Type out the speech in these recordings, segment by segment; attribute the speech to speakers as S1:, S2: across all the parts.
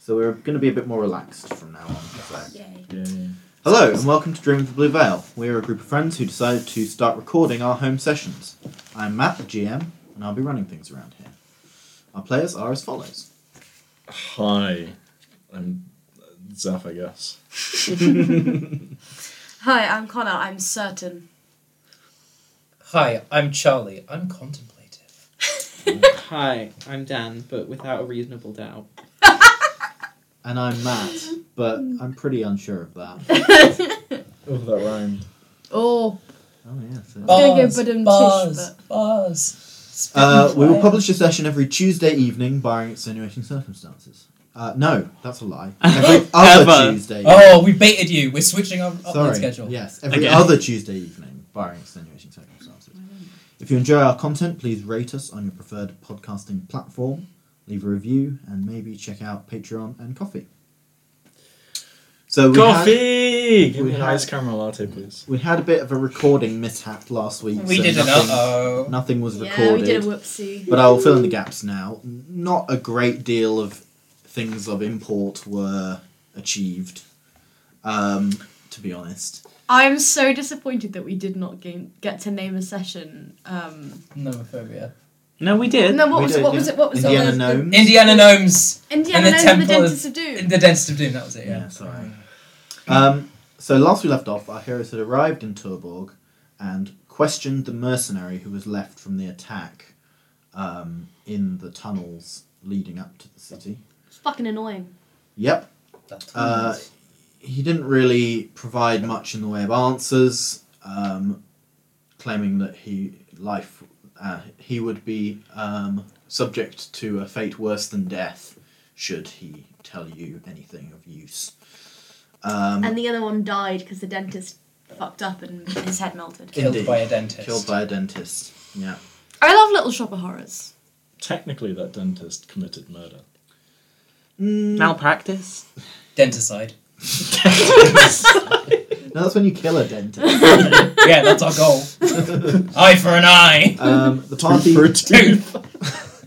S1: So we're going to be a bit more relaxed from now on. So.
S2: Yay.
S3: Yeah, yeah.
S1: Hello and welcome to Dream of the Blue Veil. We are a group of friends who decided to start recording our home sessions. I'm Matt, the GM, and I'll be running things around here. Our players are as follows.
S3: Hi, I'm Zaf, I guess.
S2: Hi, I'm Connor. I'm certain.
S4: Hi, I'm Charlie. I'm contemplative.
S5: Hi, I'm Dan, but without a reasonable doubt.
S1: And I'm Matt, but I'm pretty unsure of that.
S3: Oh, that rhymed.
S2: oh,
S1: Oh, yes.
S2: Ba- gonna go badum-tish,
S4: Bars, bars, bars. Spit
S1: Uh,
S4: and
S1: we will
S4: play.
S1: publish a session every Tuesday evening, barring extenuating circumstances. Uh, no, that's a lie. Every other
S5: Ever.
S1: Tuesday.
S4: Oh, we baited you. We're switching our upload
S1: Sorry.
S4: Oh, schedule.
S1: Yes, every
S5: Again.
S1: other Tuesday evening, barring extenuating circumstances. If you enjoy our content, please rate us on your preferred podcasting platform, leave a review, and maybe check out Patreon and Coffee. So we Had,
S3: Coffee! Give
S1: we
S3: me an
S1: had-
S3: ice caramel latte, please.
S1: we had a bit of a recording mishap last week.
S4: We
S1: so
S4: did an
S1: nothing,
S4: uh-oh.
S1: Nothing was
S2: yeah, we
S1: recorded.
S2: did a whoopsie.
S1: But I will fill in the gaps now. Not a great deal of things of import were achieved, um, to be honest.
S2: I'm so disappointed that we did not gain, get to name a session. Um,
S4: Nomophobia.
S5: No, we did.
S2: and then what
S1: we
S2: was,
S1: did,
S2: what
S1: yeah.
S2: was it? What was
S1: Indiana
S2: it?
S1: Gnomes.
S4: Indiana Gnomes.
S2: Indiana
S4: And the
S2: Gnomes and the
S4: Temple of-
S2: Dentist of Doom.
S4: In the Dentist of Doom, that was it, yeah.
S1: Yeah, sorry. Um, so last we left off, our heroes had arrived in Turborg and questioned the mercenary who was left from the attack um, in the tunnels leading up to the city.
S2: it's fucking annoying.
S1: Yep,
S4: That
S1: Uh, he didn't really provide much in the way of answers, um, claiming that he life uh, he would be um, subject to a fate worse than death should he tell you anything of use. Um,
S2: And the other one died because the dentist fucked up and his head melted.
S4: Killed
S1: indeed.
S4: by a dentist.
S1: killed by a dentist. Yeah.
S2: I love Little Shop of Horrors.
S3: Technically, that dentist committed murder.
S6: Mm.
S5: Malpractice.
S4: Denticide.
S1: No, that's when you kill a dentist.
S4: yeah, that's our goal. eye for an eye.
S1: Um, the party.
S3: Tooth for a tooth.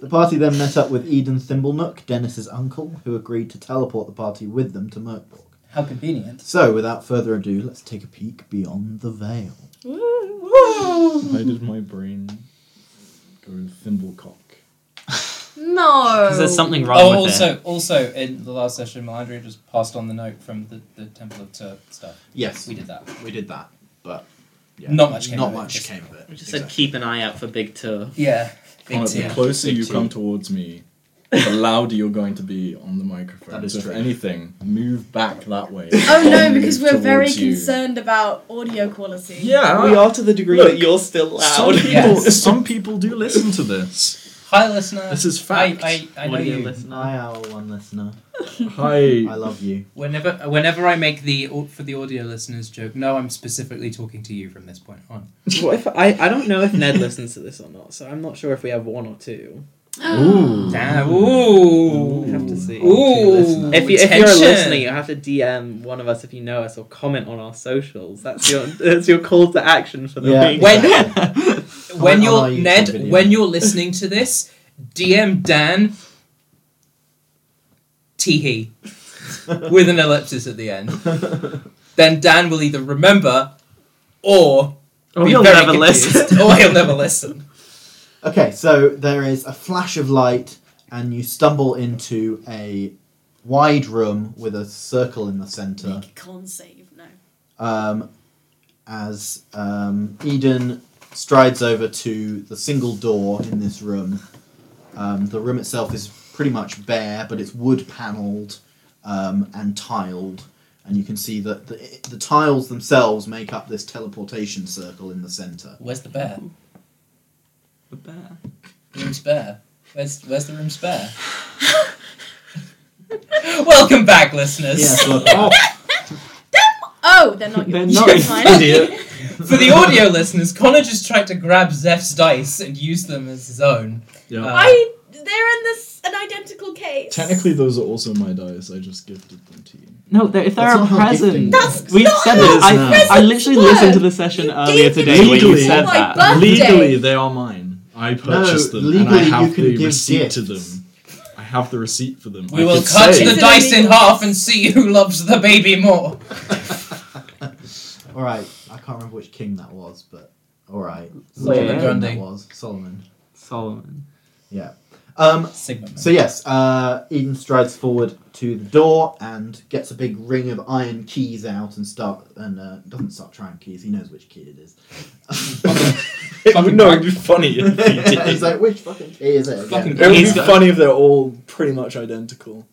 S1: The party then met up with Eden Thimblenook, Dennis's uncle, who agreed to teleport the party with them to Merkborg.
S4: How convenient.
S1: So, without further ado, let's take a peek beyond the veil.
S3: Why did my brain go thimblecock?
S2: No.
S5: Because there's something wrong
S4: Oh,
S5: with it.
S4: also, also in the last session, Melandria just passed on the note from the, the Temple of Tur stuff.
S1: Yes,
S4: We did that.
S1: we did that, but yeah,
S4: Not much came
S1: not
S4: of it,
S1: much
S4: just-
S1: came of it.
S5: We just
S1: Just
S5: said keep an eye out for Big Tour.
S4: Yeah. Big
S3: Connor,
S4: tier.
S3: the closer
S1: Big
S3: you
S1: T.
S3: come towards me, the louder you're going to be on the microphone.
S1: That is
S3: so if
S1: true.
S3: anything, move back that way.
S2: Oh no,
S3: Move
S2: because we're very
S3: towards you.
S2: concerned about audio quality.
S3: Yeah,
S5: We
S3: are
S5: To the degree
S3: Look,
S5: that you're still
S3: Some
S5: loud.
S3: people,
S4: Yes.
S3: some people do listen to this.
S4: Hi, listener.
S3: This is fact.
S4: I, I, I know
S5: Audio
S4: you.
S5: listener.
S1: our one listener.
S3: Hi.
S1: I love you.
S4: Whenever, whenever I make the au- for the audio listeners joke, no, I'm specifically talking to you from this point on.
S5: What if-
S6: I, I don't know if Ned listens to this or not, so I'm not sure if we have one or two.
S3: Ooh.
S4: Damn. Ooh.
S6: We have to see.
S4: Ooh.
S6: If, you, if you're
S4: Attention.
S6: listening, you have to DM one of us if you know us or comment on our socials. That's your that's your call to action for the
S1: Yeah.
S6: week.
S4: When-
S1: Comment
S4: When
S1: on
S4: you're
S1: our YouTube
S4: Ned,
S1: video.
S4: when you're listening to this, DM Dan. Teehee with an ellipsis at the end. Then Dan will either remember, or
S5: Oh,
S4: be
S5: you'll
S4: very
S5: never
S4: confused,
S5: listen.
S4: or he'll never listen.
S1: Okay, so there is a flash of light, and you stumble into a wide room with a circle in the centre.
S2: Big con save. No.
S1: um, as um, Eden strides over to the single door in this room. Um, the room itself is pretty much bare, but it's wood panelled um, and tiled, and you can see that the, the tiles themselves make up this teleportation circle in the centre.
S4: Where's the bear?
S5: The bear.
S4: Room's bare. Where's where's the room spare? Welcome back, listeners.
S1: Yes,
S3: Oh,
S2: Oh, they're not
S5: They're
S2: yours.
S5: not,
S2: You're fine.
S3: idiot.
S4: For the audio listeners, Connor just tried to grab Zeph's dice and use them as his own.
S3: Yeah.
S4: Uh,
S2: I. They're in this an identical case.
S3: Technically, those are also my dice. I just gifted them to you.
S5: No, they're, if
S1: That's
S5: they're a
S1: not how gifting
S5: present.
S1: works.
S2: That's
S5: We've
S2: not
S5: said
S2: how
S5: this. I,
S3: presents
S5: I literally
S2: work.
S5: listened to the session
S2: You
S5: earlier
S2: gave it
S5: today where you
S3: Legally.
S5: said
S2: Oh my
S5: that.
S2: God. Birthday.
S3: Legally, they are mine. I purchased them, and I
S1: legally, you
S3: have
S1: can
S3: the
S1: give
S3: receipt to
S1: gifts.
S3: them. I have the receipt for them.
S4: We
S3: I
S4: will
S3: could
S4: cut
S3: say-
S2: Is
S4: the
S2: it
S4: dice in
S2: illegal?
S4: half and see who loves the baby more.
S1: All right, I can't remember which king that was, but all right,
S4: Solomon
S1: Which king
S4: Grundy.
S1: that was Solomon.
S6: Solomon.
S1: Um,
S4: Sigma.
S1: so yes, uh, Eden strides forward to the door and gets a big ring of iron keys out and start and uh, doesn't start trying keys. He knows which key it is.
S3: It would no, it'd be funny if he did.
S1: He's like, which fucking key is it?
S4: Fucking
S1: again?"
S3: it would
S4: He's
S3: be
S4: got-
S3: funny if they're all pretty much identical.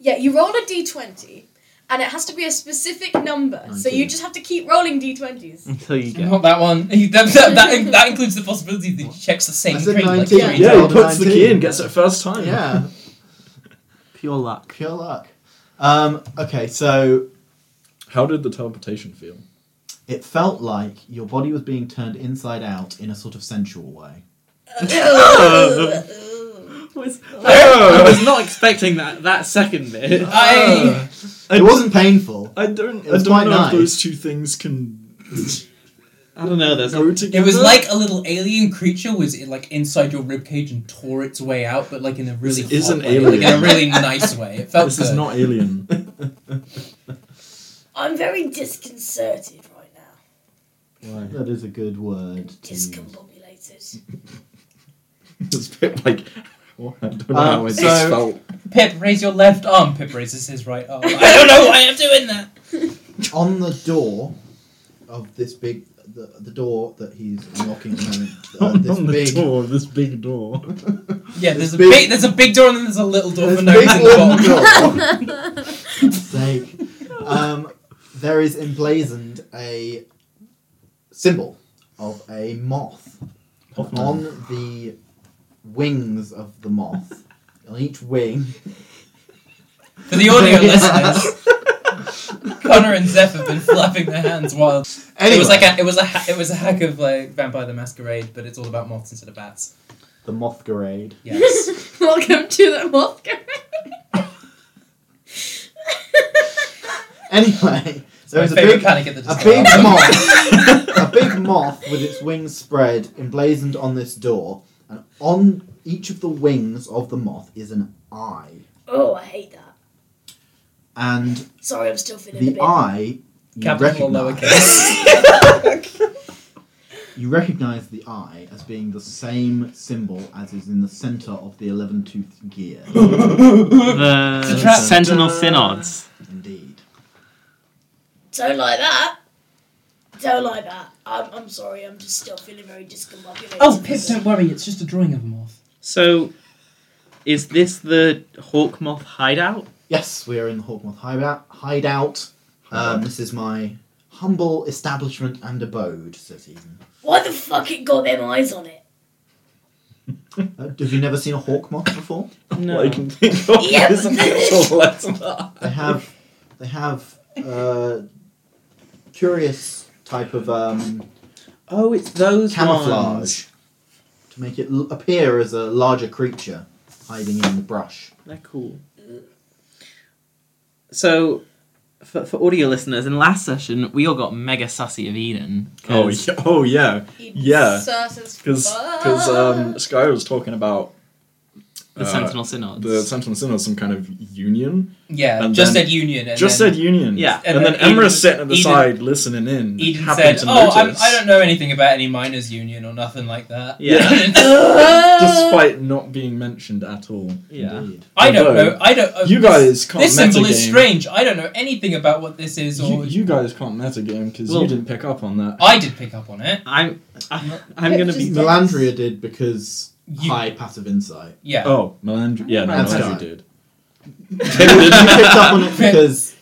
S7: Yeah, you roll a d20, and it has to be a specific number. So you
S1: Nineteen.
S7: just have to keep rolling d20s.
S6: Until you get.
S4: Not that one. He- that, that, that, that includes the possibility that he checks the same
S1: I said
S4: thing like
S1: 19.
S4: three
S1: Yeah,
S3: Yeah,
S1: he
S3: he
S1: rolled a
S3: puts the key
S1: 19.
S3: in, gets it first time.
S1: Yeah,
S6: Pure luck.
S1: pure luck. Um, okay, so
S3: How did the teleportation feel?
S1: it felt like your body was being turned inside out in a sort of sensual way.
S6: Oh, I was not expecting that that second bit.
S3: Ah.
S4: I,
S1: It wasn't painful.
S3: I don't.
S1: It was
S3: I
S1: quite
S3: don't know
S1: nice.
S3: if those two things can
S6: I don't know. There's
S3: go together.
S4: it was like a little alien creature was in, like inside your ribcage and tore its way out, but like in a really
S3: This is
S4: hot
S3: an
S4: way, like in a
S3: alien.
S4: really nice way. It felt
S3: This
S4: good.
S3: is not alien.
S7: I'm very disconcerted right now.
S1: That is a good word.
S4: Hmm.
S1: to use.
S7: Discombobulated.
S3: It's a bit like. well, I don't know
S1: Um,
S3: how I just
S1: so-
S3: felt.
S4: Pip, raise your left arm. Pip raises his right arm. I don't know why I'm doing that.
S1: on the door of this big the, the door that he's unlocking at the moment. Uh,
S3: On
S1: this
S3: the
S1: big
S3: door, this big door.
S4: Yeah, there's
S1: This
S4: a
S1: big-
S4: big, there's a big door and then there's a little door
S1: this
S4: for
S1: big
S4: no reason. at all.
S1: wooden door. sake. Um, there is emblazoned a symbol of a moth on the wings of the moth. On each wing,
S4: For the audio
S1: Yeah.
S4: listeners, Connor and Zeph have been flapping their hands while it was like a it was a ha- it was a hack of like Vampire the Masquerade, but it's all about moths instead of bats.
S1: the mothgarade.
S4: Yes.
S2: Welcome to the moth Garage.
S1: Anyway, there
S4: My
S1: is a
S4: favorite
S1: big
S4: panic at the
S1: a
S4: disco.
S1: big
S4: album.
S1: moth, a big moth with its wings spread, emblazoned on this door, and on each of the wings of the moth is an eye,
S7: Oh, I hate that.
S1: and
S7: Sorry, I'm still feeling a
S1: the
S7: bit.
S1: eye you
S4: Capital or
S1: recognize,
S4: lowercase.
S1: you recognize the eye as being the same symbol as is in the center of the eleven toothed gear.
S6: the
S4: It's a trap.
S6: Sentinel synods.
S1: Indeed,
S7: Don't like that. Don't like that. I'm, I'm sorry, I'm just still feeling very discombobulated.
S4: oh, Pip, don't worry, it's just a drawing of a moth.
S6: So, is this the hawk moth hideout?
S1: yes, we are in the hawkmoth hideout. Hideout. Um, this is my humble establishment and abode, says Eden.
S7: Why the fuck it got them eyes on it?
S1: Uh, have you never seen a hawkmoth before?
S3: All I can think of
S7: Yeah.
S3: is an actual letter.
S1: They have they have uh, curious type of um,
S6: Oh, it's those
S1: camouflage to make it l- appear as a larger creature hiding in the brush.
S6: They're cool. So, for, for audio listeners, in last session we all got mega sussy of Eden.
S3: Oh,
S6: 'cause
S3: yeah. Oh, yeah. Yeah. Because
S1: Ah.
S3: um, Sky was talking about
S6: the
S3: uh,
S6: Sentinel synods.
S3: the Sentinel Sin was some kind of union.
S4: Yeah,
S3: And
S4: just
S3: then-
S4: said union. And
S3: Just
S4: then
S3: said union.
S6: Yeah.
S3: And,
S4: And
S3: then,
S4: then Eden-
S3: Emra's sitting at the
S4: Eden-
S3: side listening in.
S4: Eden
S3: happened to
S4: said, "Oh, I'm,
S3: notice,
S4: I don't know anything about any miners' union or nothing like that."
S6: Yeah.
S3: Despite not being mentioned at all.
S6: yeah.
S1: Indeed.
S4: I don't
S3: Although,
S4: know. I don't. Uh,
S3: You guys can't
S4: This symbol
S3: metagame.
S4: is strange. I don't know anything about what this is,
S3: You,
S4: or
S3: you guys can't metagame because
S6: Well-
S3: you didn't pick up on that.
S4: I did pick up on it.
S6: I'm I, I'm
S7: It
S6: gonna
S7: just-
S6: be
S1: Melandria did because
S4: You-
S1: high passive insight.
S4: Yeah.
S3: Oh, Melandri. Yeah, no,
S1: That's
S3: Melandri
S1: right.
S3: did.
S1: you picked up on it because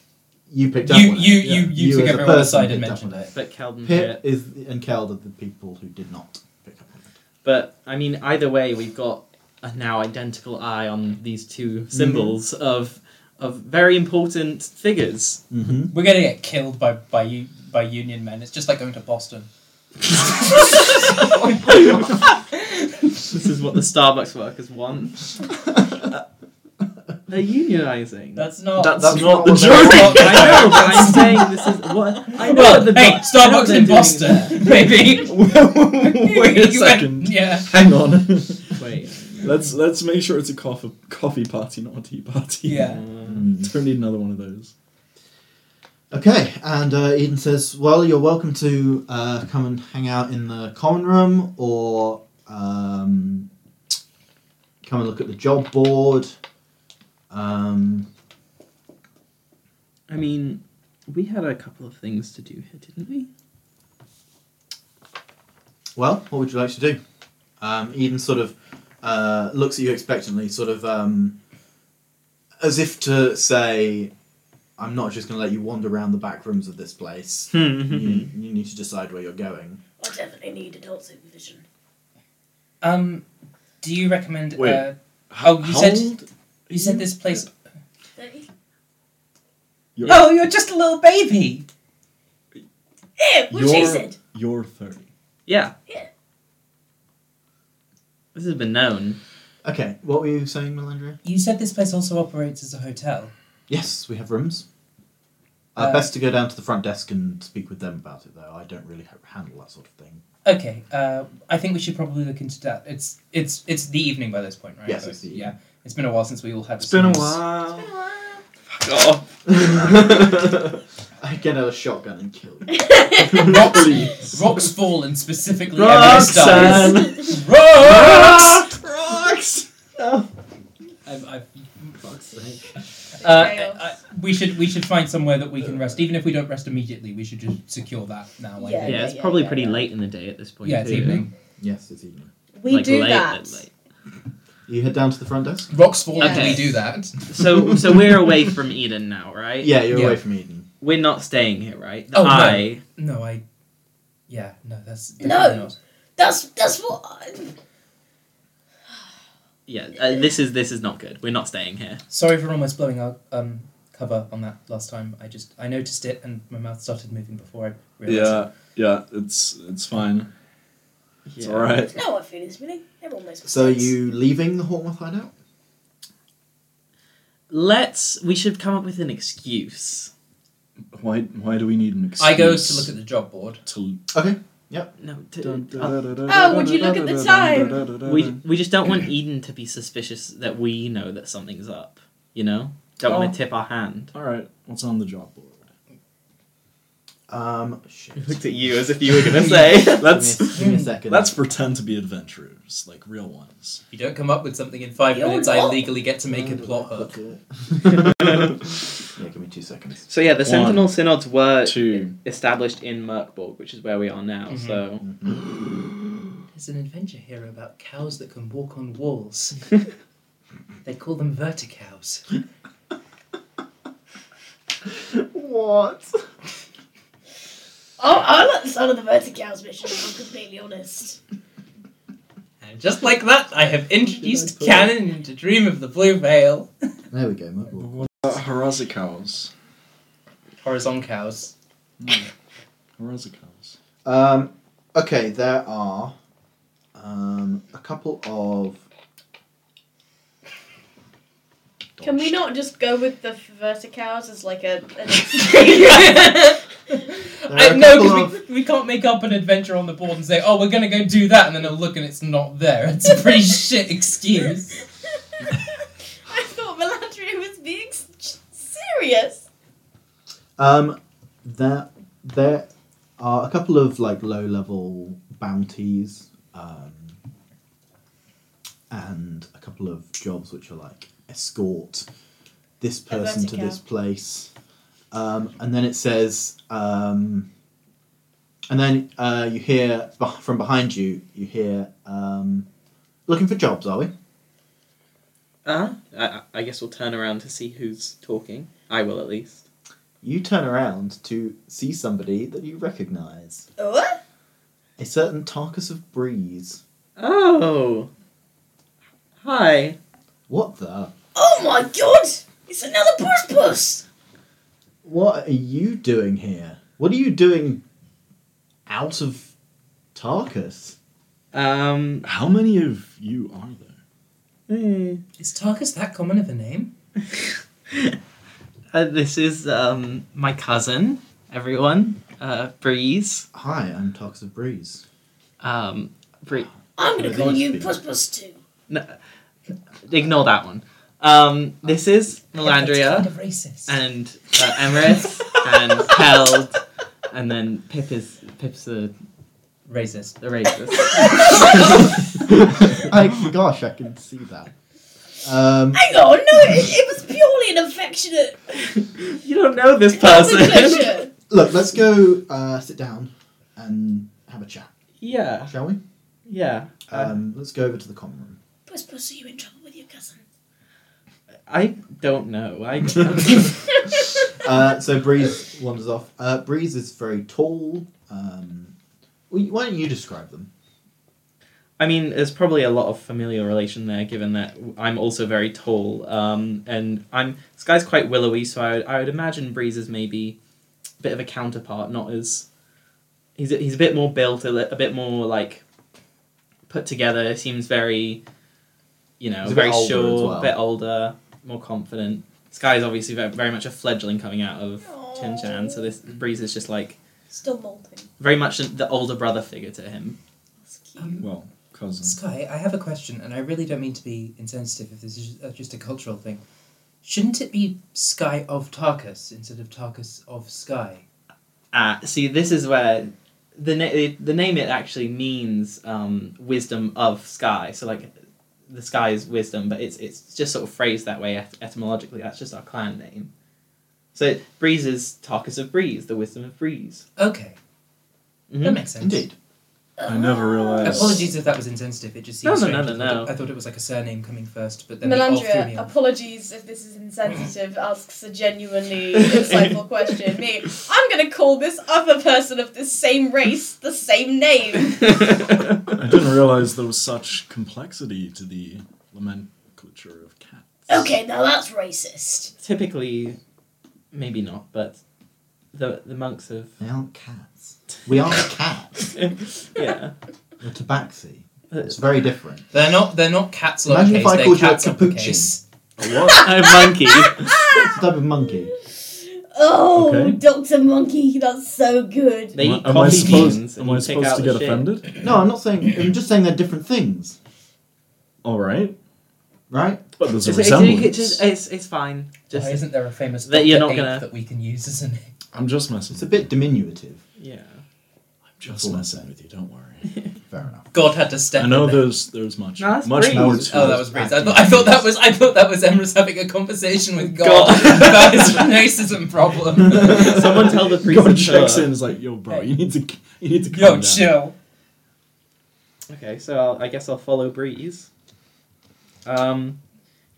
S1: you picked up
S4: you
S1: on it.
S4: you
S3: yeah.
S4: you you,
S1: You
S4: took
S1: as a
S4: everyone
S1: person
S4: aside and
S1: picked up
S4: mentioned
S1: on
S4: it.
S6: but Keldon
S1: Pip
S6: here.
S1: is and Keld are the people who did not pick up on it.
S6: But I mean, either way, we've got a now identical eye on these
S4: Mm-hmm.
S6: two symbols of of very important figures.
S1: Mm-hmm.
S4: We're gonna get killed by by u- by Union men. It's just like going to Boston.
S6: This is what the Starbucks workers want. They're unionizing.
S4: That's not.
S3: That-
S1: that's
S3: that's
S1: not
S3: not the
S1: what
S6: I
S1: they're-
S3: joke.
S6: know, I know, but I'm saying this is what I know.
S4: well,
S6: the
S4: hey,
S6: dots- I know
S4: Starbucks
S6: what they're
S4: in
S6: doing
S4: Boston, maybe.
S3: Wait a second.
S4: Yeah.
S3: Hang on.
S6: Wait,
S3: Let's let's make sure it's a coffee coffee party, not a tea party.
S4: Yeah.
S3: Don't need another one of those.
S1: Okay, and uh, Eden says, "Well, you're welcome to uh, come and hang out in the common room, or um, come and look at the job board. Um,
S6: I mean, we had a couple of things to do here, didn't we?
S1: well, what would you like to do?" Um, Eden sort of uh, looks at you expectantly, sort of um, as if to say, "I'm not just going to let you wander around the back rooms of this place.
S4: Hmm,
S1: you, you need to decide where you're going."
S7: I definitely need adult supervision.
S4: Um, do you recommend?
S3: Wait.
S4: Uh, Oh, you said-
S3: old?
S4: you said this place.
S7: Ew!
S3: You're,
S4: Oh, you're just a little baby.
S7: What she
S3: You're-
S7: said.
S3: you're thirty.
S6: Yeah.
S7: Yeah.
S6: This has been known.
S1: Okay, what were you saying, Melandria?
S4: You said this place also operates as a hotel.
S1: Yes, we have rooms. Uh,
S4: Uh,
S1: best to go down to the front desk and speak with them about it, though. I don't really ha- handle that sort of thing.
S4: Okay. Uh, I think we should probably look into that. It's it's it's the evening by this point, right?
S1: Yes,
S4: So
S1: it's the
S4: yeah. It's been a while since we all had.
S6: It's been a
S4: snooze.
S6: while.
S3: Oh,
S1: I get out a shotgun and kill you.
S4: Rocks,
S3: please.
S4: rocks fall and specifically Everest dies.
S6: Roxanne!
S4: Rocks.
S6: Rox!
S4: I've, I've,
S6: Fuck's sake.
S4: uh,
S7: Chaos.
S4: I, we should we should find somewhere that we can rest. Even if we don't rest immediately, we should just secure that now. I
S7: Yeah,
S4: think.
S6: Yeah, it's
S7: yeah,
S6: probably
S7: yeah,
S6: pretty
S7: yeah.
S6: late in the day at this point.
S4: Yeah, it's
S6: too.
S4: evening.
S1: yes, it's evening.
S2: We
S6: Like,
S2: do
S6: late,
S2: that.
S6: late.
S1: You head down to the front desk?
S4: Rocks fall and
S6: Okay.
S4: we do that.
S6: So, so we're away from Eden now, right?
S1: Yeah, you're
S4: Yeah.
S1: away from Eden.
S6: We're not staying here, right?
S4: Oh, no.
S6: I.
S4: No, I. Yeah, no, that's
S7: No.
S4: definitely not.
S7: That's that's what. I,
S6: Yeah, uh, this is this is not good. We're not staying here.
S4: Sorry for almost blowing our um cover on that last time. I just I noticed it and my mouth started moving before I realized.
S3: Yeah, yeah, it's it's fine. It's
S6: Yeah.
S3: all right.
S7: no, I feel this feeling. Everyone makes mistakes.
S1: So are you leaving the Hawkmoth hideout?
S6: Let's. We should come up with an excuse.
S3: Why why do we need an excuse?
S4: I go to look at the job board.
S3: to.
S6: No, to, uh,
S2: Oh, would you look at the time?
S6: we we just don't want Eden to be suspicious that we know that something's up. You know, don't want
S3: Oh.
S6: to tip our hand.
S3: All right, what's on the job board?
S1: Um, shit.
S6: at you as if you were
S1: gonna
S6: say.
S3: Let's
S1: Give me, a- give me a second.
S3: let's pretend to be adventurers, like real ones.
S4: If you don't come up with something in five
S7: You're
S4: minutes, I
S7: not-
S4: legally get to make a plot hook.
S1: yeah, give me two seconds.
S6: so yeah, the
S3: One,
S6: Sentinel synods were
S3: two.
S6: established in Merkborg, which is where we are now.
S4: Mhm.
S6: So
S4: There's an adventure here about cows that can walk on walls. they call them verticows.
S1: What?
S7: Oh, I like the sound of the verticals mission. If I'm completely honest.
S4: And just like that, I have introduced Canon into Dream of the Blue Veil.
S1: There we go, Merkle.
S3: What about Harazikals?
S4: Horizon cows.
S3: Harazikals.
S1: Um, okay, there are um, a couple of
S2: Can we not just go with the verticals as like a?
S1: There are
S4: I
S1: a
S4: know
S1: couple
S4: because we, we can't make up an adventure on the board and say, oh, we're gonna go do that, and then I'll look and it's not there. It's a pretty shit excuse.
S2: I thought Melandria was being serious.
S1: Um, there, there are a couple of like low-level bounties, um, and a couple of jobs which are like escort this person to
S2: vertical.
S1: this place, um, and then it says, um, and then uh, you hear beh- from behind you, you hear, um, looking for jobs, are we?
S6: uh, I, I guess we'll turn around to see who's talking. I will at least.
S1: You turn around to see somebody that you recognise,
S7: What?
S1: a certain Tarkus of Breeze.
S6: Oh, hi.
S1: What the?
S7: Oh my god! It's another push push.
S1: What are you doing here? What are you doing out of Tarkus?
S6: Um,
S3: How many of you are there?
S6: eh.
S4: Is Tarkus that common of a name?
S6: Uh, this is um my cousin. Everyone, uh, Breeze.
S1: Hi, I'm Tarkus of Breeze.
S6: Um, Bree-
S7: I'm gonna
S1: Well,
S7: call
S1: these
S7: you
S1: people.
S7: push push too.
S6: No, ignore that one. Um, this is
S4: It's kind
S6: Melandria
S4: of racist.
S6: and uh, Emerith and Held, and then Pip is Pip's a,
S4: racist.
S6: a racist.
S1: I, gosh, I can see that. Um,
S7: Hang on, no, it, it was purely an affectionate
S6: you don't know this person.
S7: conversation.
S1: look, let's go uh, sit down and have a chat,
S6: yeah,
S1: shall we?
S6: yeah.
S1: Um, let's go over to the common room.
S7: Puss, puss, are you in trouble with your cousin?
S6: I don't know. I
S1: Uh, so Breeze wanders off. Uh, Breeze is very tall. Um, well, you- why don't you describe them?
S6: I mean, there's probably a lot of familial relation there, given that I'm also very tall, um, and I'm this guy's quite willowy, so I would, I would imagine Breeze is maybe a bit of a counterpart, not as he's a, he's a bit more built, a, li- a bit more like put together. Seems very, you know,
S1: He's a bit
S6: very
S1: older
S6: sure,
S1: as well.
S6: a bit older, more confident. This guy is obviously very, very much a fledgling coming out of Tin Chan, so this Breeze is just like
S7: Still molting.
S6: very much the older brother figure to him.
S7: That's cute.
S4: Um,
S3: Well, cousin.
S4: Sky, I have a question, and I really don't mean to be insensitive if this is ju- uh, just a cultural thing. Shouldn't it be Sky of Tarkus instead of Tarkus of Sky?
S6: Ah, see, this is where the na- the- the name it actually means um, wisdom of sky. So like, the sky is wisdom, but it's it's just sort of phrased that way et- etymologically. That's just our clan name. So breeze is Tarkus of breeze, the wisdom of breeze.
S4: Okay, that
S6: Mhm.
S4: makes sense.
S1: Indeed.
S3: I
S7: Ah.
S3: never realized.
S4: Apologies if that was insensitive. It just
S6: No,
S4: seems
S6: no, no,
S4: strange.
S6: no, no.
S4: I thought it was like a surname coming first, but then it all threw me
S8: Melandria,
S4: off.
S8: apologies if this is insensitive, asks a genuinely insightful question. Me, I'm gonna call this other person of the same race the same name.
S3: I didn't realize there was such complexity to the nomenclature of cats.
S7: Okay, now that's racist.
S6: Typically, maybe not, but the the monks of
S1: They aren't cats. We are cats.
S6: yeah.
S1: We're tabaxi.
S4: Uh,
S1: It's very different.
S4: They're not. They're not cats
S1: Imagine
S4: lowercase.
S1: if I
S4: they're
S1: called you a
S4: cats
S1: capuchin.
S4: uppercase.
S3: What?
S6: A monkey.
S8: Ah!
S1: It's a type of monkey.
S7: Oh,
S3: Okay.
S7: Dr. Monkey, that's so good.
S6: They eat
S3: am I
S6: coffee beans
S3: supposed,
S6: and
S3: am I
S6: you pick out
S3: supposed to
S6: the
S3: get
S6: shit.
S3: offended?
S1: No, I'm not saying. I'm just saying they're different things,
S3: All right,
S1: right?
S3: but there's a
S6: It's, it's,
S3: resemblance.
S6: it's, it's, it's, fine.
S4: Why
S6: Just
S4: isn't there a famous
S6: that you're
S4: Dr.
S6: not
S4: Ape
S6: gonna-
S4: that we can use as a name?
S3: I'm just messing.
S1: It's a bit diminutive.
S6: yeah.
S3: I'm just messing with you. Don't worry.
S1: Fair enough.
S4: God had to step.
S3: I know
S4: in there.
S3: there's there's much
S6: No, that's
S3: much
S6: Breeze.
S3: more
S1: That
S3: to
S4: Oh,
S3: it.
S4: that was Breeze. I thought, I thought that was I thought that was Emrys having a conversation with God,
S6: God.
S4: about his racism problem.
S6: Someone tell the uh, priest.
S3: God
S6: and
S3: checks
S6: her.
S3: in. and Is like, yo, bro, you need to you need to calm
S4: Yo,
S3: down.
S4: chill.
S6: Okay, so I'll, I guess I'll follow Breeze. Um,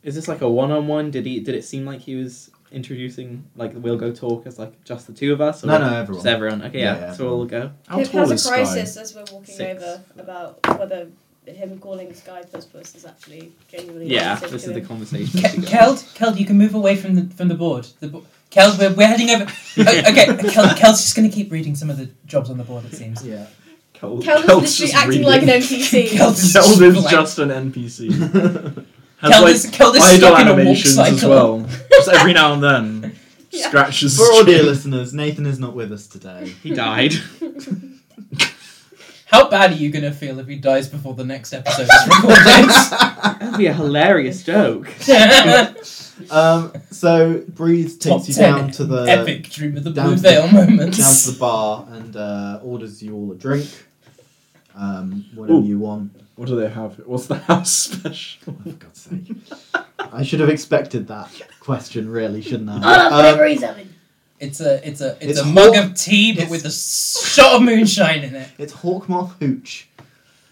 S6: is this like a one-on-one? Did he? Did it seem like he was introducing like the We'll Go Talk as like just the two of us?
S1: No, no, everyone.
S6: just everyone. Okay, yeah.
S1: Yeah,
S6: so we'll all go.
S3: How
S8: Pip
S3: tall is
S8: has a
S3: Sky?
S8: crisis as we're walking
S6: Six.
S8: over about whether him calling Sky Puss Puss is actually genuinely
S6: Yeah,
S8: offensive
S6: this
S8: to
S6: is the
S8: him.
S6: conversation.
S4: Ke- Keld, Keld, you can move away from the from the board. The bo- Keld, we're, we're heading over. O- okay, Keld, Keld's just gonna keep reading some of the jobs on the board. It seems.
S1: Yeah.
S6: Kel-
S8: Cal is
S3: Kel's
S8: literally
S3: just
S8: acting like an
S3: reading.
S8: NPC.
S4: Keld is
S3: Keld is
S4: like-
S3: just an NPC. Has
S4: Keld
S3: like
S4: is, Keld is
S3: idle
S4: stuck in a walk
S3: animations
S4: cycle.
S3: as well. Just every now and then,
S8: Yeah.
S3: scratches.
S1: For all dear listeners, Nathan is not with us today.
S6: he died.
S4: How bad are you gonna feel if he dies before the next episode is recorded?
S6: That'd be a hilarious joke.
S1: Um, so Breeze
S4: Top
S1: takes you
S4: 10
S1: down to the
S4: Epic dream of the
S1: down
S4: blue
S1: to the-
S4: veil
S1: down to
S4: moments.
S1: the bar and uh, orders you all a drink. Um, whatever
S3: Ooh.
S1: you want. Oh,
S3: What do they have? What's the house special?
S1: For God's sake. I should have expected that question, really, shouldn't I?
S7: Oh, that's
S1: Um,
S7: whatever he's having.
S4: It's a it's a
S1: It's
S4: it's, a mug
S1: hot.
S4: of tea, but
S1: It's-
S4: with a shot of moonshine in it.
S1: it's Hawkmoth Hooch.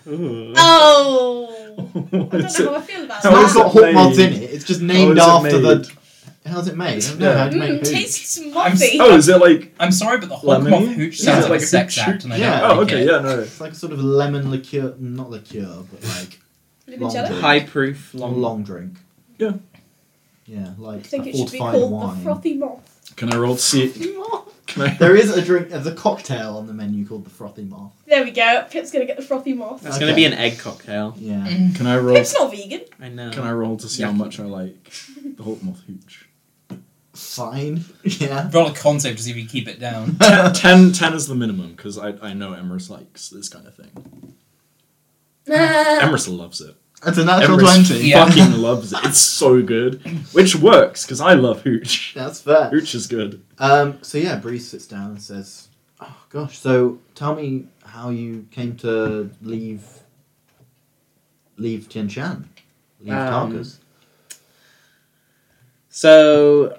S6: Ooh.
S8: Oh,
S3: What
S8: Um, I
S3: is
S8: don't know
S3: it?
S8: how I feel about
S1: It's
S3: How
S1: not
S3: is
S8: that.
S1: got
S3: it
S1: Hawkmoths in
S3: made?
S1: it. It's just
S3: How
S1: named
S3: is it
S1: after
S3: made?
S1: the. How's it made? I don't know how to make
S8: Mmm,
S1: hooch.
S8: tastes
S4: I'm
S8: mothy.
S3: Oh, is it like?
S4: I'm sorry, but the
S3: Lemony?
S4: Hawkmoth hooch
S3: Is
S4: sounds
S3: it
S4: like
S3: like
S4: a
S3: a
S4: sex
S3: hooch?
S4: act, and I
S1: Yeah.
S4: don't
S3: Oh,
S4: like
S3: okay,
S4: it.
S3: yeah, no.
S1: It's like a sort of lemon liqueur, not liqueur, but like
S8: Limoncello?
S1: Long-
S6: High proof,
S1: a
S6: long,
S1: long drink.
S3: Yeah.
S1: Yeah, like
S8: I think
S1: a
S8: it should be
S1: fortified
S8: called
S1: wine.
S8: the frothy moth.
S3: Can I roll to see?
S8: Moth.
S3: Can I?
S1: There is a drink. There's a cocktail on the menu called the frothy moth.
S8: There we go. Pip's gonna get the frothy moth.
S6: It's gonna
S1: Okay.
S6: be an egg cocktail.
S1: Yeah.
S4: Mm.
S3: Can I roll?
S8: Pip's not vegan.
S6: I know.
S3: Can I roll to see how
S6: Yucky.
S3: much I like the Holtmoth hooch?
S1: Fine. Yeah.
S4: Roll a concept to see if you keep it down.
S3: ten, ten, 10 is the minimum because I, I know Emerus likes this kind of thing.
S7: Ah,
S3: Emerus loves it.
S1: That's a natural
S3: Everest
S1: twenty.
S4: Yeah.
S3: fucking loves it. It's so good. Which works, because I love Hooch.
S1: That's fair.
S3: Hooch is good.
S1: Um, so yeah, Breeze sits down and says, "Oh gosh, so tell me how you came to leave leave Tian Shan, leave
S6: Um,
S1: Tarkus."
S6: So,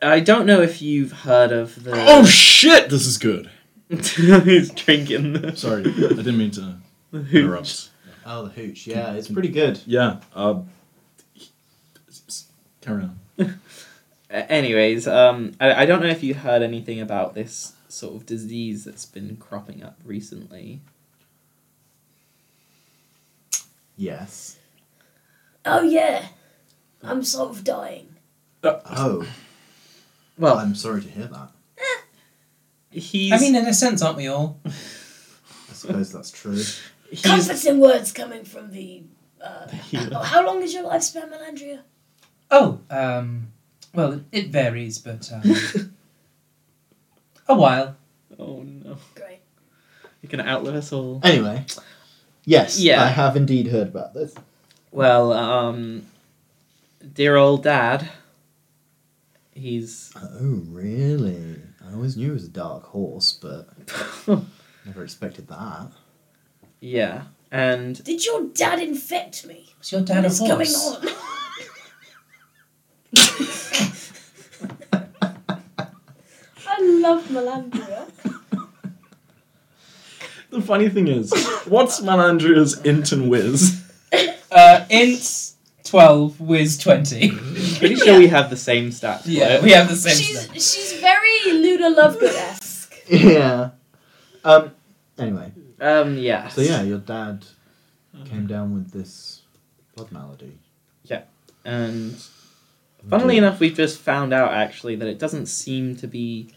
S6: I don't know if you've heard of the.
S3: Oh shit, this is good.
S6: He's drinking. The...
S3: Sorry, I didn't mean to
S6: the hooch.
S3: interrupt.
S1: Oh, the hooch. Yeah, it's pretty good.
S3: Yeah. Um, carry on.
S6: A- Anyways, um, I, I don't know if you heard anything about this sort of disease that's been cropping up recently.
S1: Yes.
S7: Oh yeah, I'm sort of dying.
S1: Oh,
S6: Well,
S1: I'm sorry to hear that.
S6: he's.
S4: I mean, in a sense, aren't we all?
S1: I suppose that's true.
S6: he's
S7: Comforting words coming from the. Uh,
S6: healer.
S7: oh, how long is your lifespan, Melandria?
S4: Oh, um, well, it, it varies, but um, a while.
S6: Oh no!
S7: Great.
S6: You're gonna outlive us all.
S1: Anyway, yes,
S6: Yeah.
S1: I have indeed heard about this.
S6: Well, um, dear old dad, he's
S1: Oh, really? I always knew it was a dark horse, but never expected that.
S6: yeah, and
S7: Did your dad infect me?
S4: Was your dad a
S7: What's
S4: horse?
S7: going on?
S8: I love Melandria.
S3: The funny thing is, what's Melandria's int and whiz?
S4: Uh, int twelve, whiz twenty.
S6: pretty sure we have the same stats.
S4: yeah, we have the same.
S8: she's
S4: stuff.
S8: she's very Luna Lovegood esque.
S1: yeah. Um. Anyway,
S6: Um. Yeah.
S1: so yeah, your dad
S3: Mm-hmm.
S1: came down with this blood malady.
S6: And funnily enough, we've just found out actually that it doesn't seem to be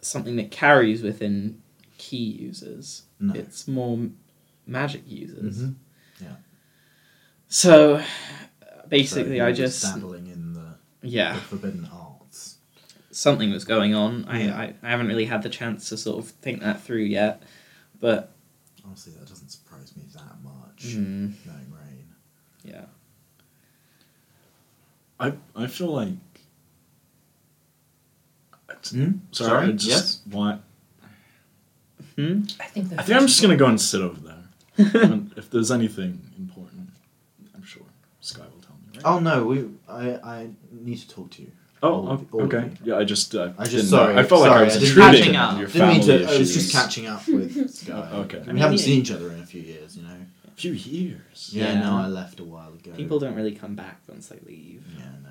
S6: something that carries within key users.
S1: No.
S6: It's more m- magic users.
S1: Mhm.
S6: So
S1: So
S6: basically,
S1: he
S6: I
S1: was
S6: just
S1: dabbling in the,
S6: yeah.
S3: Ah.
S1: the forbidden arts.
S6: something was going on.
S1: Yeah.
S6: I, I, I haven't really had the chance to sort of think that through yet, but
S1: Honestly, that doesn't surprise me that much.
S6: mm,
S1: Knowing Rain.
S6: yeah,
S3: I I feel like. Sorry,
S1: Sorry,
S3: I just
S1: yes?
S3: why-
S6: hmm?
S4: I think
S3: I
S4: that's.
S3: think I'm just gonna go and sit over there. And if there's anything important, I'm sure Sky will tell me. Right?
S1: Oh no, we. I. I need to talk to you.
S3: Oh,
S1: all of-
S3: o-
S1: all of
S3: okay.
S1: you.
S3: Yeah, I just. Uh,
S1: I just-
S3: didn't
S1: sorry,
S3: Know. I felt like
S1: sorry,
S3: I was
S1: I didn't-
S3: intruding
S6: Catching
S3: on
S6: up.
S3: your
S1: Didn't
S3: family
S1: mean to. I was
S3: issues.
S1: just catching up with Sky.
S3: Oh, okay.
S1: We haven't seen each other in a few years, you know.
S3: A few years.
S1: Yeah,
S6: Yeah.
S1: no, I left a while ago.
S6: people don't really come back once they leave.
S1: Yeah, no.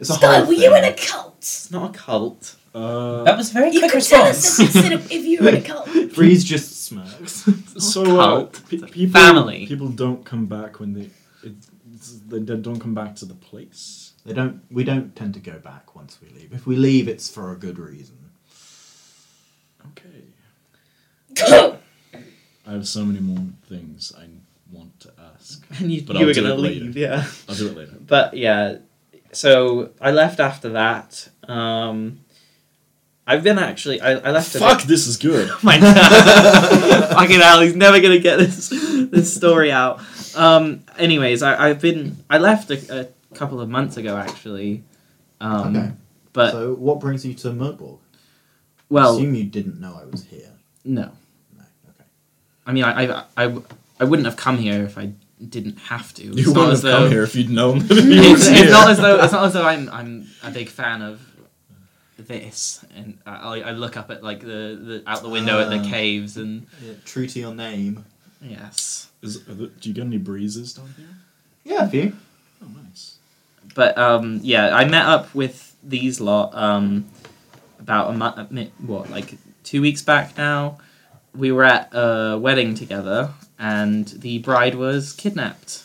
S1: It's a
S7: Sky,
S1: whole
S7: were you in
S1: thing.
S7: a cult?
S6: It's not a cult.
S3: Uh,
S4: That was a very
S7: You
S4: quick
S7: could tell us
S4: response.
S7: if, it's in a, if you were in a cult.
S1: Breeze just smirks.
S3: so uh,
S6: cult.
S3: pe-
S6: It's a
S3: people
S6: family.
S3: people don't come back when they it, it's, they don't don't come back to the place.
S1: They don't. We don't tend to go back once we leave. If we leave, it's for a good reason.
S3: Okay.
S7: Cool.
S3: I have so many more things I want to ask.
S6: And you,
S3: But
S6: you
S3: I'll
S6: were
S3: do
S6: gonna
S3: it later.
S6: leave, yeah.
S3: I'll do it later.
S6: But yeah, so I left after that. Um, I've been actually I, I left. a bit-
S3: Fuck, this is good.
S6: Oh my god. Fucking hell, he's never gonna get this this story out. Um anyways, I, I've been I left a, a couple of months ago actually. Um
S1: Okay.
S6: but
S1: so, what brings you to Murborg?
S6: well
S1: assume you didn't know I was here.
S6: no.
S1: No. Okay.
S6: I mean I I, I w- I wouldn't have come here if I didn't have to.
S3: You wouldn't have come here if you'd known. That he
S6: it's,
S3: was
S6: it's
S3: here.
S6: not as though it's not as though I'm I'm a big fan of this and I, I look up at like the, the out the window at the
S1: Ah.
S6: caves and
S1: Yeah, true to your name.
S6: yes.
S3: Is- are the- do you get any breezes down here?
S1: Yeah, a few.
S3: Oh, nice.
S6: but um, yeah, I met up with these lot um, about a month, what like two weeks back now. We were at a wedding together, and the bride was kidnapped,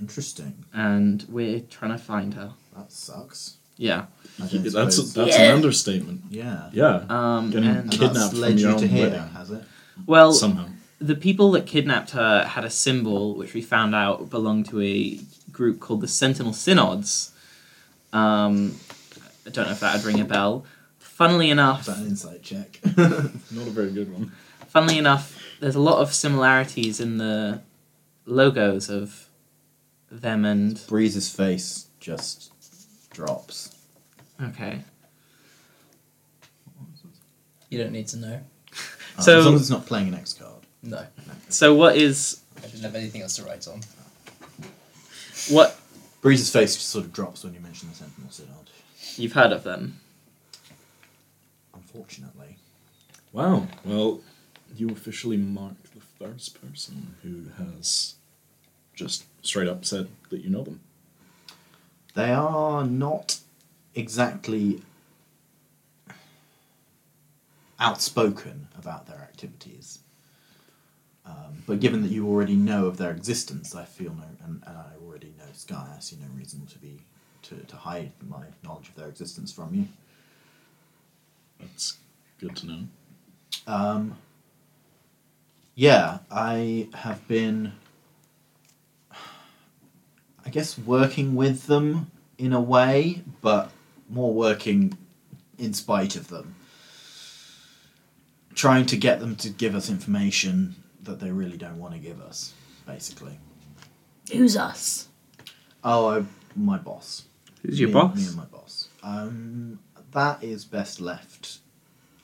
S1: Interesting.
S6: and we're trying to find her.
S1: That sucks.
S6: Yeah.
S1: I
S3: He-
S1: don't
S3: that's
S1: suppose-
S3: that's
S7: Yeah.
S3: an understatement.
S1: yeah.
S3: Yeah.
S6: Um,
S3: Getting
S6: and-
S1: And
S3: Kidnapped
S1: that's led
S3: from
S1: you
S3: your
S1: to
S3: own
S1: here,
S3: wedding.
S1: has it?
S6: well,
S3: Somehow.
S6: the people that kidnapped her had a symbol which we found out belonged to a group called the Sentinel Synods. Um, I don't know if that would ring a bell. Funnily enough,
S1: Is that an insight check?
S3: Not a very good one.
S6: funnily enough, there's a lot of similarities in the logos of them and
S1: Breeze's face just drops.
S6: okay.
S4: You don't need to know.
S1: Uh,
S6: So-
S1: as long as it's not playing an X card.
S4: No,
S6: So what is
S4: I didn't have anything else to write on.
S6: what
S1: Breeze's face just sort of drops when you mention the Sentinel Synod.
S6: you've heard of them?
S1: Unfortunately,
S3: Wow. Well, you officially mark the first person who has just straight up said that you know them.
S1: they are not exactly outspoken about their activities. Um, but given that you already know of their existence, I feel no, and, and I already know Sky. I see no reason to be to, to hide my knowledge of their existence from you.
S3: That's good to know.
S1: Um, yeah, I have been, I guess, working with them in a way, but more working in spite of them. Trying to get them to give us information that they really don't want to give us, basically.
S7: Who's us?
S1: Oh, I, my boss.
S6: Who's your
S1: me,
S6: boss?
S1: Me and my boss. Um, that is best left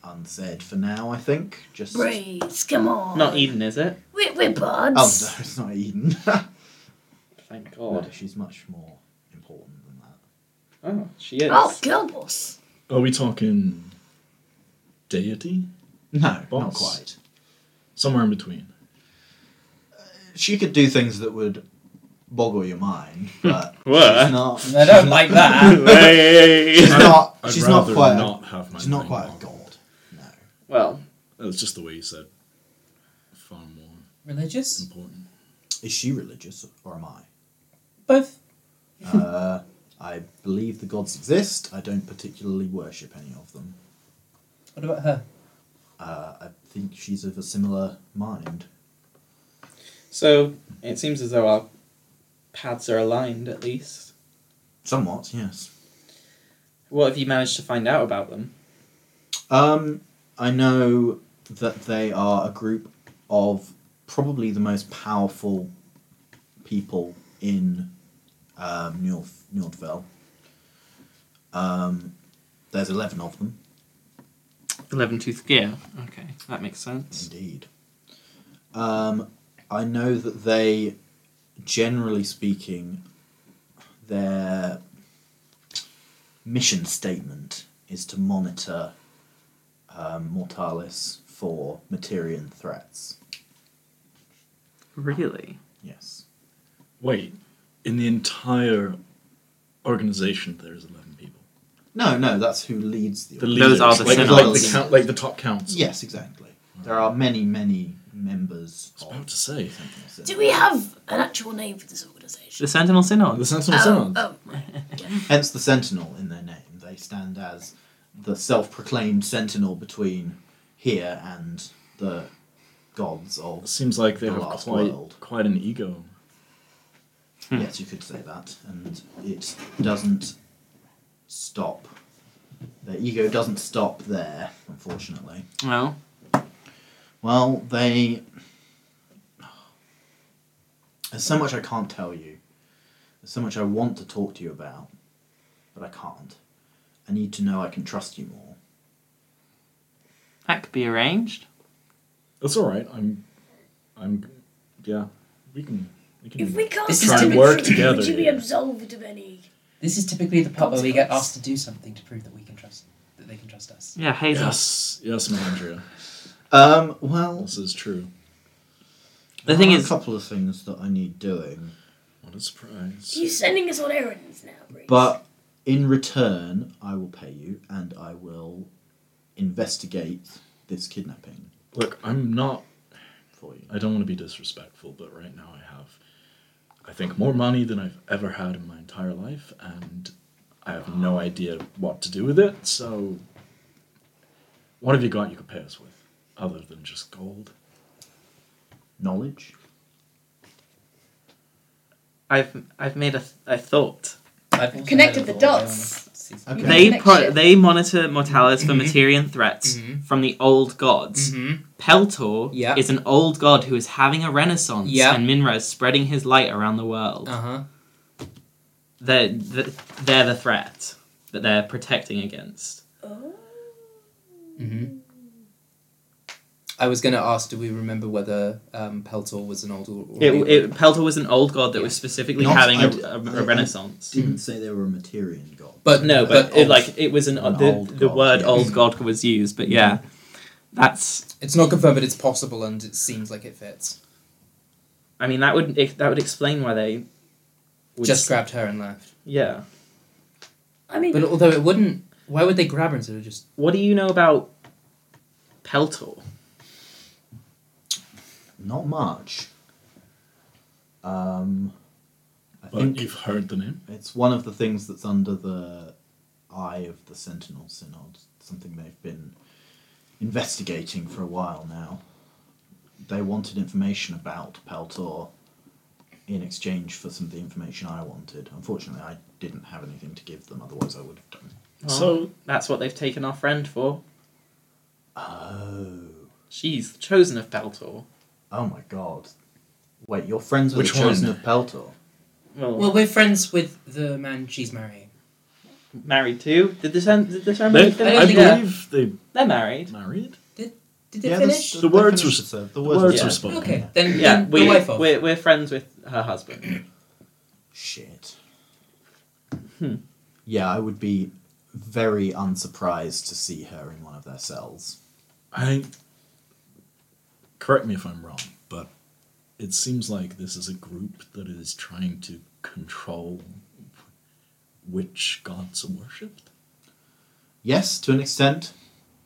S1: unsaid for now, I think. Just
S7: Breeze, come on.
S6: Not Eden, is it?
S7: We're, we're
S1: Oh
S7: buds.
S1: no, it's not Eden.
S6: Thank
S1: no, she's much more important than that.
S6: Oh, she is.
S7: Oh, girl boss.
S3: Are we talking deity?
S1: No, not
S3: Boss.
S1: quite.
S3: Somewhere in between.
S1: She could do things that would boggle your mind, but she's not.
S4: I
S1: she's
S4: don't
S1: not-
S4: like that.
S1: She's not.
S3: I'd
S1: she's not
S3: rather
S1: quite.
S3: not have my
S1: she's not
S3: mind
S1: quite a
S3: bogged.
S1: god. No.
S6: Well,
S3: That was just the way you said. Far more
S4: Religious?
S3: important.
S1: Is she religious or am I?
S4: Both.
S1: Uh, I believe the gods exist. I don't particularly worship any of them.
S4: What about her?
S1: Uh, I think she's of a similar mind.
S6: so it seems as though our paths are aligned at least.
S1: Somewhat, yes.
S6: What have you managed to find out about them?
S1: Um, I know that they are a group of probably the most powerful people in um, Njord- Njordville. Um, there's 11 of them,
S6: Eleven tooth gear. Okay, that makes sense.
S1: indeed. Um, I know that they, generally speaking, their mission statement is to monitor um, Mortalis for Materian threats.
S6: Really?
S1: Yes.
S3: Wait, in the entire organization, there's eleven people.
S1: No, no, that's who leads the.
S3: The
S6: Those
S3: leaders,
S6: are the
S3: like,
S1: synods.
S3: like the count, like the top counts.
S1: Yes, exactly. There are many, many members
S3: I was
S1: of.
S3: about to say
S1: Sentinel
S7: Do
S1: Synod.
S7: we have an actual name for this organisation?
S6: The Sentinel Synod.
S3: the Sentinel
S7: Oh,
S3: Synod.
S7: oh,
S1: Hence the Sentinel in their name. They stand as the self-proclaimed Sentinel between here and the gods of.
S3: Seems like they
S1: The
S3: have
S1: last
S3: quite
S1: world.
S3: quite an ego.
S1: Yes, you could say that, and it doesn't stop. Their ego doesn't stop there, unfortunately.
S6: Well,
S1: Well, they. There's so much I can't tell you. There's so much I want to talk to you about, but I can't. I need to know I can trust you more.
S6: that could be arranged.
S3: That's all right. I'm, I'm, yeah. We can we can
S7: if we can't
S4: This is
S7: stand
S4: to
S7: it,
S3: work
S7: would
S3: together
S7: you be
S3: here.
S7: absolved of any?
S4: This is typically the part where we get asked to do something to prove that we can trust that they can trust us.
S6: Yeah, Hazel.
S3: Yes, yes, Melandria.
S1: Um, well,
S3: This is true.
S6: The
S1: there
S6: thing
S1: are
S6: is-
S1: a couple of things that I need doing,
S3: What a surprise.
S7: You're sending us on errands now, Breeze.
S1: but in return, I will pay you and I will investigate this kidnapping
S3: Look, I'm not.
S1: for you.
S3: I don't want to be disrespectful, but right now I have, I think, more money than I've ever had in my entire life, and I have no idea what to do with it. So, what have you got you could pay us with, other than just gold?
S1: Knowledge?
S6: I've I've made a, th- a thought.
S4: I've also
S8: Connected
S4: had a
S8: the
S4: thought, I
S8: dots.
S4: wanna season.
S1: Okay.
S6: They
S2: Next
S6: pro-
S2: shift.
S6: they monitor Mortalis for
S4: Mhm.
S6: Materian threats
S4: Mhm.
S6: from the old gods.
S4: Mm-hmm.
S6: Peltor
S4: Yeah.
S6: is an old god who is having a renaissance,
S4: Yeah.
S6: and Minra is spreading his light around the world.
S4: Uh huh.
S6: They're, th- they're the threat that they're protecting against.
S7: Oh.
S4: Mm-hmm. I was going to ask, do we remember whether um, Peltor was an old or, or
S6: It, it, Peltor was an old god that was specifically
S1: Not-
S6: having
S1: I
S6: a,
S1: d-
S6: a-
S1: I-
S6: a renaissance.
S1: Didn't say they were a Materian god.
S4: but
S6: No, but, it,
S4: old-
S6: like it was an,
S1: An
S6: the,
S1: old
S6: the
S1: god,
S6: word
S1: yeah.
S6: old god was used, but yeah, that's
S4: it's not confirmed, but it's possible, and it seems like it fits.
S6: I mean that would it, that would explain why they would
S4: Just grabbed her and left.
S6: yeah.
S7: I mean,
S4: But although it wouldn't, why would they grab her instead of just?
S6: What do you know about Peltor?
S1: Not much. Um, I
S3: But
S1: think
S3: you've heard the name.
S1: it's one of the things that's under the eye of the Sentinel Synod. Something they've been investigating for a while now. They wanted information about Peltor in exchange for some of the information I wanted. Unfortunately, I didn't have anything to give them. Otherwise, I would have done.
S3: So
S6: That's what they've taken our friend for.
S1: Oh.
S6: She's chosen of Peltor.
S1: Oh my god. Wait, you're friends with
S3: Which
S1: the Chosen
S3: one?
S1: of Peltor?
S6: Well,
S4: Well, we're friends with the man she's marrying.
S6: married to? Did the cen- did the ceremony
S3: they,
S6: finish?
S3: I
S4: think they-
S3: believe they
S6: They're married.
S3: married.
S4: Did they
S1: Yeah,
S4: finish?
S1: The,
S3: The words
S1: finish
S3: were-
S1: is said. The
S3: the
S1: words,
S3: words
S1: were
S6: were
S1: spoken.
S4: Okay,
S1: yeah.
S4: then,
S6: Yeah,
S4: then
S6: we,
S4: the wife of.
S6: we're we're friends with her husband.
S1: Shit.
S6: Hmm.
S1: Yeah, I would be very unsurprised to see her in one of their cells.
S3: I correct me if I'm wrong, but it seems like this is a group that is trying to control which gods are worshipped.
S1: Yes, to an extent,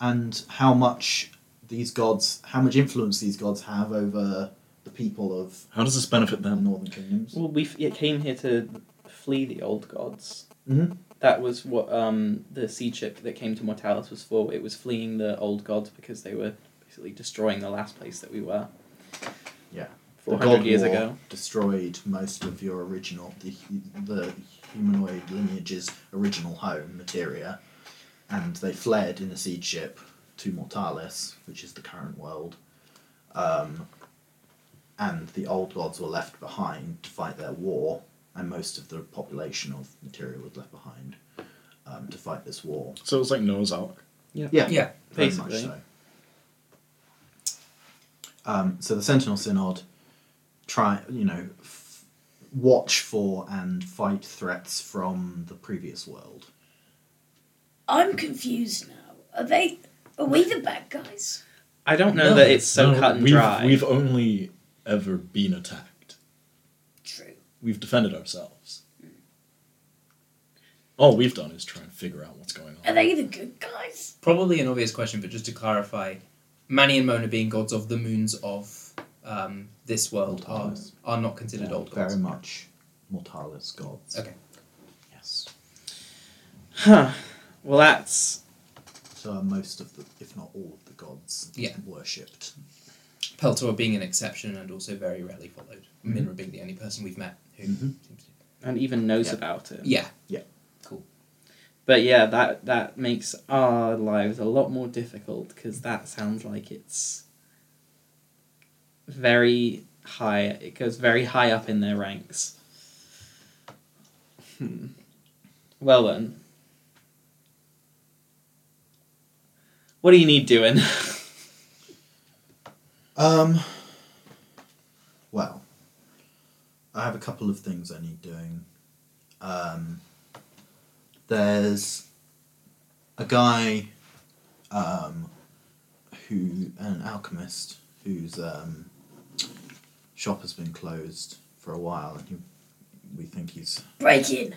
S1: and how much these gods, how much influence these gods have over the people of
S3: How does this benefit
S1: the
S3: them?
S1: northern kingdoms.
S6: Well, we f- yeah, came here to flee the old gods.
S1: Mhm.
S6: That was what um, the sea ship that came to Mortalis was for. It was fleeing the old gods because they were basically destroying the last place that we were.
S1: Yeah.
S6: Four
S1: The
S6: hundred
S1: God
S6: years
S1: War
S6: ago.
S1: destroyed most of your original the, hu- the humanoid lineage's original home materia and they fled in a seed ship to mortalis which is the current world um, and the old gods were left behind to fight their war and most of the population of materia was left behind um, to fight this war
S3: So it's like Noah's Ark.
S1: yeah
S4: Yeah.
S1: very
S6: Basically.
S1: much so. Um, so the Sentinel Synod try, you know, f- watch for and fight threats from the previous world.
S7: I'm confused now. Are they? Are we the bad guys?
S6: I don't know
S4: No.
S6: that it's so
S3: No,
S6: cut and
S3: we've,
S6: dry.
S3: We've only ever been attacked.
S7: True.
S3: We've defended ourselves. All we've done is try and figure out what's going
S7: Are
S3: on.
S7: they the good guys?
S4: Probably an obvious question, but just to clarify, Manny and Mona being gods of the moons of um, this world are,
S1: Mortalis.
S4: are not considered
S1: They're
S4: old
S1: very
S4: gods.
S1: much Mortalis gods.
S4: Okay.
S1: Yes.
S6: Huh. Well, that's
S1: So are most of the, if not all of the gods,
S4: Yeah.
S1: worshipped.
S4: Peltor being an exception and also very rarely followed.
S1: Mm-hmm.
S4: Minra being the only person we've met who
S1: Mhm.
S4: seems to.
S6: and even knows
S1: Yeah.
S6: about it.
S4: Yeah.
S6: But yeah, that that makes our lives a lot more difficult because that sounds like it's very high. It goes very high up in their ranks. Hmm. Well then, what do you need doing?
S1: Um. Well, I have a couple of things I need doing. Um, there's a guy um, who, an alchemist, whose um, shop has been closed for a while, and he, we think he's
S7: Break in.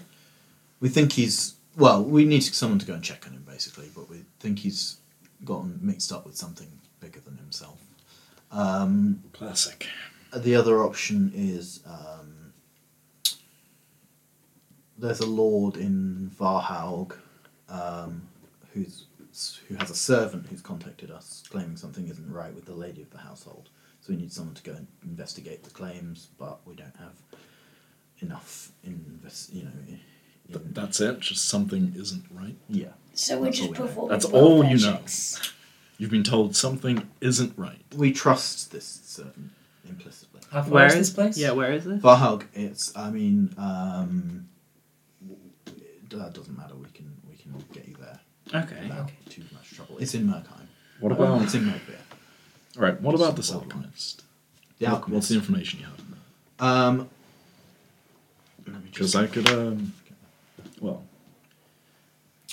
S1: we think he's well. We need someone to go and check on him, basically. But we think he's gotten mixed up with something bigger than himself. Um,
S3: Classic.
S1: the other option is um, there's a lord in Varhaug um, who's who has a servant who's contacted us claiming something isn't right with the lady of the household. So we need someone to go and investigate the claims, but we don't have enough invest, you know, i-
S3: Th- that's it. Just something isn't right.
S7: So we're
S3: That's all
S7: just
S3: we know.
S7: performing.
S3: That's all
S7: welfare
S3: you know.
S7: checks.
S3: You've been told something isn't right.
S1: We trust this certain implicitly.
S4: How far
S6: Where
S4: is
S6: is-
S4: this place?
S6: Yeah, where is it?
S1: Varhog, it's. I mean, um, that doesn't matter. We can we can get you there
S6: Okay.
S1: without too much trouble. It's in Merkheim.
S3: What
S1: Well,
S3: about?
S1: it's in Merkbeer.
S3: All right. What about this
S1: Well, well.
S3: alchemist?
S1: The
S3: What- What's
S1: alchemist.
S3: the information you have?
S1: Um, let me
S3: Because
S1: just.
S3: I could, um, well,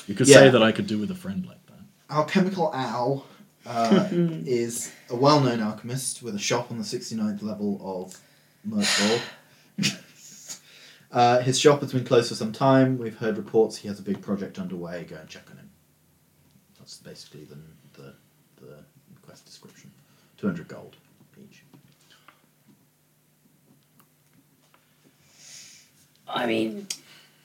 S3: you could
S1: Yeah.
S3: say that I could do with a friend like that.
S1: Alchemical Al uh, is a well-known alchemist with a shop on the 69th level of Merkball. Uh, his shop has been closed for some time. We've heard reports he has a big project underway. Go and check on him. That's basically the the, the quest description. Two hundred gold each.
S7: I mean,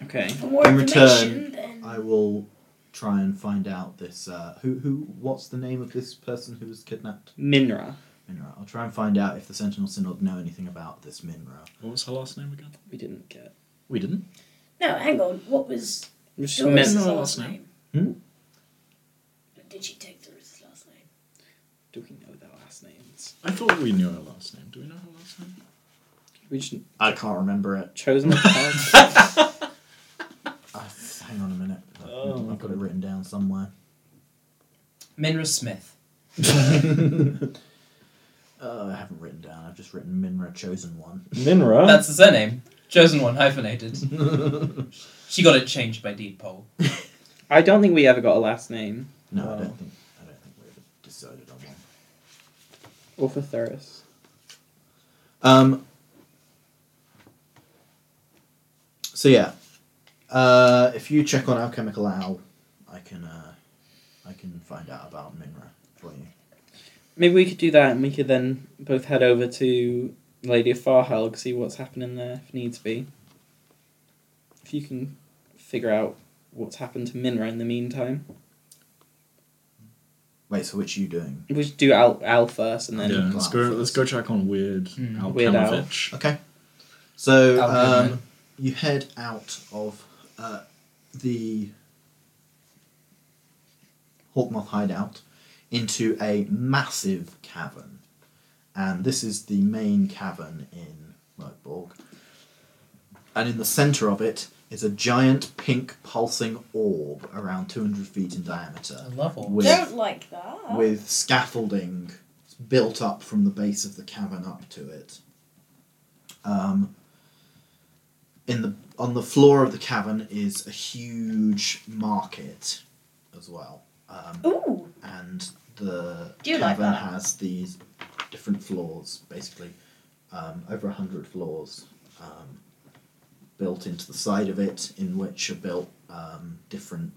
S6: Okay.
S7: for more
S1: In
S7: information,
S1: return,
S7: then
S1: I will try and find out this. Uh, who who? What's the name of this person who was kidnapped?
S6: Minra.
S1: Minra. I'll try and find out if the Sentinel Synod know anything about this Minra.
S3: What was her last name again?
S6: We didn't get.
S3: We didn't.
S7: no, hang on. What was
S6: It was just
S7: Doris's
S6: Min-
S7: last
S3: no.
S7: name?
S1: Hmm?
S7: Did she take Doris's last name?
S6: Do we know their last names?
S3: I thought we knew her last name. Do we know her last name?
S6: We just
S1: I can't remember it.
S6: chosen the cards.
S1: Uh, hang on a minute. I've-
S6: Oh.
S1: I've got it written down somewhere.
S4: Minra Smith.
S1: Uh, I haven't written down. I've just written Minra chosen one.
S6: Minra.
S4: That's the surname. Chosen one, hyphenated. she got it changed by deed poll.
S6: I don't think we ever got a last name.
S1: No, I
S6: Wow.
S1: don't think. I don't think we've decided on one.
S6: Or for Thuris.
S1: Um. So yeah, uh, if you check on Alchemical Al, I can uh, I can find out about Minra for you.
S6: Maybe we could do that, and we could then both head over to Lady of Farhelg, see what's happening there if needs be. If you can figure out what's happened to Minra in the meantime,
S1: Wait, so which are you doing?
S6: we should do Al, Al first, and then
S3: yeah, let's go.
S1: Glamfest.
S3: Let's go check on Weird
S4: Hmm.
S3: Al
S6: Weird Al.
S3: Kamovich.
S1: Okay. So
S4: Al Goodman.
S1: um, you head out of uh, the Hawkmoth hideout into a massive cavern. And this is the main cavern in Merkborg. And in the centre of it is a giant pink pulsing orb around 200 feet in diameter
S4: I love all.
S1: with
S8: Don't like that.
S1: with scaffolding built up from the base of the cavern up to it. Um, in the on the floor of the cavern is a huge market as well, um,
S8: Ooh,
S1: and the
S8: Do you like
S1: cavern
S8: that?
S1: has these different floors, basically um, over a hundred floors. Um, built into the side of it, in which are built um, different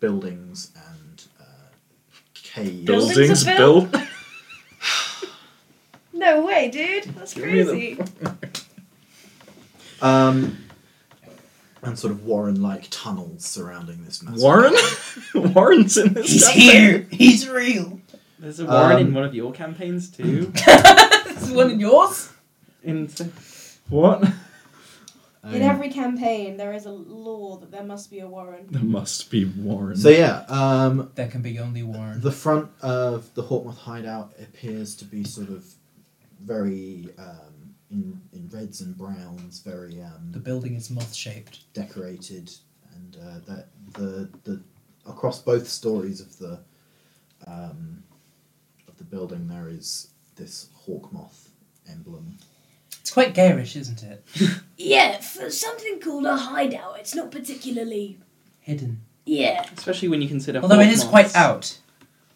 S1: buildings and uh, caves.
S3: Buildings
S8: Buildings are built.
S3: built.
S8: no way, dude. That's
S3: Give me the-
S8: crazy.
S1: Um, and sort of Warren-like tunnels surrounding this massive.
S3: Warren. Warren's in this.
S4: He's
S3: stuff.
S4: here! He's real!
S6: There's a Warren
S1: Um,
S6: in one of your campaigns too.
S4: this is one in yours?
S6: in s-
S3: What?
S1: I
S8: In
S1: mean,
S8: every campaign, there is a law that there must be a Warren.
S3: There must be Warren.
S1: so yeah, um,
S4: There can be only one.
S1: the front of the Hawkmoth hideout appears to be sort of very um, in in reds and browns, very
S4: The
S1: um,
S4: building is moth shaped.
S1: decorated, and uh, that the the across both stories of the um, of the building there is this Hawkmoth emblem.
S4: It's quite garish, isn't it?
S7: Yeah, for something called a hideout, it's not particularly.
S4: Hidden.
S7: Yeah,
S6: especially when you consider.
S4: Although it is
S6: Hawkmoths.
S4: quite out.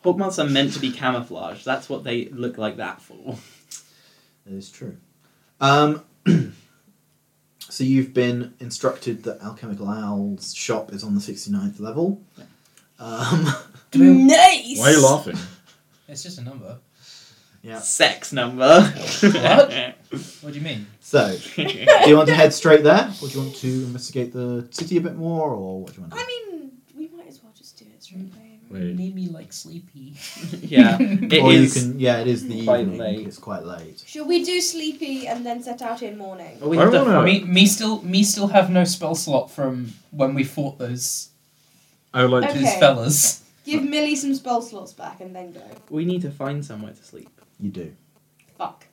S6: Hawkmoths are meant to be camouflaged. That's what they look like that for.
S1: That is true. Um, so you've been instructed that Alchemical Owl's shop is on the 69th level. Um,
S4: Do
S7: nice.
S3: Why are you laughing?
S4: we- It's just a number.
S1: Yeah.
S6: Sex number.
S4: What? What do you mean?
S1: so, do you want to head straight there, or do you want to investigate the city a bit more, or what do you want to do?
S8: I mean, we might as well just do it straight away, right?
S3: Wait.
S4: Made me like sleepy.
S6: yeah, it is.
S1: or you can, yeah, it is the
S6: quite
S1: evening.
S6: late.
S1: It's quite late.
S8: Should we do sleepy and then set out in morning?
S6: Oh, we
S3: I
S6: have to-
S3: wanna-
S4: me, me still, me still have no spell slot from when we fought those
S3: I would like to.
S8: Okay.
S4: those fellas.
S8: Give Millie some spell slots back and then go.
S6: we need to find somewhere to sleep.
S1: You do.
S8: Fuck.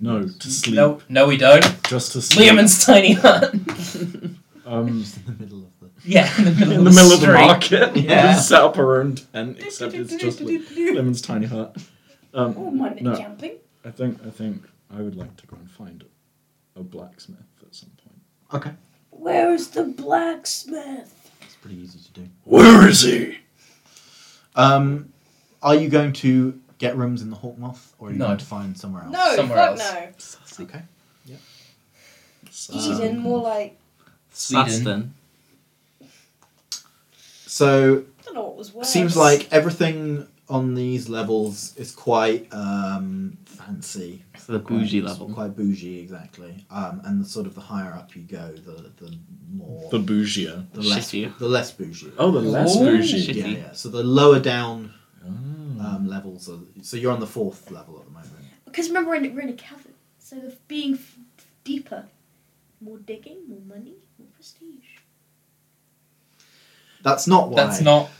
S3: No, to sleep.
S4: No, no, we don't.
S3: Just to sleep.
S4: Liam and's tiny hut.
S3: um,
S1: Just in the middle of the.
S4: yeah, in the middle
S3: in
S4: of
S3: the middle of the
S4: street.
S3: market.
S1: Yeah.
S3: Just set up our own tent, except it's just Li- Lemon's tiny hut. Um,
S7: Oh, my
S3: No.
S7: jumping.
S3: I think I think I would like to go and find a blacksmith at some point.
S1: Okay.
S7: Where is the blacksmith?
S1: It's pretty easy to do.
S3: Where is he?
S1: Um, are you going to get rooms in the Hawkmoth, or are you
S4: No.
S1: going to find somewhere else?
S8: No,
S4: Somewhere
S8: Oh, fuck
S4: else.
S8: no.
S1: Okay.
S3: Um,
S8: Eden, more like
S4: Sweden.
S6: Saston.
S1: So
S8: I don't know what was worse.
S1: seems like everything on these levels is quite um, fancy.
S6: It's the bougie
S1: Quite-
S6: level.
S1: Quite bougie, exactly. Um, and the sort of the higher up you go, the the more
S3: um, The bougier.
S1: the less
S6: Shittier.
S1: the less bougie.
S3: Oh, the less
S4: Ooh.
S3: bougie.
S1: Yeah,
S6: shitty.
S1: yeah. So the lower down
S3: Ah.
S1: um, levels are. So you're on the fourth level at the moment.
S7: Because remember, we're in, we're in a cavern, so the f- being f- deeper, more digging, more money, more prestige.
S1: That's not why.
S4: That's not.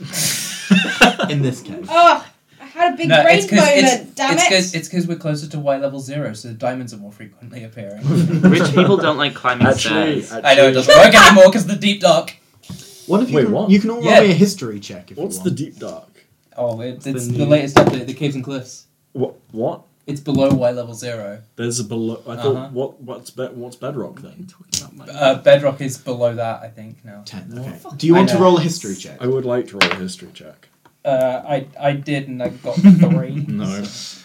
S1: in this case.
S8: Oh, I had a big
S4: no,
S8: brain
S4: it's because
S8: moment.
S4: it's
S8: damn
S4: it's
S8: it.
S4: 'cause- it's because we're closer to Y level zero, so diamonds are more frequently appearing.
S6: Rich people don't like climbing
S3: Actually,
S6: stairs.
S3: actually,
S4: I know it doesn't work anymore because the deep dark.
S1: One of you
S3: Wait,
S1: can,
S3: what?
S1: you can all
S4: Yeah.
S1: roll me a history check if
S3: What's
S1: you
S3: the
S1: want.
S3: deep dark?
S4: Oh, it,
S6: the
S4: it's the,
S6: new-
S4: latest update, the caves and cliffs.
S3: What? What?
S4: It's below Y level zero.
S3: There's a below. I
S4: Uh-huh.
S3: thought. What? What's be- What's bedrock then?
S4: Uh, bedrock is below that, I think now.
S1: Ten.
S3: What?
S1: Okay. Do you
S4: I
S1: want to
S4: know.
S1: roll a history check?
S3: I would like to roll a history check.
S4: Uh, I I did and I got three.
S3: No.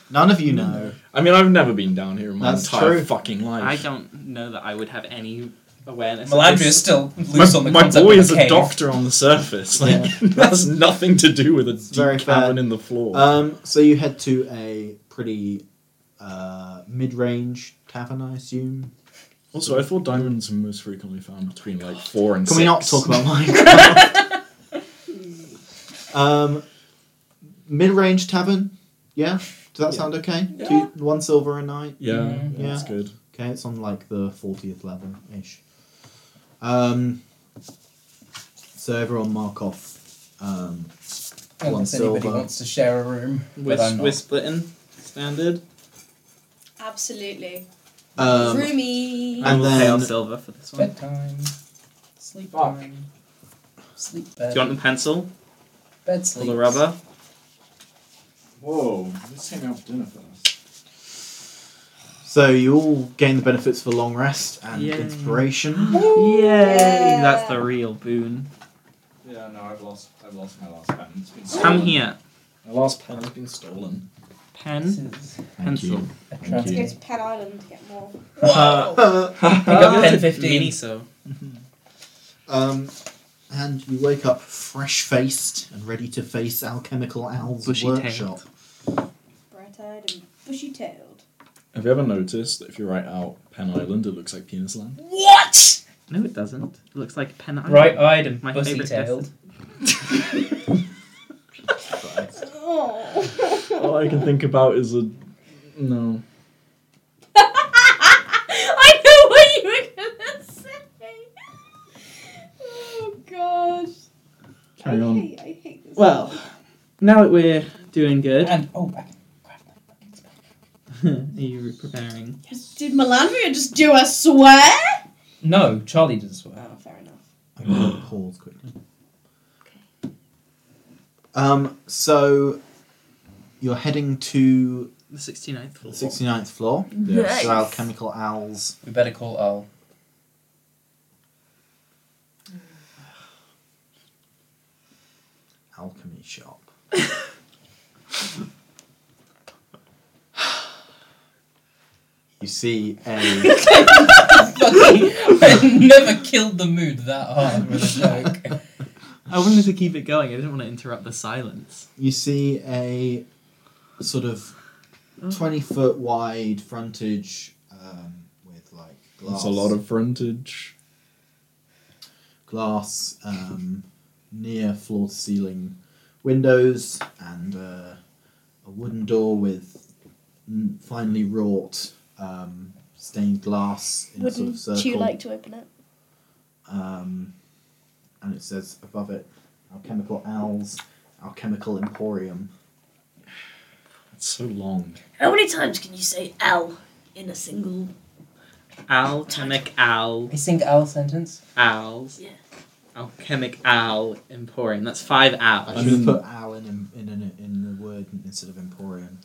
S1: None of you
S3: Mm.
S1: know.
S3: I mean, I've never been down here in my
S1: That's
S3: entire
S1: true.
S3: fucking life.
S6: I don't know that I would have any awareness. of
S4: Melandria
S6: this.
S4: is still
S3: my,
S4: loose on the
S3: my
S4: concept
S3: boy
S4: of
S3: is
S4: a
S3: a
S4: cave.
S3: doctor on the surface. Like that's nothing to do with a deep
S1: very fair.
S3: cavern in the floor.
S1: Um, so you head to a pretty uh, mid-range tavern, I assume.
S3: also, I thought diamonds were most frequently found between like four and
S1: Can
S3: six.
S1: we not talk about Minecraft? um, mid-range tavern. Yeah. Does that sound okay? Two, one silver a night.
S3: Yeah,
S6: Mm-hmm.
S4: Mm.
S3: yeah, that's
S1: Yeah.
S3: good.
S1: Okay, it's on like the fortieth level ish. Um, so everyone mark off. Um,
S4: Unless
S1: One
S4: anybody
S1: silver.
S4: wants to share a room,
S6: We're,
S4: but I'm not.
S6: we're splitting. Standard.
S8: Absolutely.
S1: um,
S8: Roomy.
S1: And
S6: we'll pay
S1: then-
S6: our silver for this one.
S4: Bedtime, sleep
S6: Fuck.
S4: time, sleep
S6: Do
S4: bed,
S6: you want the pencil
S4: bed
S6: or
S4: sleep.
S6: the rubber?
S3: Whoa, let's hang out for dinner first.
S1: So you all gain the benefits for long rest and
S6: Yay.
S1: inspiration.
S6: Yay!
S8: Yeah.
S6: That's the real boon.
S3: Yeah, no, I've lost. I've lost my last pen. It's been
S6: Come here.
S3: My last pen has been stolen.
S4: This
S6: Pen.
S4: is
S6: Pencil.
S4: a
S3: Thank
S4: trans-
S8: Let's
S3: you.
S8: go to Penn Island to get more.
S4: Whoa!
S1: Uh,
S4: Pick up pen
S6: Mini
S4: 15.
S6: so.
S1: um, and you wake up fresh-faced and ready to face alchemical Al's
S6: Bushy-tailed.
S1: workshop.
S8: Bright-eyed and bushy-tailed.
S3: Have you ever noticed that if you write out Pen Island, it looks like Penis Land?
S7: What?
S6: No, it doesn't. It looks like pen. eye.
S4: Bright eyed and
S6: My
S4: pussy
S6: favourite
S4: tailed.
S8: Oh.
S3: All I can think about is a no.
S8: I know what you were gonna say. Oh gosh.
S3: Carry
S8: I
S3: on.
S8: hate, I hate this.
S6: Well, now that we're doing good,
S4: And oh, I can grab my fucking spell.
S6: are you preparing?
S8: Did Melandria just do a swear?
S4: No, Charlie does swear.
S8: Oh, fair enough.
S1: I'm going to pause quickly. Um, so you're heading to
S6: The 69th
S1: the
S6: floor.
S1: 69th floor.
S3: Yes.
S1: So alchemical Al's.
S4: We better call Al.
S1: alchemy shop. you see a
S4: Fucking, I never killed the mood that hard with a joke.
S6: I wanted to keep it going. I didn't want to interrupt the silence.
S1: you see a sort of twenty foot wide frontage um, with like glass.
S3: That's a lot of frontage.
S1: glass um, near floor to ceiling windows and uh, a wooden door with n- finely wrought um, stained glass in a
S7: Wouldn't
S1: sort of circle.
S7: you like to open it?
S1: um, and it says above it, Alchemical Owls, Alchemical Emporium.
S3: It's so long.
S7: How many times can you say L in a single?
S6: Alchemic owl.
S4: A single owl sentence.
S6: Owls.
S7: Yeah.
S6: Alchemic owl emporium. That's five
S1: I
S6: owls.
S1: should
S3: I mean-
S1: have put owl in, in, in, in, the word instead of emporium.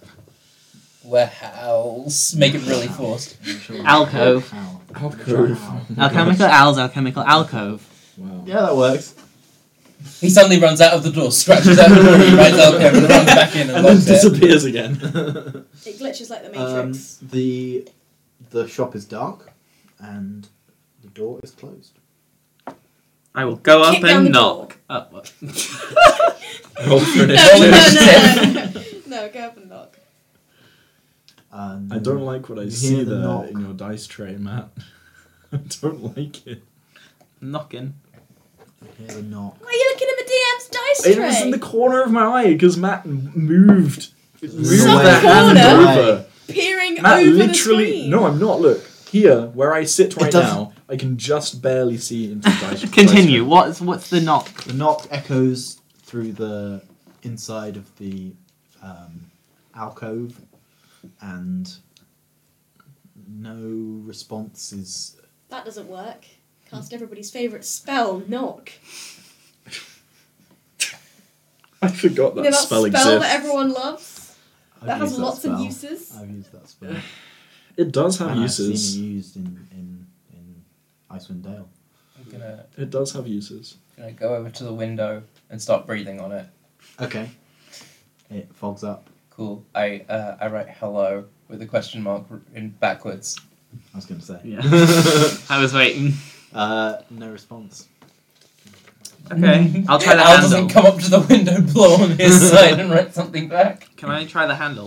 S4: Where owls make it really forced.
S6: Alcove.
S1: Owl. Owl.
S3: Alcove.
S6: Alchemical owls, alchemical alcove.
S3: Wow.
S1: Yeah, that works.
S4: He suddenly runs out of the door, scratches out the door, he rides out there and runs back in and
S3: And then
S4: locks it.
S3: disappears again.
S8: It glitches like the
S1: um,
S8: Matrix.
S1: the the shop is dark, and the door is closed.
S6: I will go up
S8: Kick down the
S6: and Um, knock. Up. Oh, what?
S3: Roll for
S8: no,
S3: initiative.
S8: no, no, no, no. no, go up and knock.
S1: Um,
S3: I don't like what I
S1: You
S3: see
S1: hear the
S3: there
S1: knock.
S3: in your dice tray, Matt. I don't like it.
S6: Knocking.
S1: hear the knock.
S8: Why are you looking at my DM's dice
S3: It
S8: tray?
S3: was in the corner of my eye because Matt moved. It moved
S1: Some
S3: that hand
S1: corner?
S3: over.
S8: Peering
S3: Matt
S8: over the
S3: literally.
S8: screen.
S3: No, I'm not. Look here, where I sit right
S1: doesn't-
S3: now. I can just barely see into the dice. dice tray.
S6: Continue. What's what's the knock?
S1: The knock echoes through the inside of the um, alcove, and no response is.
S8: That doesn't work. Cast everybody's favourite spell, knock.
S3: I forgot that
S8: you know that
S3: spell
S8: spell
S3: exists.
S8: that everyone loves?
S1: I've
S8: that has
S1: used
S8: lots
S1: spell.
S8: of uses.
S1: I've used that spell.
S3: It does have
S1: and I've
S3: uses.
S1: seen it used in, in, in Icewind Dale.
S4: I'm gonna,
S3: It does have uses.
S4: gonna go over to the window and start breathing on it.
S1: Okay. It fogs up.
S4: Cool. I uh, I write hello with a question mark r- in backwards.
S1: I was going to say.
S6: Yeah. I was waiting.
S1: Uh, no response.
S6: Okay. I'll try the
S4: Al
S6: handle.
S4: doesn't come up to the window, blow on his side, and write something back.
S6: Can I try the handle?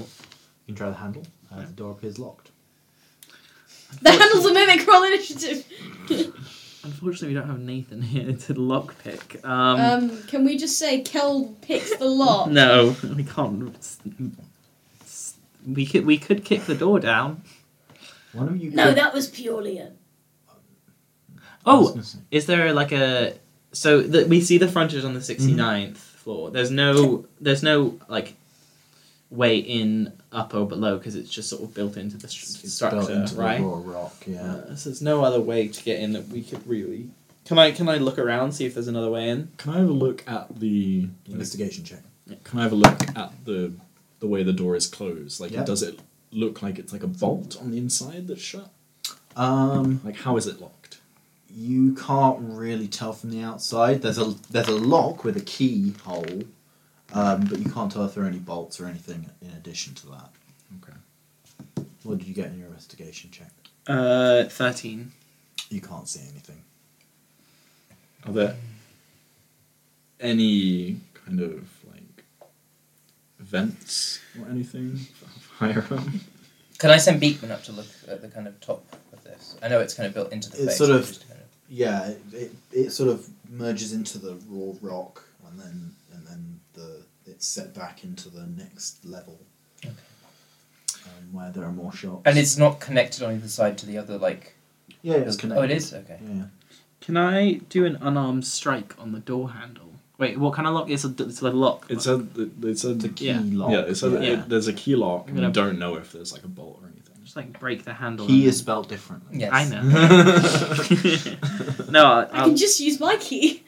S1: You can try the handle. Uh, the door appears locked.
S8: The handles a mimic roll initiative.
S6: Unfortunately, we don't have Nathan here to lockpick. Um,
S8: Um, can we just say Kel picks the lock?
S6: no, we can't. s- s- We could we could kick the door down.
S1: One of you.
S7: No,
S1: could-
S7: that was purely a.
S1: I was
S6: Oh,
S1: gonna say,
S6: is there like a so that we see the frontage on the 69th floor? There's no there's no like way in up or below because it's just sort of built into the stru-
S1: it's
S6: structure,
S1: built into
S6: right?
S1: the raw rock. Yeah.
S6: Uh, so there's no other way to get in that we could really. Can I can I look around see if there's another way in?
S3: Can I have a look at the?
S1: Investigation check.
S3: Can I have a look at the the way the door is closed? Like,
S1: Yeah.
S3: does it look like it's like a bolt on the inside that's shut?
S1: Um,
S3: Like, how is it locked?
S1: you can't really tell from the outside. There's a there's a lock with a keyhole, um, but you can't tell if there are any bolts or anything in addition to that.
S3: Okay.
S1: What did you get in your investigation check?
S6: Uh, thirteen.
S1: You can't see anything.
S3: Are there any kind of like vents or anything higher up?
S4: Can I send Beekman up to look at the kind of top of this? I know it's kind of built into the
S1: It's
S4: face.
S1: sort
S4: but
S1: of-
S4: just kind
S1: Yeah, it, it, it sort of merges into the raw rock, and then and then the it's set back into the next level, um, where there are more shops.
S4: And it's not connected on either side to the other, like.
S1: yeah, yeah, it's
S4: Oh,
S1: connected.
S4: it is? Okay.
S1: Yeah.
S6: Can I do an unarmed strike on the door handle? Wait, what kind of lock? It's a, it's a lock.
S3: It's a it's a
S1: Key
S6: Yeah.
S1: lock.
S3: yeah. It's a
S6: Yeah.
S3: it- there's a key lock. And
S6: Yeah.
S3: we don't know if there's like a bolt or anything.
S6: just like break the handle.
S1: Key
S6: and-
S1: is spelled differently.
S4: Yes.
S6: I know. no, I,
S8: I
S6: I'll,
S8: can just use my key.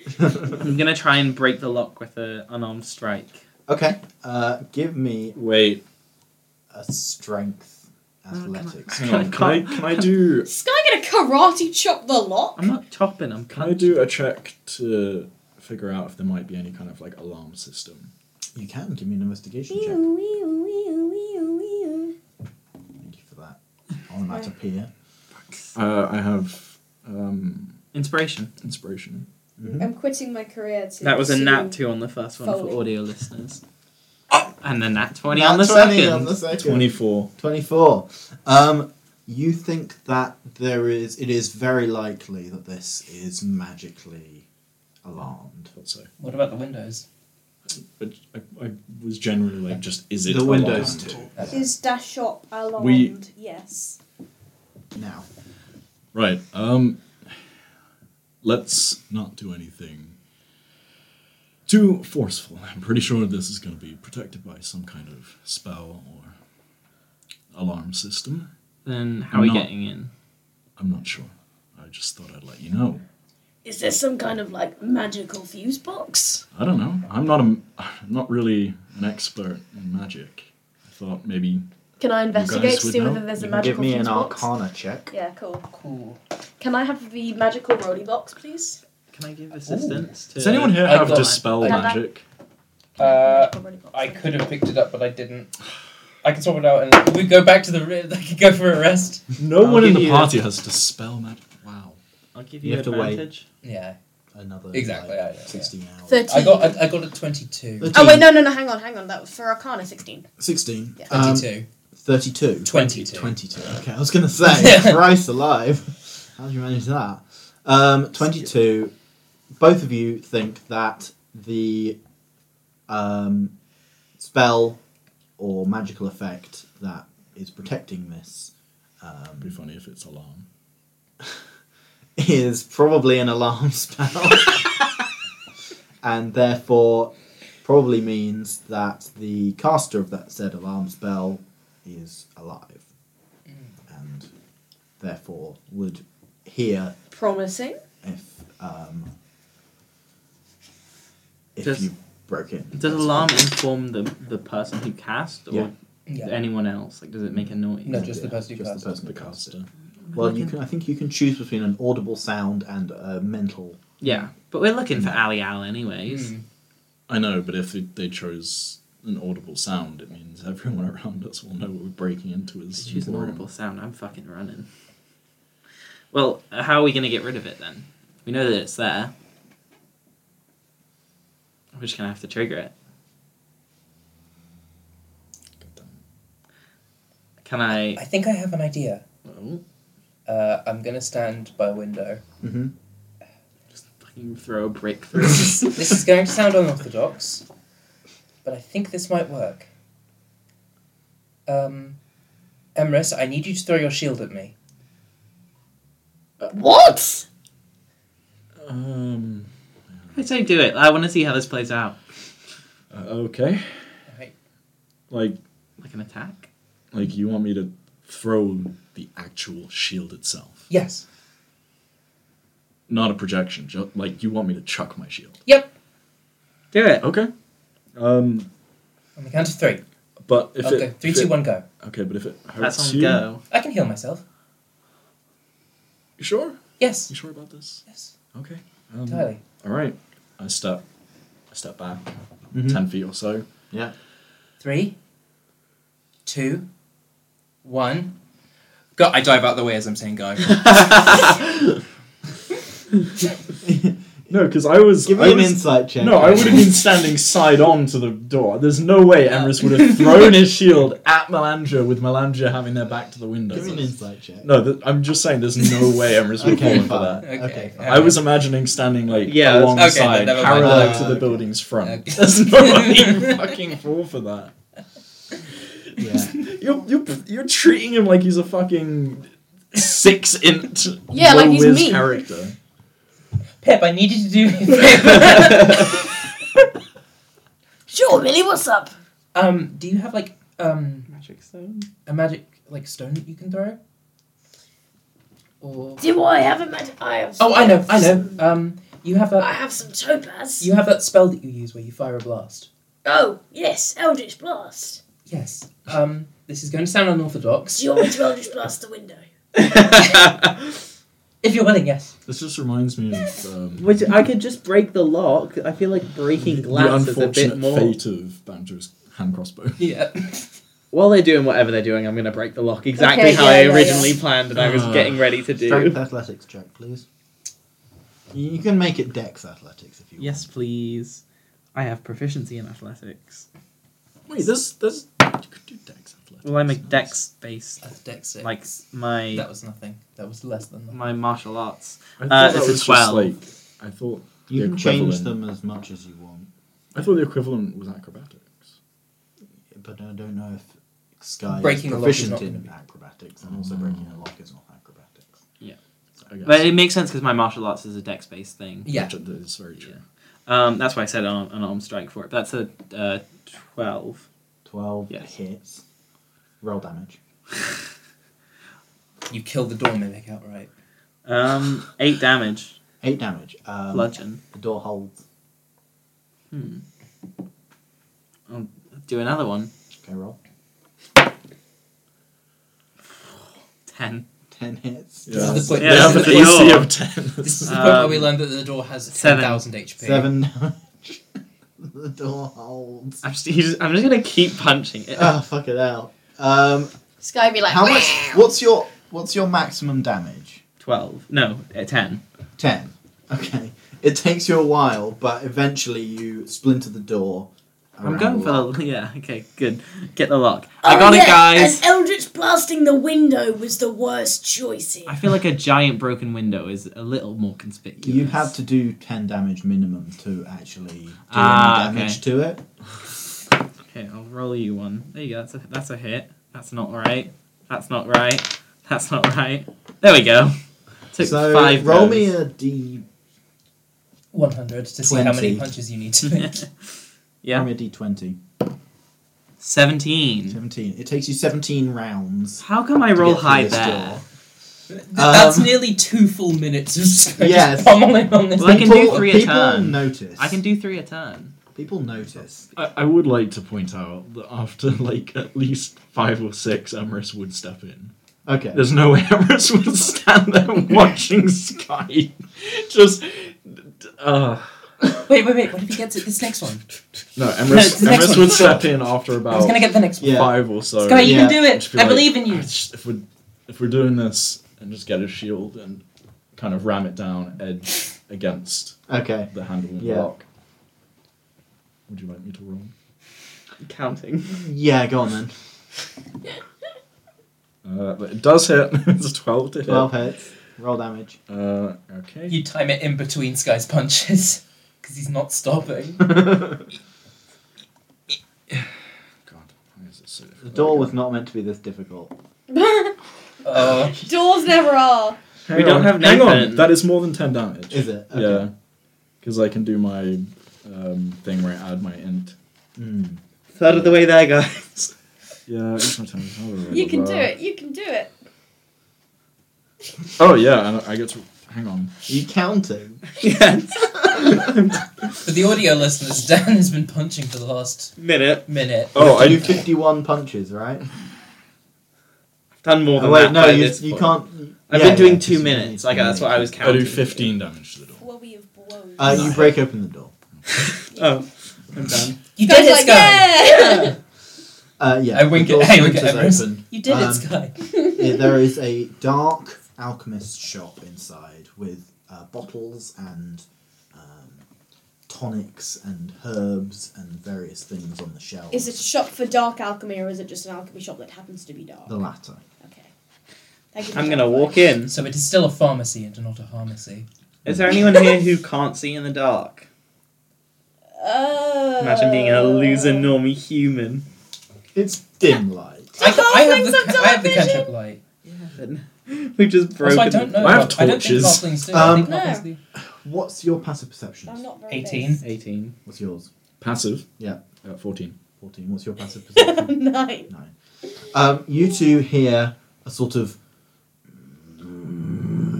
S6: I'm gonna try and break the lock with an unarmed strike.
S1: Okay, uh, give me
S3: Wait,
S1: a strength
S4: Oh,
S1: athletics.
S3: hang on. Can I can I do
S8: Sky gonna karate chop the lock?
S6: I'm not chopping. I'm.
S3: can I do a check to figure out if there might be any kind of like alarm system?
S1: You can give me an investigation check. Thank you for that. Onomatopoeia.
S3: Uh, I have um,
S6: inspiration.
S3: inspiration.
S1: Mm-hmm.
S8: I'm quitting my career to.
S6: That was a
S8: to-
S6: nat two on the first one
S8: Fold.
S6: for audio listeners, and then nat twenty on the
S1: Nat 20
S6: second.
S1: on the second.
S3: Twenty four.
S1: 24. Um, you think that there is, it is very likely that this is magically alarmed.
S3: Thought so.
S4: What about the windows?
S3: But I, I was generally like, just is it
S1: The windows
S3: alarmed?
S1: too.
S9: Is dash shop alarmed?
S3: We-
S9: Yes.
S1: Now,
S3: Right. Um. Let's not do anything too forceful. I'm pretty sure this is going to be protected by some kind of spell or alarm system.
S6: Then how are we
S3: No.
S6: getting in?
S3: I'm not sure. I just thought I'd let you know.
S7: Is there some kind of like magical fuse box?
S3: I don't know. I'm not a, I'm not really an expert in magic. I thought maybe
S2: Can I investigate to
S3: would
S2: see
S3: know.
S2: whether there's a
S1: you can
S2: magical
S1: give me
S2: fuse
S1: an
S2: box?
S1: Arcana check.
S2: Yeah, cool.
S4: Cool.
S2: Can I have the magical rolly box, please?
S6: Can I give assistance to?
S3: does anyone here
S4: I
S3: have
S4: got-
S3: dispel
S2: I got that.
S3: magic?
S4: Uh,
S2: Magical rolly box,
S4: I
S2: thank
S4: could
S2: you.
S4: have picked it up, but I didn't. I can swap it out and we go back to the. Re- I could go for a rest.
S3: No
S6: I'll
S3: one in
S6: give
S3: the
S6: you-
S3: party has dispel magic. Wow.
S6: I'll give
S1: You
S6: you,
S1: have to wait.
S6: advantage.
S4: Yeah.
S1: Another
S4: Exactly,
S1: like,
S4: yeah, yeah,
S1: sixteen hours.
S2: Thirteen.
S4: I got. I, I got a twenty-two.
S1: Thirteen.
S9: Oh wait, no, no, no. Hang on, hang on. That was for Arcana sixteen.
S1: Sixteen.
S9: Yeah.
S1: Um,
S4: Twenty-two.
S1: 32?
S4: 22.
S1: 22. Okay, I was going to say, Christ alive. How did you manage that? Um, 22. Both of you think that the um, spell or magical effect that is protecting this
S3: It'd be
S1: um,
S3: funny if it's alarm.
S1: is probably an alarm spell. and therefore, probably means that the caster of that said alarm spell is alive. And therefore would hear
S2: Promising.
S1: if um, if
S6: Does-
S1: you broke it.
S6: Does alarm inform the the person who cast or
S1: Yeah.
S4: Yeah.
S6: anyone else? Like, does it make a noise?
S4: No, just the person who
S1: Just
S4: cast.
S1: the person
S3: The
S4: it.
S1: who cast it.
S3: caster.
S1: Well, you can. I think you can choose between an audible sound and a mental.
S6: Yeah, but we're looking for Ali Al anyways.
S4: Mm.
S3: I know, but if it, they chose an audible sound, it means everyone around us will know what we're breaking into is.
S6: Choose an
S3: boring.
S6: audible sound. I'm fucking running. Well, how are we gonna get rid of it then? We know that it's there. We're just gonna have to trigger it. Can I?
S4: I think I have an idea.
S6: Oh,
S4: Uh, I'm gonna stand by a window.
S1: Mm-hmm.
S6: just fucking throw a brick through.
S4: This is, this is going to sound unorthodox, but I think this might work. Um, Emrys, I need you to throw your shield at me.
S7: What?
S3: Um.
S6: I say do it. I want to see how this plays out.
S3: uh, okay.
S4: Alright.
S3: Like,
S6: Like an attack.
S3: like you want me to throw the actual shield itself,
S4: Yes.
S3: not a projection. Ju- like you want me to chuck my shield.
S4: Yep.
S6: Do it.
S3: Okay. Um.
S4: On the count of three.
S3: But if
S4: okay.
S3: it
S4: three,
S3: if
S4: two,
S3: it-
S4: one, go.
S3: Okay, but if it hurts
S6: That's on
S3: you,
S6: go.
S4: I can heal myself.
S3: you sure?
S4: Yes.
S3: You sure about this?
S4: Yes.
S3: Okay. Um,
S4: Entirely.
S3: All right. I step. I step back
S1: Mhm.
S3: ten feet or so.
S1: Yeah.
S4: Three, two, one. Go. I dive out the way as I'm saying go.
S3: No, because I was.
S1: Give
S3: I
S1: me an
S3: was-
S1: insight check.
S3: No, I would have been standing side on to the door. There's no way Emrys would have thrown his shield at Melandra with Melandra having their back to the window.
S1: Give me an insight check.
S3: No, th- I'm just saying there's no way Emrys would have
S1: Okay,
S3: fallen for
S1: fine.
S3: that.
S4: Okay.
S1: Okay.
S4: all
S3: I was
S4: right.
S3: imagining standing like
S6: Yeah, that's-
S4: okay, then
S3: alongside,
S4: never mind.
S3: parallel
S1: Ah,
S3: to the
S1: okay.
S3: building's front.
S4: Okay.
S3: There's no way you fucking fall for that.
S1: Yeah.
S3: You're, you're, you're treating him like he's a fucking six inch
S2: Yeah, like he's
S3: low-whiz
S2: me.
S3: character.
S4: Pep, I need you to do me a favor.
S7: Sure, Billy, what's up?
S4: um, do you have like um
S6: Magic stone.
S4: a magic like stone that you can throw? Or
S7: Do I have a magic? I have.
S4: oh, I know, I know. Um, you have
S7: I
S4: that
S7: have some topaz.
S4: you have that spell that you use where you fire a blast.
S7: Oh yes, Eldritch Blast.
S4: Yes. Um, this is going to sound unorthodox.
S7: Do you want me to Eldritch Blast the window?
S4: If you're willing, yes.
S3: This just reminds me of um,
S6: Which I could just break the lock. I feel like breaking
S3: the
S6: glass is a bit
S3: unfortunate
S6: more.
S3: fate of Banjo's hand crossbow.
S4: Yeah.
S6: While they're doing whatever they're doing, I'm gonna break the lock exactly
S9: Okay,
S6: how
S9: yeah,
S6: I
S9: yeah, yeah.
S6: originally planned and I was
S3: Ah.
S6: getting ready to do.
S1: Strength athletics check, please. You you can make it dex athletics if you want.
S6: Yes, please. I have proficiency in athletics.
S3: Wait, there's there's you could do dex athletics.
S6: Well, I make
S3: Nice.
S6: dex based,
S4: That's deck six.
S6: like my
S4: that was nothing. That was less than nothing.
S6: my martial arts.
S3: I thought
S6: Uh,
S3: that
S6: it's a
S3: was just
S6: 12.
S3: like I thought
S1: You
S3: the
S1: can change
S3: equivalent.
S1: them as much as you want.
S3: I thought the equivalent was acrobatics.
S1: But I don't know if Sky
S4: Breaking
S1: is
S4: the lock is
S1: proficient
S4: not
S1: in
S4: gonna be-
S1: acrobatics, and also breaking a lock is not acrobatics.
S3: I guess.
S6: But it makes sense because my martial arts is a dex based thing.
S4: Yeah.
S3: Which that is very true.
S6: Um, that's why I said an, arm- an arm strike for it. That's a uh, 12.
S1: 12
S6: Yes.
S1: hits. Roll damage.
S4: You killed the door mimic outright.
S6: Um, 8 damage.
S1: 8 damage. Um,
S6: Bludgeon.
S1: The door holds.
S6: Hmm. I'll do another one.
S1: Okay, roll.
S6: 10.
S1: 10 hits.
S4: This is the point.
S6: Yeah,
S3: they have
S4: this,
S3: an
S4: is the point
S3: AC
S6: door.
S3: E of 10.
S4: this is the point where we
S6: Um,
S4: learned that the door has ten
S6: seven.
S4: thousand HP.
S1: 7 damage. the door holds.
S6: I'm just, he's just- I'm just going to keep punching it.
S1: Oh, fuck it out. Um,
S9: Sky be like,
S1: how much?
S9: "Wow."
S1: What's your What's your maximum damage?
S6: 12. No, uh, 10.
S1: 10. Okay. It takes you a while, but eventually you splinter the door.
S6: I'm
S1: around
S6: going
S1: a
S6: for
S1: lot.
S6: the. Yeah, okay, good. Get the lock.
S7: Oh,
S6: I got
S7: yeah,
S6: it, guys.
S7: And Eldritch blasting the window was the worst choice here.
S6: I feel like a giant broken window is a little more conspicuous.
S1: You have to do 10 damage minimum to actually do
S6: Ah,
S1: any damage
S6: okay.
S1: to it.
S6: Okay, I'll roll you one. There you go. That's a that's a hit. That's not right. That's not right. That's not right. There we go. Took
S1: so
S6: five.
S1: roll
S6: goes.
S1: me a D,
S4: One hundred to see how many
S1: 20.
S4: punches you need to make.
S1: roll
S6: yeah,
S1: me a D20.
S6: seventeen.
S1: 17. It takes you 17 rounds.
S6: How come I
S1: to
S6: roll
S1: get through
S6: high
S1: this
S6: there?
S1: door.
S4: Th- That's
S1: Um,
S4: nearly two full minutes of just going
S1: Yes.
S4: just pummeling on this.
S6: Well, I can do
S4: door.
S6: three a
S1: people
S6: turn.
S1: notice.
S6: I can do three a turn.
S1: People notice.
S3: I, I would like to point out that after like at least five or six, Emerus would step in.
S1: Okay.
S3: There's no way Emerus would stand there watching Sky. Just. Uh,
S4: Wait, wait, wait. What if he gets it? This next one.
S3: no,
S4: it's
S3: Emerus,
S4: the next
S3: Emerus
S4: one.
S3: would step in after about
S4: I was gonna get the next one.
S1: Yeah.
S3: five or so.
S4: Sky, you
S1: Yeah.
S4: can do
S3: Oh. Just
S4: it.
S3: be
S4: I
S3: like,
S4: believe in
S3: "Ah,
S4: you.
S3: just- if, we're, if we're doing this and just get a shield and kind of ram it down edge against
S1: Okay.
S3: the handle and
S1: Yeah.
S3: block. Would you like me to roll?
S6: Counting.
S1: Yeah, go on then.
S3: Uh, but it does hit. it's a 12 to
S1: 12
S3: hit.
S1: hits. Roll damage.
S3: Uh, okay.
S4: You time it in between Sky's punches because he's not stopping.
S3: God, why is it so
S1: The
S3: difficult?
S1: door was not meant to be this difficult.
S4: Uh,
S8: Doors never are.
S3: Hang
S6: We don't
S3: on,
S6: have
S3: Hang on,
S6: Nathan.
S3: that is more than 10 damage.
S1: Is it? Okay.
S3: Yeah. Because I can do my um, thing where I add my int.
S1: Mm.
S6: Third of the way there, guys.
S3: Yeah, it's my turn. Blah, blah, blah,
S8: You can
S3: blah.
S1: uh,
S8: do it. You can do it.
S3: Oh, yeah, and I get to. Hang on.
S1: Are you counting?
S6: yes.
S4: for the audio listeners, Dan has been punching for the last
S6: Minute.
S4: minute.
S3: Oh,
S1: you
S3: I.
S1: do 51 punches, right?
S6: I've done more than
S1: Oh, wait,
S6: that.
S1: no,
S6: by
S1: you,
S6: this
S1: you
S6: point.
S1: can't.
S6: I've
S1: yeah,
S6: been doing
S1: yeah,
S6: two
S1: just-
S6: minutes. Like that's what I was
S3: I
S6: counting.
S3: do 15 damage to the door.
S9: Wowie of blows.
S1: Uh, you break open the door.
S6: Oh, I'm done.
S4: You
S8: Guys
S4: did it,
S8: like,
S4: Sky.
S8: yeah.
S1: Uh, yeah,
S4: I wink
S1: the door
S4: at- I wink at
S1: splinters
S4: Everest.
S1: open.
S4: You did
S1: Um,
S4: it, Sky.
S1: Yeah, there is a dark alchemist shop inside with uh, bottles and um, tonics and herbs and various things on the shelves.
S9: Is it a shop for dark alchemy or is it just an alchemy shop that happens to be dark?
S1: the latter?
S9: Okay. Thank you for
S6: I'm gonna
S9: clarifying.
S6: walk in.
S4: So it is still a pharmacy and not a pharmacy.
S6: Is there anyone here who can't see in the dark?
S8: Uh,
S6: Imagine being a loser, normie human.
S1: It's dim light.
S4: I,
S8: whole
S4: I have
S8: thing's
S4: the
S8: on
S4: ca- I have the
S8: television.
S4: cantrip light.
S6: We've just broken.
S4: Also, I don't know.
S3: I have
S4: what- I don't think
S3: torches.
S4: halflings do. I
S1: Um,
S4: think
S8: No.
S4: halflings do.
S1: What's your passive perception?
S9: I'm not very
S4: Eighteen.
S6: 18.
S1: What's yours?
S3: Passive?
S1: Yeah.
S3: Uh, 14.
S1: Fourteen. What's your passive perception?
S8: Nine.
S1: Nine. Um, you two hear a sort of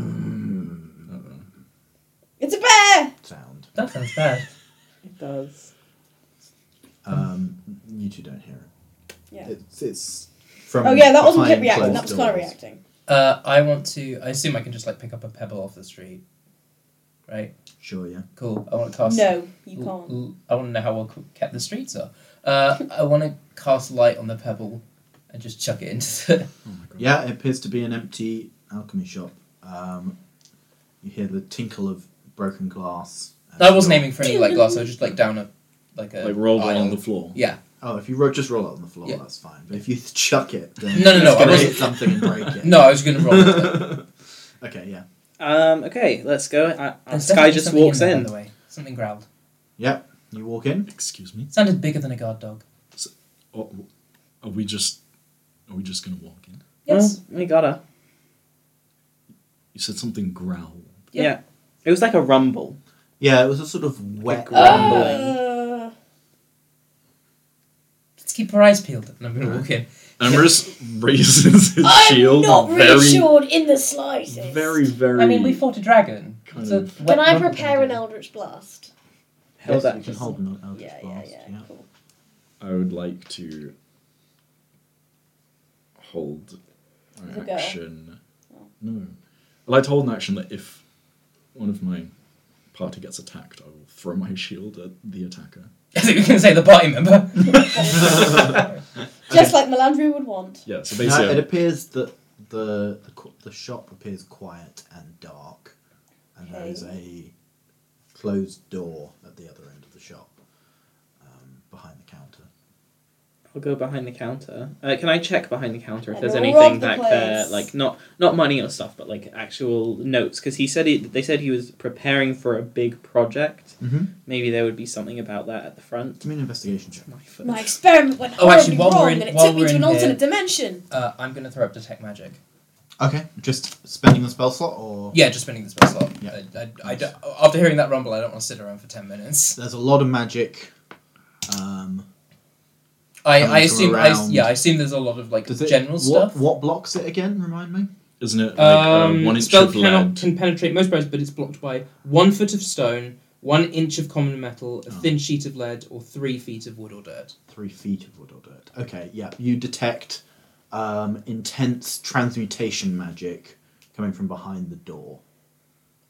S3: Uh-oh.
S8: It's a bear.
S1: sound.
S4: That sounds bad.
S5: It does.
S1: Um, you two don't hear it.
S9: Yeah.
S1: It's, it's from.
S9: Oh yeah, that wasn't
S1: behind
S9: Kip reacting.
S1: closed
S9: That was Connor
S1: doors.
S9: reacting.
S4: Uh, I want to. I assume I can just like pick up a pebble off the street, right?
S1: Sure, yeah.
S4: Cool. I want to cast.
S9: No, you
S4: L-
S9: can't.
S4: l- I want to know how well c- kept the streets are. Uh, I want to cast light on the pebble and just chuck it into the.
S1: Yeah, it appears to be an empty alchemy shop. Um, you hear the tinkle of broken glass. and
S4: I wasn't
S1: your-
S4: aiming for any like glass. I was just like down a like
S1: Uh,
S4: a.
S3: Like rolled
S4: aisle.
S3: on the floor.
S4: Yeah.
S1: Oh, if you ro- just roll it on the floor,
S4: Yeah.
S1: that's fine. But if you chuck it, then
S4: No, no,
S1: it's
S4: no, I
S1: gonna
S4: wasn't-
S1: hit something and break it.
S4: No, I was gonna roll. with it.
S1: okay, yeah.
S6: Um, okay, let's go. I, I,
S4: There's
S6: Sky
S4: definitely
S6: just
S4: something
S6: walks
S4: there, by
S6: in.
S4: the way. Something growled.
S1: Yep. You walk in.
S3: Excuse me.
S4: Sounded bigger than a guard dog.
S3: Oh, are we just? Are we just gonna walk in?
S8: Yes.
S6: Well, Oh, we gotta.
S3: You said something growl.
S6: Yeah. It was like a rumble.
S1: Yeah, it was a sort of wet.
S7: Uh,
S6: Grumbling.
S4: Let's keep our eyes peeled. And I'm gonna walk in.
S3: Amorous raises his
S7: I'm
S3: shield
S7: not
S3: very,
S7: reassured in the slightest.
S3: very, very.
S4: I mean, we fought a dragon.
S3: Kind
S4: It's a
S3: of-
S4: wet
S7: Can I
S4: rumble
S7: prepare an
S4: dragon.
S7: Eldritch Blast?
S6: Hell,
S1: Yes,
S6: that
S1: you can
S6: just-
S1: hold an Eldritch
S7: yeah,
S1: Blast,
S7: yeah, yeah, Cool.
S3: I would like to hold
S8: The
S3: an
S8: girl.
S3: action. No, I'd like to hold an action that if one of my party gets attacked, I will throw my shield at the attacker.
S4: I think we can say the party member.
S8: Just like Melandri would want.
S3: Yeah. So
S1: Now, it
S3: basically,
S1: appears that the the, qu- the shop appears quiet and dark, and there is a closed door at the other end of the shop, um, behind the counter.
S6: I'll go behind the counter. Uh, can I check behind the counter if
S8: And
S6: there's
S8: rob
S6: anything
S8: the
S6: back there,
S8: place.
S6: like not not money or stuff, but like actual notes? Because he said he, they said he was preparing for a big project.
S1: Mm-hmm.
S6: Maybe there would be something about that at the front.
S1: Give me an investigation check.
S6: My foot.
S8: My experiment went
S4: Oh, actually,
S8: horribly
S4: while we're
S8: wrong
S4: in-
S8: and it
S4: while
S8: took me
S4: we're in
S8: to an
S4: here-
S8: alternate dimension.
S4: Uh, I'm gonna throw up detect magic.
S1: Okay, just spending the spell slot, or
S4: Yeah, just spending the spell slot.
S1: Yeah.
S4: I, I, I don't- after hearing that rumble, I don't want to sit around for ten minutes.
S1: there's a lot of magic. Um,
S4: I,
S1: Coming
S4: I
S1: from
S4: assume. I,
S1: around.
S4: yeah, I assume there's a lot of like
S1: does it
S4: general
S1: what,
S4: stuff.
S1: What blocks it again? Remind me.
S3: isn't it like
S5: Um,
S3: uh, one inch
S5: spell
S3: of
S5: cannot
S3: lead?
S5: can penetrate most bows, but it's blocked by one foot of stone, one inch of common metal, a
S1: Oh.
S5: thin sheet of lead, or three feet of wood or dirt.
S1: Three feet of wood or dirt. Okay, yeah, you detect um, intense transmutation magic coming from behind the door.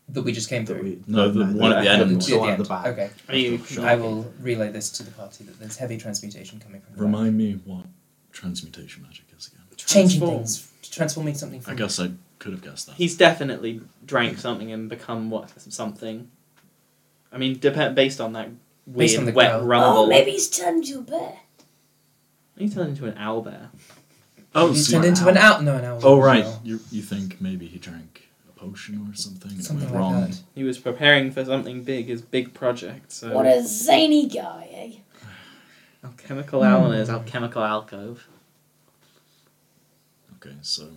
S4: that we just came
S1: that
S4: through.
S1: we-
S3: No, the one at
S1: back-
S3: the end.
S4: That we
S3: Animals.
S4: did at
S1: one at the back.
S4: Okay,
S6: Are you
S1: Sure.
S4: I will relay this to the party that there's heavy transmutation coming from. the back.
S3: Remind me what transmutation magic is again.
S4: Changing
S6: Transform.
S4: things, transforming something. From
S3: I guess I could have guessed that.
S6: He's definitely drank something and become what something. I mean, depend based on that weird
S4: Based on the
S6: wet
S4: growl.
S6: rumble.
S7: Oh, maybe he's turned into a bear.
S6: He turned into an owl bear.
S3: oh,
S4: He's
S3: so
S4: turned
S3: you-
S4: into an owl. No, an owl.
S3: oh right.
S4: No.
S3: You you think maybe he drank a potion or something? and it
S4: Something
S3: went
S4: like
S3: wrong.
S4: that.
S6: He was preparing for something big, his big project. So
S7: What a zany guy, eh?
S6: alchemical owl in his alchemical alcove.
S3: Okay, so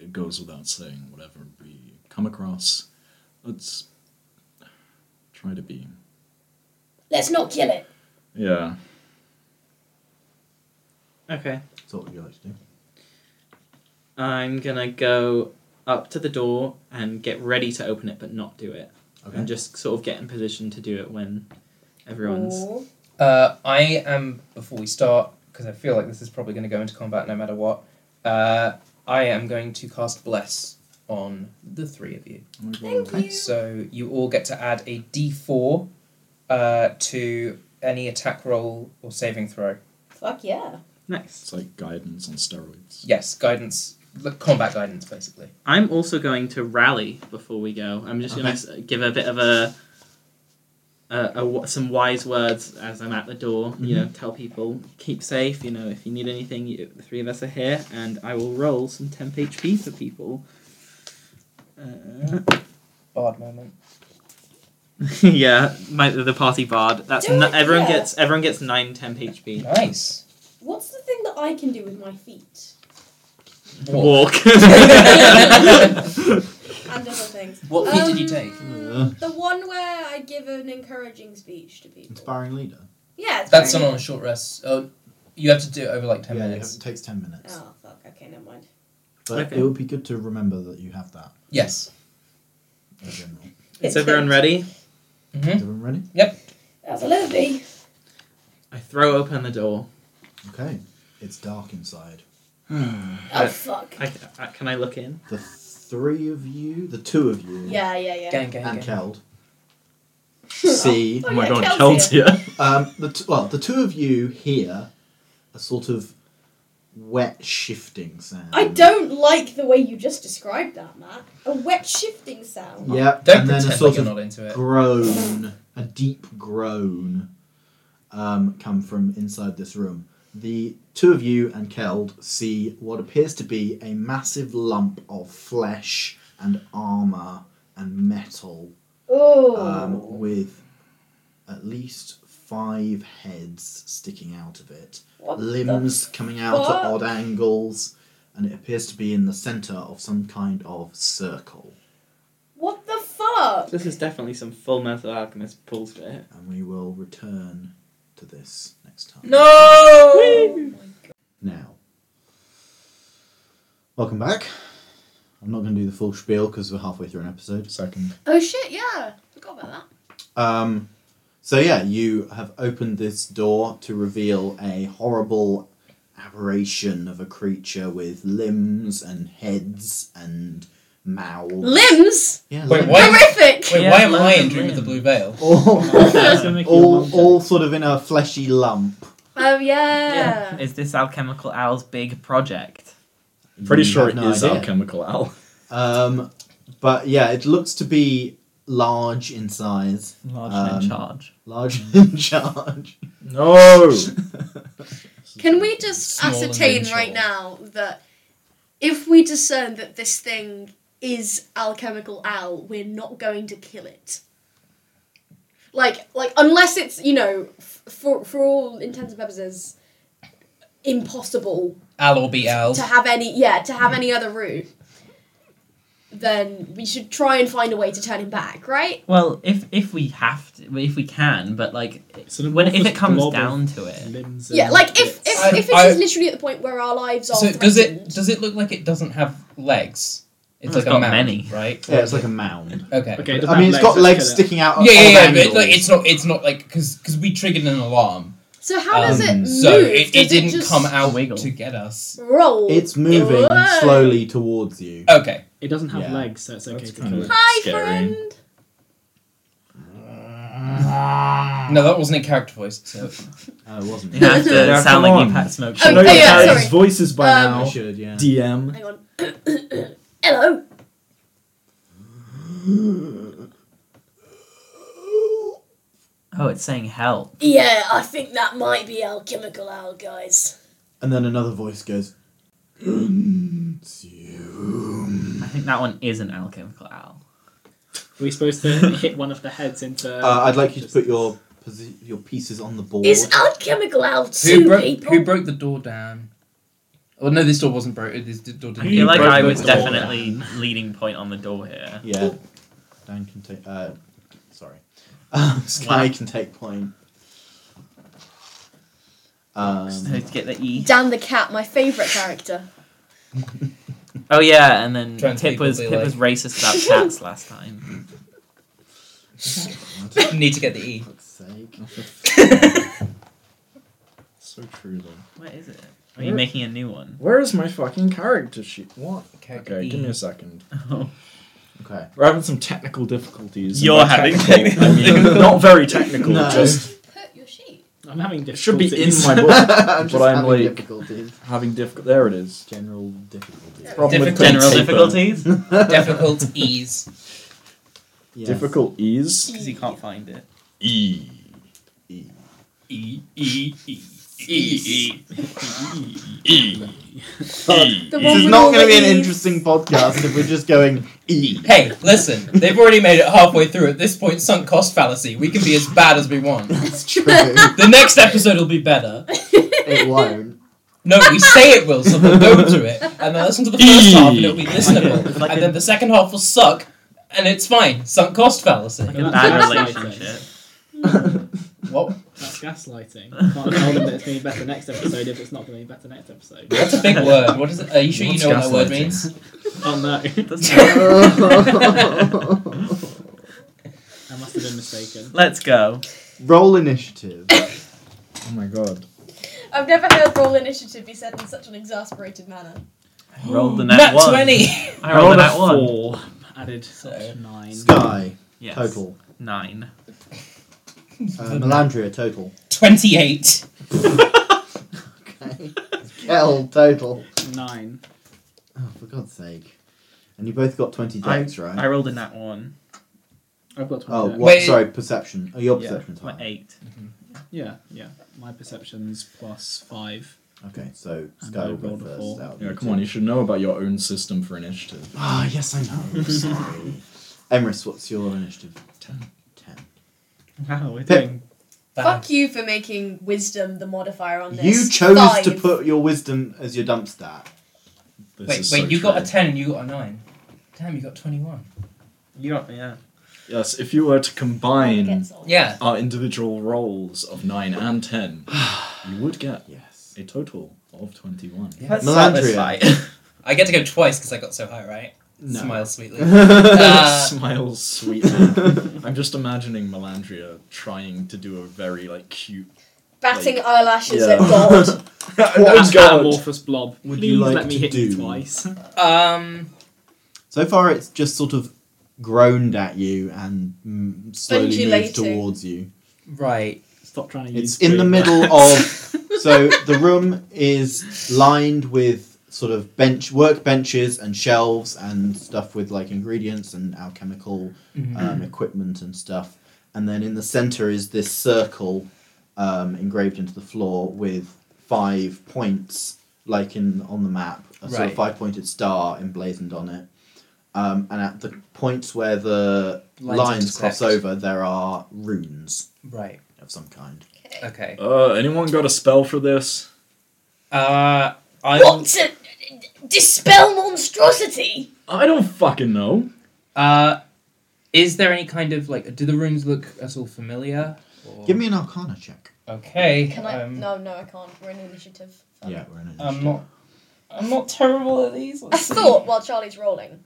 S3: it goes without saying, whatever we come across, let's try to be.
S7: Let's not kill it.
S3: Yeah.
S6: Okay.
S1: So what would you like to do?
S6: I'm gonna go up to the door and get ready to open it, but not do it,
S1: Okay.
S6: and just sort of get in position to do it when everyone's.
S7: Or-
S8: Mm,
S4: Uh, I am before we start because I feel like this is probably going to go into combat no matter what. Uh, I am going to cast bless on the three of you.
S3: Oh
S7: Thank you.
S4: So you all get to add a d4 uh, to any attack roll or saving throw.
S8: Fuck yeah.
S6: Nice.
S3: It's like guidance on steroids.
S4: Yes, guidance, l- combat guidance, basically.
S6: I'm also going to rally before we go. I'm just gonna
S1: Okay.
S6: s- give a bit of a, a, a wa- some wise words as I'm at the door. You
S1: Mm-hmm.
S6: know, tell people keep safe. You know, if you need anything, you, the three of us are here, and I will roll some temp HP for people. Uh,
S4: Bard moment.
S6: yeah, my, the party bard. That's
S8: Do
S6: n-
S8: it,
S6: everyone
S8: yeah.
S6: gets everyone gets nine temp HP.
S4: Nice.
S8: What's the thing that I can do with my feet?
S4: Walk.
S8: And other things. Um,
S4: what feat did you take?
S1: Uh,
S8: The one where I give an encouraging speech to people.
S1: inspiring leader.
S8: Yeah, it's
S4: That's
S8: very-
S4: not on a short rest. Oh, you have to do it over like 10
S1: yeah,
S4: minutes.
S1: it takes ten minutes.
S8: Oh, fuck. Okay, never mind.
S1: But
S6: Okay.
S1: it would be good to remember that you have that
S4: Yes.
S1: in general. Is
S6: Is everyone ready?
S4: hmm
S1: everyone ready?
S7: Absolutely.
S6: I throw open the door.
S1: Okay. It's dark inside.
S7: Oh
S6: Uh,
S7: fuck.
S6: I, I, can I look in?
S1: The three of you, the two of you,
S8: Yeah, yeah, yeah.
S4: Gang, gang,
S1: and
S4: gang.
S1: Keld see.
S8: Oh,
S3: Oh my
S8: yeah,
S3: god, Kel's
S8: Kel's
S3: here.
S1: Um, the t- well, the two of you hear a sort of wet shifting sound.
S8: I don't like the way you just described that, Matt. A wet shifting sound.
S1: Yeah,
S4: Don't
S1: and then a
S4: pretend like
S1: sort
S4: you're
S1: of
S4: not into it.
S1: groan, a deep groan, um, come from inside this room. The two of you and Keld see what appears to be a massive lump of flesh and armor and metal,
S8: Oh.
S1: um, with Um, at least five heads sticking out of it,
S7: What the
S1: limbs coming out at
S7: fuck?
S1: odd angles, and it appears to be in the centre of some kind of circle.
S7: What the fuck?
S10: Oh, This is definitely some Full Metal Alchemist bullshit.
S1: And we will return to this next time.
S7: No!
S1: Now, welcome back. I'm not going to do the full spiel because we're halfway through an episode.
S3: Second.
S7: Oh shit, yeah. Forgot about that.
S1: Um, so yeah, you have opened this door to reveal a horrible aberration of a creature with limbs and heads and mouths.
S7: Limbs?
S1: yeah,
S4: Wait,
S1: limbs.
S4: what?
S7: Horrific!
S4: Wait,
S10: Yeah,
S4: why am
S1: learn
S4: I
S1: the
S4: in Dream of the
S1: limb.
S4: Blue Veil?
S1: All,
S10: That's gonna make you a
S1: all,
S10: monster.
S1: all sort of in a fleshy lump.
S7: Oh yeah.
S10: Is this Alchemical Owl's big project?
S3: Pretty
S1: You
S3: sure
S1: have
S3: it
S1: no
S3: is
S1: idea.
S3: alchemical owl.
S1: Um, but yeah, it looks to be large in size,
S10: Large
S1: and in Um,
S10: charge.
S1: large in charge.
S3: No.
S7: Can we just
S4: Small and
S7: ascertain
S4: miniature.
S7: right now that if we discern that this thing is alchemical owl, we're not going to kill it. Like, like unless it's you know, f- for for all intents and purposes, impossible
S4: Al or be Al?
S7: to have any yeah to have any other route. Then we should try and find a way to turn him back, right?
S6: Well, if if we have to, if we can, but like
S3: It's an
S6: when if
S3: amorphous
S6: it comes
S3: blob of
S6: down to it,
S3: limbs
S7: Yeah,
S3: and
S7: like if
S3: bits.
S7: if,
S4: I-
S7: if it
S4: I-
S7: is literally at the point where our lives are
S4: So does it
S7: threatened-
S4: does it look like it doesn't have legs? It's
S6: It's
S4: like a
S6: got
S4: mound,
S6: many.
S4: right?
S1: Yeah, it's like a mound.
S4: Okay.
S10: Okay,
S1: I mean, it's got legs
S10: sticking.
S1: sticking out. at
S4: Yeah, yeah,
S1: odd
S4: yeah, but
S1: angles.
S4: like, it's not it's not like because because we triggered an alarm,
S7: So how does it
S1: Um,
S7: move?
S4: so it, it
S7: Does
S4: didn't
S7: just
S4: come out
S6: wiggle?
S4: to get us.
S7: Roll.
S1: It's moving
S7: Whoa.
S1: slowly towards you.
S4: Okay.
S6: it doesn't
S1: have Yeah.
S6: legs, so it's
S3: okay to kind of- kill it.
S7: Hi,
S3: Scary.
S7: friend.
S4: No, that wasn't a character voice. So
S1: Oh, it wasn't.
S6: You have to
S3: Yeah,
S6: sound
S3: come
S6: like
S3: on.
S6: you've had smoke.
S7: Oh,
S3: I know
S7: oh,
S3: you've
S7: yeah,
S3: had
S7: sorry.
S3: his voices by
S7: Um,
S1: I
S3: now.
S1: should, yeah.
S3: DM.
S7: Hang on. Hello.
S6: Oh, it's saying help.
S11: Yeah, I think that might be alchemical owl, guys.
S1: And then another voice goes, Consume.
S6: I think that one is an alchemical owl.
S8: Are we supposed to hit one of the heads into?
S1: Uh, I'd like you to put your posi- your pieces on the board.
S11: Is alchemical owl
S4: who
S11: two
S4: broke
S11: people?
S4: who broke the door down? Oh no, this door wasn't broken. This d- door
S6: I
S4: didn't.
S6: feel like
S4: broke
S6: I
S4: the
S6: was
S4: door.
S6: definitely leading point on the door here.
S1: yeah. Dan can take. Uh, sorry. Um, Sky can take point.
S6: So
S1: Um,
S6: to get the E.
S7: Dan the cat, my favourite character.
S6: Oh yeah, and then
S4: Trans
S6: Pip
S4: people
S6: was
S4: be
S6: Pip
S4: like-
S6: was racist about cats last time.
S4: Need to get the E.
S1: fuck's sake.
S3: So true though.
S6: Where is it? Are you making a new one?
S3: Where is my fucking character sheet? What?
S4: Character
S3: Okay,
S4: E.
S3: give me a second.
S6: Oh.
S1: Okay.
S3: We're having some technical difficulties. and
S6: You're
S3: by
S6: having
S3: technical, I mean, not very technical.
S1: No.
S3: Just
S7: Put your sheet.
S8: I'm having
S3: it should be in
S8: difficulties.
S3: my book.
S1: I'm just
S3: But I'm
S1: having
S3: like-
S1: difficulties.
S3: having difficult. There it is.
S1: General difficulties.
S3: Problem with
S4: Difficult-
S6: General
S3: paper.
S6: difficulties?
S4: Difficult E's.
S1: Yes.
S3: Difficult E's.
S10: Because you can't find it.
S3: E.
S8: E E E E E.
S3: E. E.
S7: The
S1: This is
S7: with
S1: not
S7: all
S1: going to
S7: the
S1: be an
S7: E's.
S1: interesting podcast if we're just going E.
S4: Hey, listen, they've already made it halfway through. At this point, sunk cost fallacy. We can be as bad as we want.
S1: That's true. it
S4: The next episode will be better.
S1: won't.
S4: No, we say it will, so they'll go to it, and they'll listen to the first half, and it'll be listenable.
S6: Like a-
S4: and then the second half will suck, and it's fine. Sunk cost fallacy.
S6: Like a bad relationship.
S4: What?
S8: That's gaslighting. Can't tell them that it's going to be better next episode if it's not going to be better next episode.
S4: That's a big word. What is it? Are you sure
S3: What's
S4: you know what that word
S3: gaslighting?
S4: means?
S8: Oh no, I must have been mistaken.
S6: Let's go.
S1: Roll initiative.
S3: Oh my god.
S7: I've never heard roll initiative be said in such an exasperated manner.
S6: Rolled the net
S4: Nat
S6: one.
S4: 20!
S6: I rolled the net one.
S8: four. Added
S4: So-
S8: nine.
S1: Sky,
S6: Yes.
S1: total.
S6: Nine.
S1: Uh, Melandria, total.
S4: 28.
S1: Okay. Kel, total.
S8: Nine.
S1: Oh, for God's sake. And you both got 20 decks, right?
S6: I rolled a nat one.
S8: I've got
S1: oh,
S8: twenty.
S1: what?
S8: there.
S4: Wait.
S1: Sorry, perception. Oh, your
S8: Yeah.
S1: perception's
S6: What,
S1: high.
S6: eight?
S8: Yeah, yeah. My perception's plus five.
S1: Okay, so
S8: And
S1: Sky
S8: I
S1: will go
S8: rolled a
S1: first.
S8: four.
S1: out of
S3: Yeah,
S1: you
S3: come
S1: two.
S3: on. You should know about your own system for initiative.
S1: Ah, yes, I know. Sorry. Emrys, what's your initiative? 10. 10.
S6: Wow, we're
S1: Pip.
S6: doing
S8: Fuck you for making wisdom the modifier on this.
S1: You chose to
S8: Five.
S1: put your wisdom as your dump stat.
S3: This
S4: wait, wait,
S3: is so
S4: you got a
S3: true.
S4: 10 and you got a 9. Damn, you got 21.
S6: You got yeah.
S3: Yes, if you were to combine
S7: Gets old.
S4: Yeah.
S3: our individual rolls of 9 and 10, you would get
S1: Yes.
S3: a total of 21.
S6: Let's start this
S1: Melandria.
S6: fight.
S4: I get to go twice because I got so high, right?
S1: No.
S4: Smile sweetly.
S3: That
S4: Uh,
S3: smiles sweetly. I'm just imagining Melandria trying to do a very like cute.
S8: Batting
S3: Like-
S8: eyelashes at
S3: Yeah.
S8: God.
S3: oh
S1: That God.
S3: Amorphous blob.
S1: Would
S6: Please
S1: you like
S6: let me
S1: to
S6: hit
S1: do?
S6: you twice.
S4: um,
S1: So far, it's just sort of groaned at you and mm, slowly moved
S8: Undulating.
S1: towards you.
S4: right. Mm-hmm.
S5: Stop trying to
S1: It's
S5: use.
S1: in the
S5: three.
S1: middle of. So the room is lined with sort of bench work benches and shelves and stuff with like ingredients and alchemical
S4: Mm-hmm.
S1: um, equipment and stuff. And then in the center is this circle um, engraved into the floor with five points, like in on the map, a sort
S4: Right.
S1: of five pointed star emblazoned on it. Um, and at the points where the
S4: Lines
S1: lines, cross
S4: intersect.
S1: over, there are runes
S4: Right.
S1: of some kind.
S4: Okay.
S3: Uh, anyone got a spell for this?
S4: Uh, I
S7: What? To dispel monstrosity?
S3: I don't fucking know.
S4: Uh, is there any kind of like? Do the rooms look at all familiar? Or-
S1: Give me an Arcana check.
S4: Okay.
S8: Can I?
S4: um,
S8: no, no, I can't. We're in initiative.
S1: Yeah, we're in an
S4: I'm
S1: initiative.
S4: not. I'm not terrible at these.
S8: I
S4: Let's see.
S8: thought while Charlie's rolling.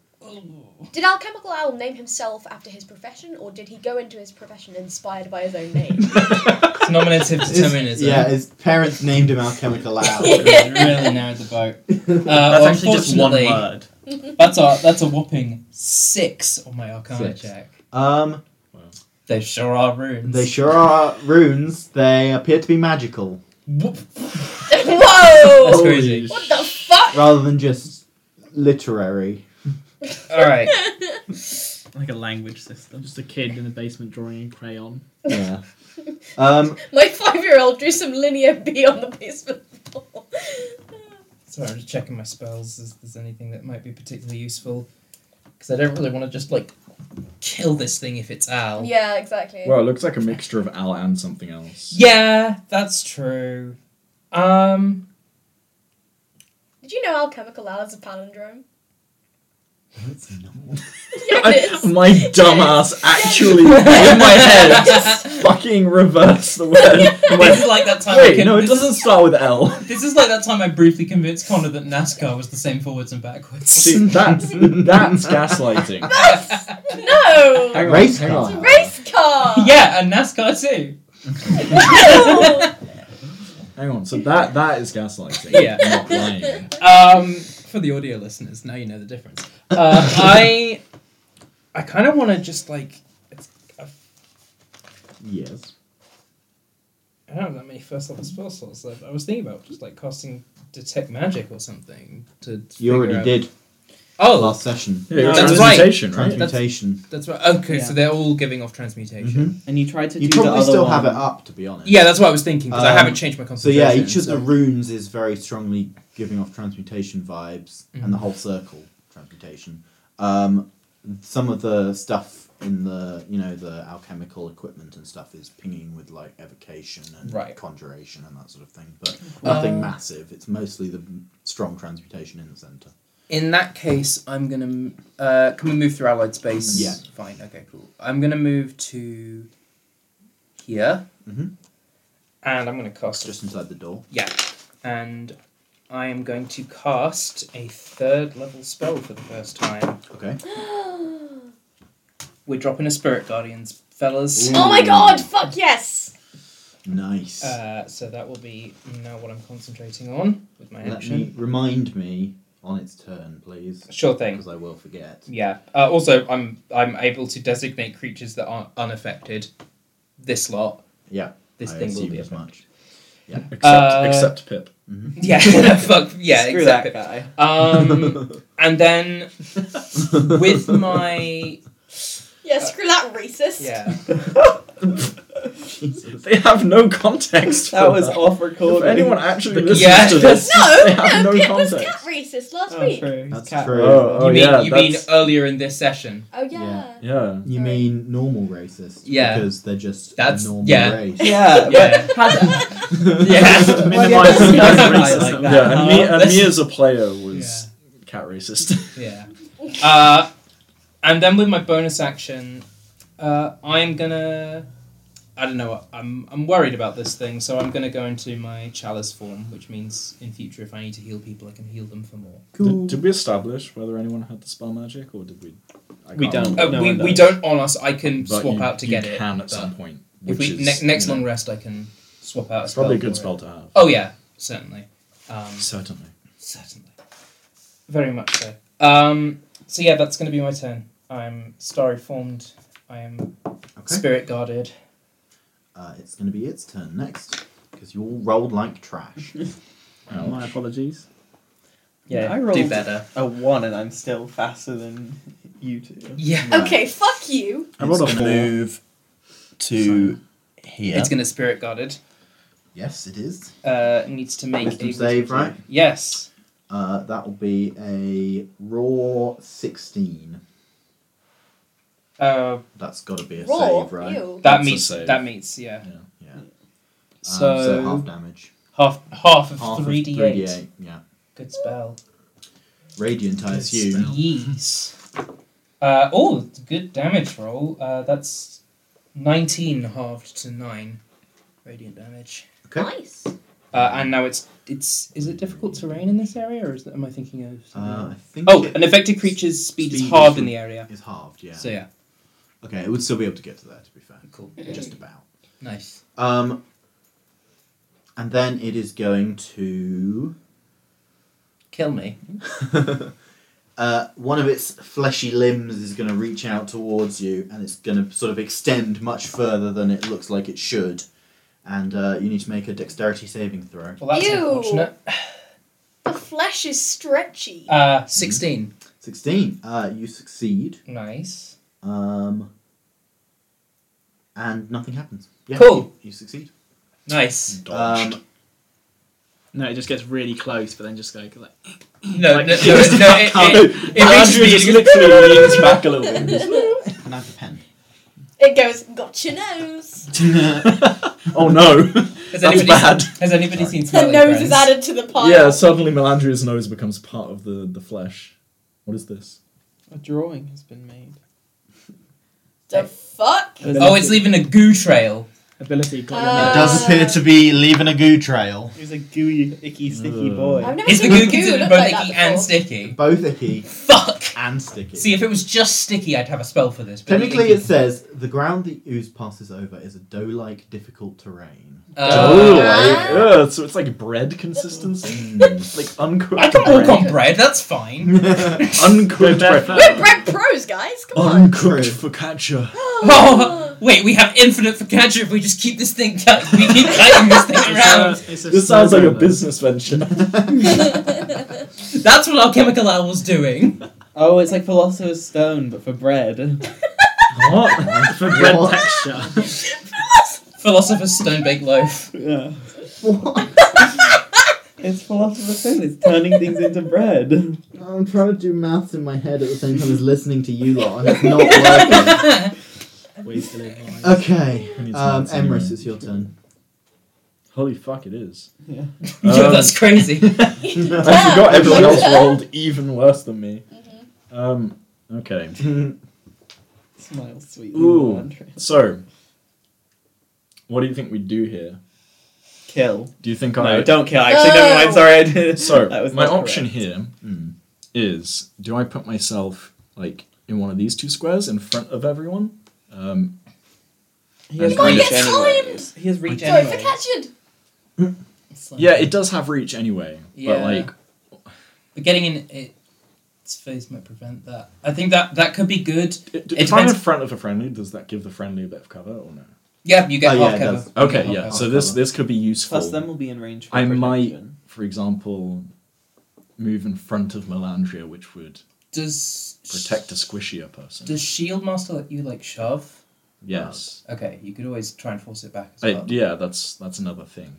S8: Did Alchemical Owl name himself after his profession, or did he go into his profession inspired by his own name?
S4: It's nominative
S1: His-
S4: determinism.
S1: yeah, his parents named him Alchemical Owl.
S4: It really narrowed the boat. Uh,
S6: That's
S4: well,
S6: actually just one
S4: unfortunately,
S6: word.
S4: That's a that's a whopping six on my Arcana
S6: Six.
S4: check.
S1: um,
S4: They sure are runes.
S1: they sure are runes. They appear to be magical,
S4: Whoop. That's
S8: Whoa!
S4: crazy.
S8: What the fuck?
S1: rather than just literary.
S4: All right.
S6: Like a language system.
S5: Just a kid in the basement drawing in crayon.
S1: Yeah. um,
S8: My five-year-old drew some linear B on the basement floor.
S4: Sorry, I'm just checking my spells. If there's anything that might be particularly useful, because I don't really want to just like kill this thing if it's Al.
S8: yeah, exactly.
S3: Well, it looks like a mixture of Al and something else.
S4: Yeah, that's true. Um,
S8: Did you know Alchemical Owl is a palindrome? yeah, it
S3: I,
S8: is.
S3: my dumbass actually in my head fucking reversed the word. I'm
S4: this
S3: like,
S4: is like that time. I
S3: Wait,
S4: con-
S3: no, it doesn't start with L.
S4: This is like that time I briefly convinced Connor that NASCAR was the same forwards and backwards.
S3: See, that's that's gaslighting.
S8: No!
S1: Hang on, Race hang
S8: It's
S1: car.
S8: a race car!
S4: yeah, and NASCAR too.
S8: No!
S3: Hang on, so that that is gaslighting.
S4: Yeah.
S3: not lying.
S4: Um, for the audio listeners, now you know the difference. Uh, I, I kind of want to just like
S1: yes.
S4: I don't have that many first level spell slots left. I was thinking about just like casting detect magic or something to.
S1: You
S4: figure
S1: already
S4: out-
S1: did
S4: Oh,
S1: last session.
S3: Yeah, you're
S4: That's
S3: a
S4: right.
S3: transmutation, right?
S1: Transmutation.
S4: that's right. Okay, so
S6: Yeah.
S4: they're all giving off transmutation.
S1: Mhm.
S6: And you tried to
S1: You
S6: do the
S1: probably
S6: other
S1: still
S6: one.
S1: have it up, to be honest.
S4: Yeah, that's what I was thinking because I
S1: Um,
S4: haven't changed my
S1: So
S4: concentration.
S1: yeah, each of the
S4: so-
S1: runes is very strongly giving off transmutation vibes, and
S4: Mm.
S1: the whole circle transmutation. Um, some of the stuff in the you know the alchemical equipment and stuff is pinging with like evocation and
S4: Right.
S1: conjuration and that sort of thing, but nothing
S4: Uh,
S1: massive. It's mostly the strong transmutation in the center.
S4: In that case, I'm gonna. Uh, can we move through allied space?
S1: Yeah.
S4: Fine. Okay. Cool. I'm gonna move to here,
S1: Mhm.
S4: and I'm gonna cast
S1: Just inside the door.
S4: Yeah. And I am going to cast a third level spell for the first time.
S1: Okay.
S4: We're dropping a Spirit Guardians, fellas.
S8: oh my god, fuck yes!
S1: Nice.
S4: Uh, so that will be now what I'm concentrating on with my
S1: Let
S4: action.
S1: me remind me on its turn, please,
S4: Sure thing.
S1: because I will forget.
S4: Yeah. Uh, also, I'm I'm able to designate creatures that aren't unaffected. This lot.
S1: Yeah,
S4: This
S1: I
S4: thing will
S1: assume
S4: be
S1: as
S4: affected.
S1: much. Yeah.
S3: Except,
S4: Uh,
S3: except Pip.
S4: Yeah. Fuck. Yeah.
S6: Screw
S4: exactly.
S6: that guy.
S4: Um, and then with my
S8: Yeah, screw that racist.
S4: yeah.
S3: They have no context.
S6: That
S3: for
S6: was off recording.
S3: If anyone actually listens
S4: Yeah.
S3: to this,
S8: No,
S3: they have
S8: no,
S3: no,
S8: Pip was
S3: context.
S8: cat racist last
S6: Oh,
S8: week.
S6: true.
S1: That's
S6: Cat-
S1: true.
S3: Oh, oh
S4: you mean
S3: yeah,
S4: you mean
S3: that's-
S4: earlier in this session?
S8: Oh yeah.
S1: Yeah.
S3: Yeah.
S1: You
S8: Sorry.
S1: mean normal racist?
S4: Yeah.
S1: Because they're just
S4: That's-
S1: a normal
S4: yeah.
S1: race.
S6: Yeah,
S4: Yeah.
S6: Uh, but had
S4: Yeah.
S6: Minimize
S3: Minimizing
S6: cat
S3: cat
S6: racism.
S3: racism.
S6: Like
S3: Yeah,
S6: that.
S3: and me,
S4: Uh,
S3: and me
S4: let's-
S3: as a player was cat racist.
S4: Yeah. Uh, and then with my bonus action, uh, I'm gonna. I don't know. I'm I'm worried about this thing, so I'm gonna go into my chalice form, which means in future, if I need to heal people, I can heal them for more.
S3: Did, did we establish whether anyone had the spell magic, or did we? I
S6: We
S3: can't
S6: don't.
S3: remember.
S4: Uh,
S6: No
S4: we,
S6: one
S4: we
S6: does.
S4: don't on us. I can
S3: But
S4: swap
S3: you-
S4: out to
S3: you
S4: get it.
S3: can at
S4: but
S3: some point. Which
S4: If we
S3: is
S4: ne- next
S3: you know,
S4: long rest, I can swap out. A
S3: It's probably a
S4: spell
S3: good
S4: for
S3: spell
S4: it.
S3: to have.
S4: Oh yeah, certainly. Um,
S3: Certainly.
S4: Certainly. Very much so. Um, so yeah, that's going to be my turn. I'm starry formed. I am
S1: Okay.
S4: spirit guarded.
S1: Uh, it's going to be its turn next because you all rolled like trash.
S4: Oh.
S6: My apologies.
S4: Yeah,
S6: I rolled-
S4: do better.
S6: A one, and I'm still faster than you two.
S4: Yeah,
S8: Okay, fuck you.
S1: I rolled a
S12: It's gonna
S1: four.
S12: move to here.
S4: it's going to spirit guarded.
S1: yes, it is.
S4: Uh, needs to make
S1: Wisdom
S4: a
S1: save,
S4: wisdom
S1: right?
S4: save. Yes.
S1: Uh, that will be a raw sixteen.
S4: Uh,
S1: That's got to be a
S8: Raw.
S1: save, right?
S8: Ew.
S4: that
S3: a
S4: meets.
S3: save.
S4: That meets. Yeah.
S1: Yeah. Um,
S4: So,
S1: half damage.
S4: half half of
S1: Half of
S4: three d eight.
S1: 3d8, Yeah.
S4: Good spell.
S1: Radiant, I assume.
S4: Yes. Uh, oh, good damage roll. Uh, that's nineteen halved to nine, radiant damage.
S1: Okay.
S8: Nice.
S4: Uh,
S1: Um,
S4: and now it's it's is it difficult terrain in this area, or is, am I thinking of? something
S1: Uh, I
S4: else?
S1: think.
S4: oh,
S1: it
S4: an affected creature's speed,
S1: Speed
S4: is halved
S1: is-
S4: in the area.
S1: is halved. Yeah.
S4: So yeah,
S1: Okay, it would still be able to get to there. To be fair,
S4: cool,
S1: just about.
S4: nice.
S1: Um, and then it is going to
S4: Kill me.
S1: uh, one of its fleshy limbs is going to reach out towards you, and it's going to sort of extend much further than it looks like it should. And uh, you need to make a dexterity saving throw.
S4: Well, that's
S8: Ew.
S4: unfortunate.
S8: The flesh is stretchy.
S4: Uh, sixteen.
S1: Sixteen. Uh, you succeed.
S4: Nice.
S1: Um, and nothing happens. Yeah,
S4: Cool.
S1: You, you succeed.
S4: Nice.
S1: Um,
S12: No, it just gets really close, but then just go like.
S4: Mm. No, no, no,
S12: Like-
S4: no, it, it, it makes
S12: Andrew
S4: me
S12: just literally leans back a little bit.
S1: can I have the pen?
S8: It goes, got your nose.
S3: oh no!
S4: Has
S3: That's
S4: anybody,
S3: bad.
S4: Has anybody seen
S8: Her
S4: smelling
S8: nose is
S4: friends?
S8: added to the pile.
S3: Yeah, suddenly Melandria's nose becomes part of the, the flesh. What is this?
S6: A drawing has been made.
S8: The fuck?
S4: Oh, it's leaving a goo trail.
S6: Ability.
S8: got your name.
S1: it does appear to be leaving a goo trail.
S6: He's a gooey, icky, sticky
S3: Ugh.
S6: boy.
S12: Uh,
S8: I've never
S4: Is the
S8: seen
S4: goo
S8: a goo
S4: considered
S8: look
S4: both
S8: like that
S4: icky and
S8: before.
S4: sticky?
S1: Both icky
S4: Fuck.
S1: and sticky.
S4: See, if it was just sticky, I'd have a spell for this. But
S1: Technically, it
S4: it's
S1: says the ground the ooze passes over is a dough-like, difficult terrain.
S4: Uh,
S3: like, yeah, so it's like bread consistency,
S1: Mm.
S3: like uncooked.
S4: I can
S3: bread.
S4: walk on bread. That's fine.
S3: uncooked bread.
S8: We're bread pros, guys. Come on.
S3: Uncooked focaccia.
S4: Oh, wait, we have infinite focaccia if we just keep this thing cut. We keep cutting this thing around.
S12: It's a, it's a
S3: This sounds like a
S12: snowman.
S3: business venture.
S4: That's what our chemical owl was doing.
S6: Oh, it's like Philosopher's Stone, but for bread.
S12: What? For bread
S1: What?
S12: texture.
S4: Philosopher's stone baked loaf.
S6: yeah. It's Philosopher's Stone. It's turning things into bread.
S1: I'm trying to do maths in my head at the same time as listening to you lot, and it's not working.
S12: Ways to live lives.
S1: Okay,
S3: We need some
S1: um,
S3: maths anyway.
S1: Emrys, it's your turn.
S3: Holy fuck, it is.
S6: Yeah.
S4: Yo,
S3: Um,
S4: that's crazy.
S3: I forgot everyone
S1: Yeah.
S3: else rolled even worse than me. Um, okay.
S6: Smile sweetly,
S3: Ooh.
S6: Melandra.
S3: So, what do you think we do here?
S6: Kill.
S3: Do you think I
S6: No, don't kill. Actually,
S12: Oh.
S6: never mind. Sorry, I did.
S3: So
S6: that was
S3: my
S6: not
S3: option
S6: correct.
S3: here is: do I put myself like in one of these two squares in front of everyone? Um,
S6: He has
S3: You can't
S6: reach
S8: get
S6: anyway.
S8: timed!
S6: He has reach
S8: Sorry,
S6: anyway.
S8: focaccia'd.
S3: yeah, it does have reach anyway,
S4: Yeah.
S3: but like
S4: But getting in it, its face might prevent that. I think that that could be good.
S3: it,
S4: It
S3: if I'm in
S4: depends-
S3: front of a friendly, does that give the friendly a bit of cover or no?
S4: Yeah, you get
S1: Oh, yeah,
S4: half
S1: it
S4: cover.
S1: does.
S4: You get
S3: Okay,
S4: half
S3: yeah.
S4: cover.
S3: So this this could be useful.
S6: Plus, them will be in range. For
S3: I might-
S6: protection.
S3: For example, move in front of Melandria, which would
S4: does
S3: protect a squishier person.
S4: Does Shield Master let you like shove?
S3: Yes.
S4: Okay, you could always try and force it back as
S3: I,
S4: well.
S3: yeah, that's that's another thing.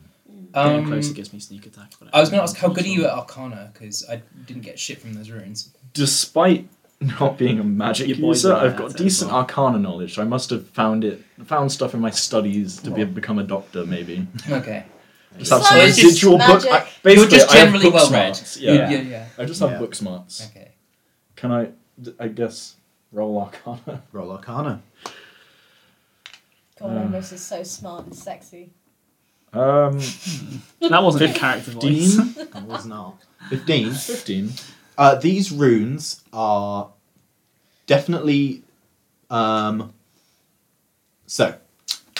S12: Getting
S4: Um,
S12: closer gives me sneak attack. But
S4: I was going to ask how good are you at Arcana because I didn't get shit from those runes.
S3: Despite not being a magic
S12: Your boys
S3: user,
S12: are
S3: I've
S12: bad
S3: got
S12: at it as
S3: decent
S12: well.
S3: arcana knowledge, so I must have found it found stuff in my studies to be, become a doctor, maybe.
S4: Okay.
S3: Just have
S4: So
S3: some
S4: it's just
S3: residual book.
S4: magic.
S3: I, basically,
S4: You're just
S3: I have
S4: generally
S3: book
S4: well-read.
S3: smarts,
S4: Yeah.
S3: Yeah.
S4: Yeah, yeah.
S3: I just have
S1: Yeah.
S3: book smarts.
S4: Okay.
S3: Can I? d- I guess roll arcana.
S1: Roll arcana.
S9: God, Amos is so smart and sexy.
S3: Um,
S12: That wasn't a character voice.
S1: 15? It was not. 15.
S3: 15.
S1: Uh, these runes are definitely. Um, so.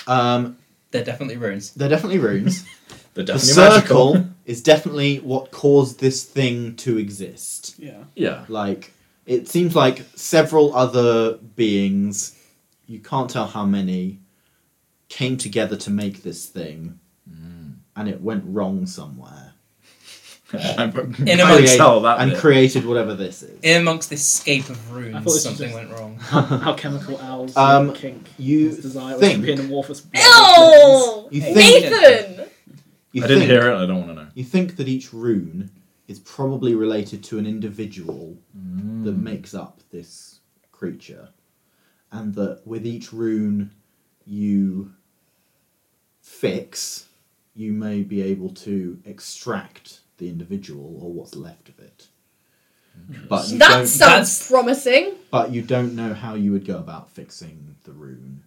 S1: Um,
S4: They're definitely runes.
S1: they're definitely runes. the
S3: They're definitely magical.
S1: circle is definitely what caused this thing to exist.
S12: Yeah.
S3: Yeah.
S1: Like, it seems like several other beings, you can't tell how many, came together to make this thing, and it went wrong somewhere.
S4: In
S3: In
S4: a
S1: Create-
S3: tell that
S1: and
S3: bit.
S1: created whatever this is.
S4: In amongst this scape of
S12: I thought this
S4: runes,
S12: was
S4: something
S12: just-
S4: went wrong.
S12: Alchemical owls.
S1: Um,
S12: kink.
S1: You
S12: His desire was
S1: think-
S12: to be an amorphous.
S8: Ew!
S1: You think,
S8: Nathan!
S1: you
S3: I didn't
S1: think-
S3: hear it. I don't want to know.
S1: You think that each rune is probably related to an individual that makes up this creature, and that with each rune you fix, you may be able to extract the individual or what's left of it. But you,
S8: That
S1: don't,
S8: sounds
S4: That's-
S8: promising.
S1: but you don't know how you would go about fixing the rune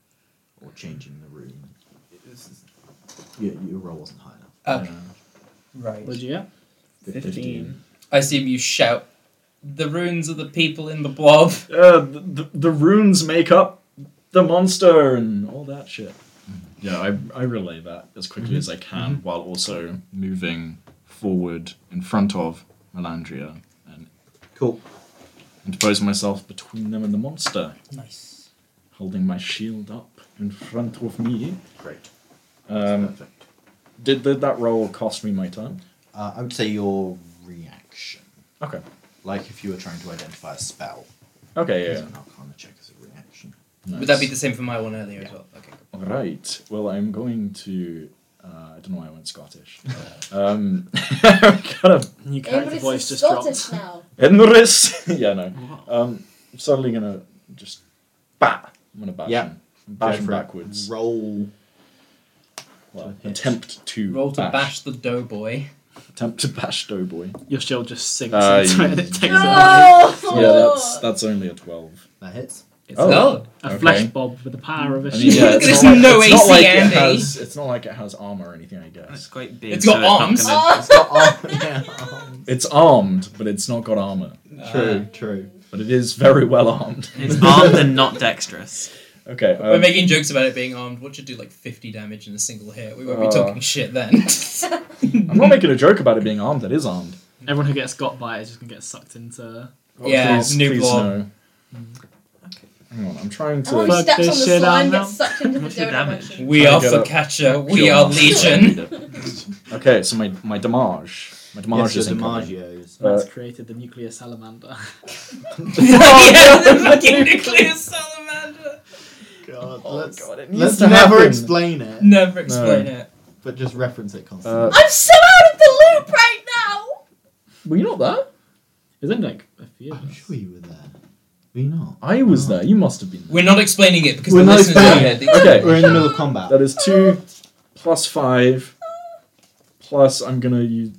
S1: or changing the rune. This is- Your, your roll wasn't high enough.
S4: Okay. Right.
S12: Would you? Yeah.
S4: I assume you shout, the runes are the people in the blob.
S3: Uh, the, the runes make up the monster and all that shit. Mm-hmm. Yeah, I, I relay that as quickly as I can while also moving forward in front of Melandria and
S1: Cool.
S3: interposing myself between them and the monster,
S4: Nice.
S3: holding my shield up in front of me.
S1: Great.
S3: Um,
S1: Perfect.
S3: did, did that roll cost me my turn?
S1: Uh, I would say your reaction.
S3: Okay.
S1: Like if you were trying to identify a spell.
S3: Okay,
S1: It's
S3: yeah.
S1: an arcana check as a reaction.
S4: Would that
S3: Nice.
S4: be the same for my one earlier as well? Okay.
S3: All right. Well, I'm going to. Uh, I don't know why I went Scottish. um, I'm gonna
S12: New
S9: Amos
S12: character
S9: is
S12: voice just
S9: Scottish
S12: dropped.
S9: now.
S3: Enris. yeah, no. Um, I'm suddenly gonna just bat. I'm gonna bash
S1: Yeah.
S3: him. Bash
S1: Go
S3: him
S1: for it.
S3: backwards.
S1: Roll.
S3: Well,
S1: hit.
S3: attempt to
S4: Roll to bash the doughboy.
S3: Attempt to bash Doughboy.
S12: Your shield just sinks
S3: Uh,
S12: into it and it takes it away.
S8: No!
S3: Yeah, that's that's only a twelve.
S1: That hits.
S12: It's
S3: Oh.
S4: No.
S12: a, a
S3: okay.
S12: flesh bob with the power of a
S3: I mean,
S12: shield.
S3: yeah, it's
S4: There's
S3: not like,
S4: no
S3: it's not
S4: AC,
S3: like it
S4: Andy.
S3: has. It's not like it has armor or anything. I
S6: It's
S3: guess
S6: quite big.
S4: It's got
S6: so not
S4: arms.
S6: gonna-
S1: It's got arm- yeah, arms.
S3: it's armed, but it's not got armor.
S1: True, true.
S3: But it is very well armed.
S6: It's armed and not dexterous.
S3: Okay.
S4: We're
S3: Um,
S4: making jokes about it being armed. What should do like 50 damage in a single hit? We won't be
S3: Uh.
S4: talking shit then.
S3: I'm not making a joke about it being armed. It is armed.
S12: Everyone who gets got by it is just gonna get sucked into.
S4: Yeah, new blob.
S3: no. Hang on, I'm trying
S9: How many
S12: Fuck
S3: to.
S9: steps
S12: this
S9: on the
S12: shit out
S9: slime
S12: now.
S9: get sucked into the
S6: What's your
S9: donut
S6: damage?
S9: machine?
S4: we
S3: I
S4: are
S3: get a-
S4: for catcher. We
S3: Kill
S4: are
S3: monster.
S4: legion.
S3: Okay, so my my damage, my damage
S1: yes,
S3: is
S1: your
S3: incoming.
S1: DiMaggio is-
S12: Matt's created the nuclear salamander.
S4: yeah, the fucking nuclear salamander.
S6: Oh,
S1: let's
S3: Oh, God, it needs
S1: let's
S3: to
S1: never
S3: happen.
S1: explain it,
S4: Never explain it.
S1: but just reference it constantly.
S3: Uh,
S8: I'm so out of the loop right now!
S3: were you not there?
S12: Is there like a
S3: Uh,
S12: few? of
S6: Oh,
S1: I'm
S12: us?
S1: sure you were there. Were you not?
S3: I was there. You must have been there.
S4: We're not explaining it because
S1: We're
S4: the
S1: not
S4: listeners don't
S1: explaining
S4: hear
S1: it.
S4: the-
S3: Okay.
S1: We're in the middle of combat.
S3: That is two plus five plus. I'm gonna u-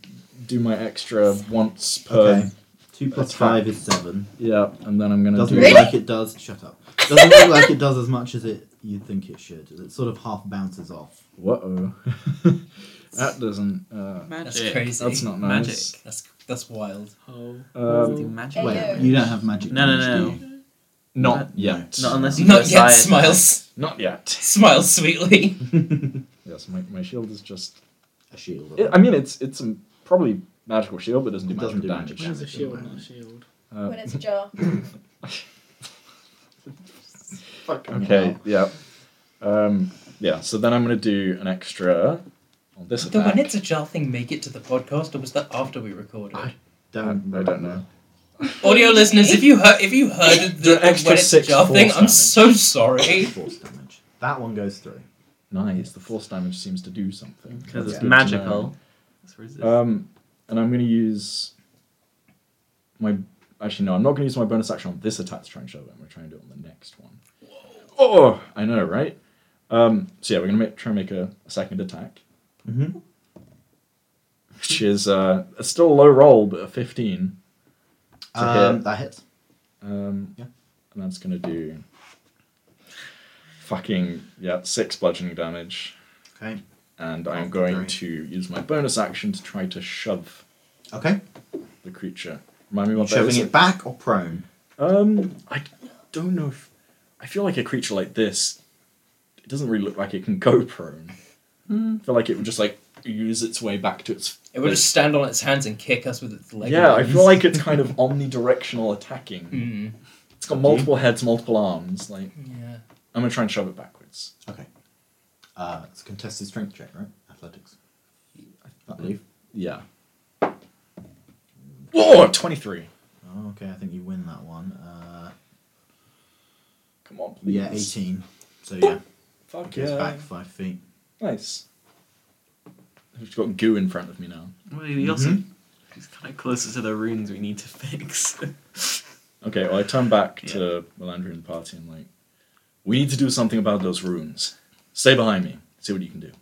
S3: do my extra once per.
S1: Okay. Two plus
S3: That's
S1: five is seven.
S3: Yeah, and then I'm gonna
S1: Doesn't
S3: do.
S1: look like it does. Shut up. Doesn't look like it does as much as it you'd think it should. It sort of half bounces off.
S3: Whoa. that doesn't. Uh,
S4: That's
S6: Magic.
S4: crazy.
S3: that's not
S6: Magic.
S3: nice.
S4: That's that's wild.
S12: Oh.
S3: Um,
S6: Do magic
S9: Wait,
S6: damage.
S1: You don't have magic.
S6: No, no,
S1: damage, do
S6: no.
S1: you?
S3: Not yet.
S6: Not unless you
S4: Not
S6: go
S4: yet.
S6: cyan.
S4: Smiles.
S3: Not yet.
S4: Smiles sweetly.
S3: Yes, my, my shield is just.
S1: A shield.
S3: I mean, it's it's a probably magical shield, but it doesn't do
S1: It
S3: magical
S1: doesn't do
S3: damage.
S1: magic
S12: Where's the shield? Not a shield.
S3: Uh,
S9: When it's a jar.
S3: Okay, yeah. Um, yeah, so then I'm going to do an extra on this
S4: The when
S3: attack.
S4: it's a jar thing make it to the podcast, or was that after we recorded?
S1: I-
S3: I
S1: Don't.
S3: Uh, I don't know.
S4: Audio listeners, if you heard if you heard the,
S3: The
S4: the
S3: extra
S4: when it's a
S3: six
S4: jar
S3: force
S4: thing, I'm
S3: damage.
S4: so sorry.
S1: Force damage. That one goes through.
S3: Nice. The force damage seems to do something.
S13: 'Cause
S3: That's
S13: it's
S3: good to
S13: magical.
S3: know.
S13: It's resist.
S3: Um, and I'm going to use my. Actually, no, I'm not going to use my bonus action on this attack to try and shove it. I'm going to try and do it on the next one. Oh, I know, right? Um, so yeah, we're going to make, try and make a, a second attack,
S1: Mm-hmm.
S3: which is uh, it's still a low roll, but a 15. to
S1: Um,
S3: hit.
S1: That hits.
S3: Um,
S1: Yeah.
S3: And that's going to do fucking, yeah, six bludgeoning damage.
S1: Okay.
S3: And I'm going to use my bonus action to try to shove
S1: Okay.
S3: the creature. Remind me what that
S1: Shoving
S3: is.
S1: it back or prone?
S3: Um, I don't know if. I feel like a creature like this, it doesn't really look like it can go prone. I feel like it would just, like, use its way back to its.
S4: It would just stand on its hands and kick us with its legs.
S3: yeah, I feel like it's kind of omnidirectional attacking.
S1: Hmm.
S4: Mm.
S3: It's got multiple heads, multiple arms. Like,
S4: Yeah.
S3: I'm gonna try and shove it backwards.
S1: Okay. Uh, it's a contested strength check, right? Athletics. I believe.
S3: Yeah. Whoa, 23.
S1: Oh, okay, I think you win that one. Uh,
S3: Come on, please.
S1: yeah, 18. So yeah,
S3: Fuck
S1: goes
S3: yeah.
S1: back five feet.
S3: Nice. I've got goo in front of me now.
S6: Well, we also it's kind of closer to the runes we need to fix.
S3: Okay, well, I turn back to Melandri and the party and, like, we need to do something about those runes. Stay behind me. See what you can do.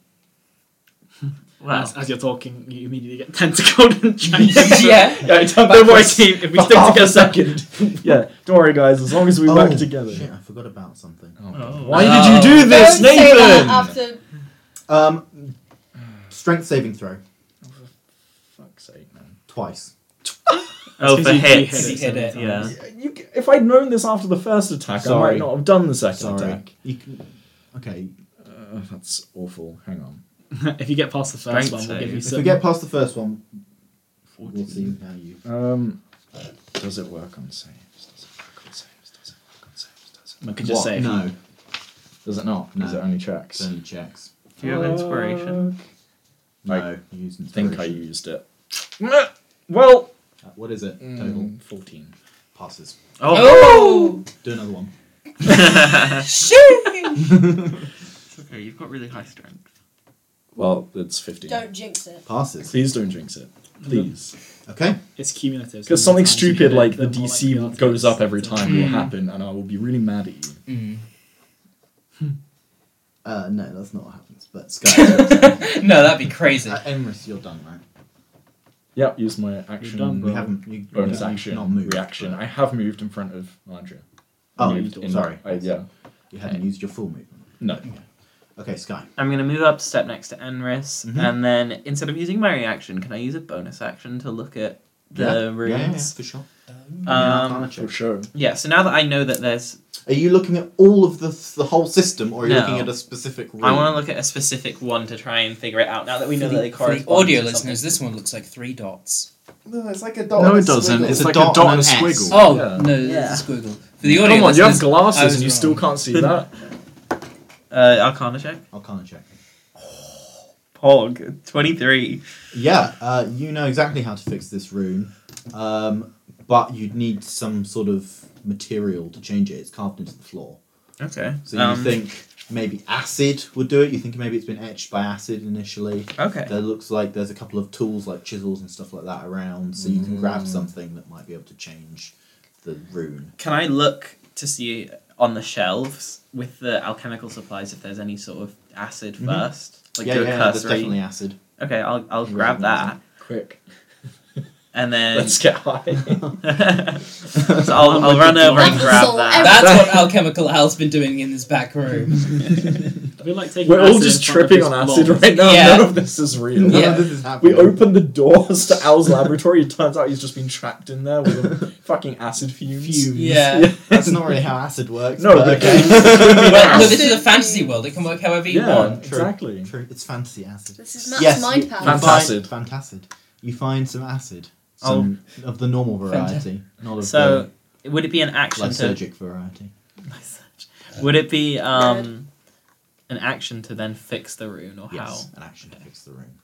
S6: wow.
S14: As, as you're talking, you immediately get tentacled and changed.
S4: Yeah.
S14: yeah turn back
S3: Don't worry,
S14: first.
S3: team. If we
S14: For
S3: stick
S14: half a
S3: together, second. yeah, don't worry, guys. As long as we work
S1: Oh,
S3: together.
S1: Shit, I forgot about something.
S3: Oh,
S6: Oh.
S3: Why
S4: No.
S3: did you do this,
S8: Don't say that
S3: Nathan?
S8: after.
S1: Um, strength saving throw
S3: Fuck's sake, man.
S1: twice.
S6: oh, for
S14: You- you
S6: hits.
S4: He
S14: it
S4: hit it.
S14: sometimes.
S6: Yeah.
S3: You, if I'd known this after the first attack, I
S1: Sorry.
S3: might not have done the second
S1: Sorry.
S3: attack.
S1: You can, okay,
S3: Uh, that's awful. Hang on.
S14: if you get past the first
S6: Strength
S14: one, we'll give
S6: save.
S14: you
S6: If
S1: if
S14: some.
S1: we get past the first one, we'll see how you.
S3: Um, does it work on saves? Does it work on saves? Does it work on saves? Does it,
S14: I could just
S1: What?
S14: say if
S1: no.
S3: does it not?
S1: No.
S3: Is it only checks?
S1: It's only checks.
S6: Do you have inspiration?
S1: No, you use
S3: I think I
S1: inspiration.
S3: used it. Well,
S1: Uh, what is it? Total
S3: total 14.
S1: passes.
S4: Oh.
S1: Do another one.
S6: Okay, you've got really high strength.
S3: Well, it's 15.
S7: Don't jinx it.
S1: Passes.
S3: Please don't jinx it. Please.
S1: Okay.
S14: it's cumulative.
S3: Because
S14: so the more
S3: something
S14: times you hit
S3: stupid
S14: it,
S3: like the
S14: more likely you are
S3: DC
S14: to
S3: goes
S14: miss.
S3: up every
S14: So-
S3: time will
S4: Mm.
S3: happen, and I will be really mad at you.
S4: Mm.
S1: Uh, no, that's not what happens. But Sky,
S4: No, that'd be crazy.
S1: uh, Emrys, you're done, right?
S3: Mm-hmm. Yep, use my action.
S14: done,
S1: We haven't. You,
S3: bonus
S1: you- you've
S3: action.
S1: Not moved.
S3: reaction.
S1: but-
S3: I have moved in front of Andrea.
S1: Oh,
S3: Moved
S1: you- sorry.
S3: I, yeah.
S1: You hadn't used your full movement.
S3: No.
S1: Okay, Sky.
S6: I'm going to move up, step next to Enris,
S1: Mhm.
S6: and then instead of using my reaction, can I use a bonus action to look at the
S1: yeah, yeah,
S6: runes?
S1: for sure.
S6: Um,
S1: Arcana
S3: For
S1: check.
S3: sure.
S6: yeah, so now that I know that there's
S1: Are you looking at all of the the whole system, or are you
S6: No.
S1: looking at a specific rune?
S6: I want to look at a specific one to try and figure it out. Now that we know
S4: For the-
S6: that they
S4: for
S6: correspond.
S4: the audio
S6: to something.
S4: listeners, this one looks like three dots.
S1: No, it's like a dot.
S3: No,
S1: and
S3: it
S1: a
S3: doesn't.
S1: squiggle.
S3: It's like a dot and a
S1: S.
S3: squiggle.
S4: Oh
S3: Yeah.
S4: no, it's
S6: Yeah.
S4: a squiggle. For the audio
S3: Come on, you have
S4: listeners, I
S3: glasses
S4: was
S3: and you
S4: wrong.
S3: still can't see that.
S6: Uh, Arcana check.
S1: Arcana check.
S6: Pog. 23.
S1: Yeah, uh, you know exactly how to fix this rune, um, but you'd need some sort of material to change it. It's carved into the floor.
S6: Okay.
S1: So you
S6: um,
S1: think maybe acid would do it? You think maybe it's been etched by acid initially?
S6: Okay.
S1: There looks like there's a couple of tools like chisels and stuff like that around, so you can
S6: Mm.
S1: grab something that might be able to change the rune.
S6: Can I look to see on the shelves with the alchemical supplies if there's any sort of acid
S3: Mm-hmm.
S1: Mhm.
S6: first? Like
S1: yeah,
S6: do
S1: yeah,
S6: a
S1: there's
S6: cursory-
S1: definitely acid.
S6: Okay, I'll, I'll
S1: Really
S6: grab that.
S1: amazing.
S3: Quick.
S6: And then.
S3: Let's get high.
S6: so I'll, I'll run over and
S8: That's
S6: grab
S8: all
S6: that.
S4: That's what Alchemical Al's been doing in his back room.
S14: We're like taking
S3: We're all
S14: acid
S3: just
S14: in front of
S3: tripping
S14: his
S3: on acid
S14: blobs.
S3: right now.
S4: Yeah.
S3: None of this is real.
S1: None
S4: Yeah.
S1: of this is happening.
S3: We open the doors to Al's laboratory. It turns out he's just been trapped in there with a fucking acid fumes.
S1: Fumes.
S4: Yeah.
S1: That's not really how acid works.
S3: No,
S1: but
S3: the
S1: okay.
S4: well, no, this is a fantasy world. It can work however you
S3: Yeah,
S4: want.
S1: True.
S3: exactly.
S1: True, It's fantasy acid.
S8: This is Matt's
S1: Yes,
S8: mind
S1: you-
S8: power.
S1: you find-
S3: Fantacid.
S1: Fantacid. You find some acid. Some of the normal variety, not of
S6: So, would it be an
S1: the
S6: action to
S1: lysergic variety.
S6: Would it be um, an action to then fix the rune or
S1: Yes, an action to fix the rune.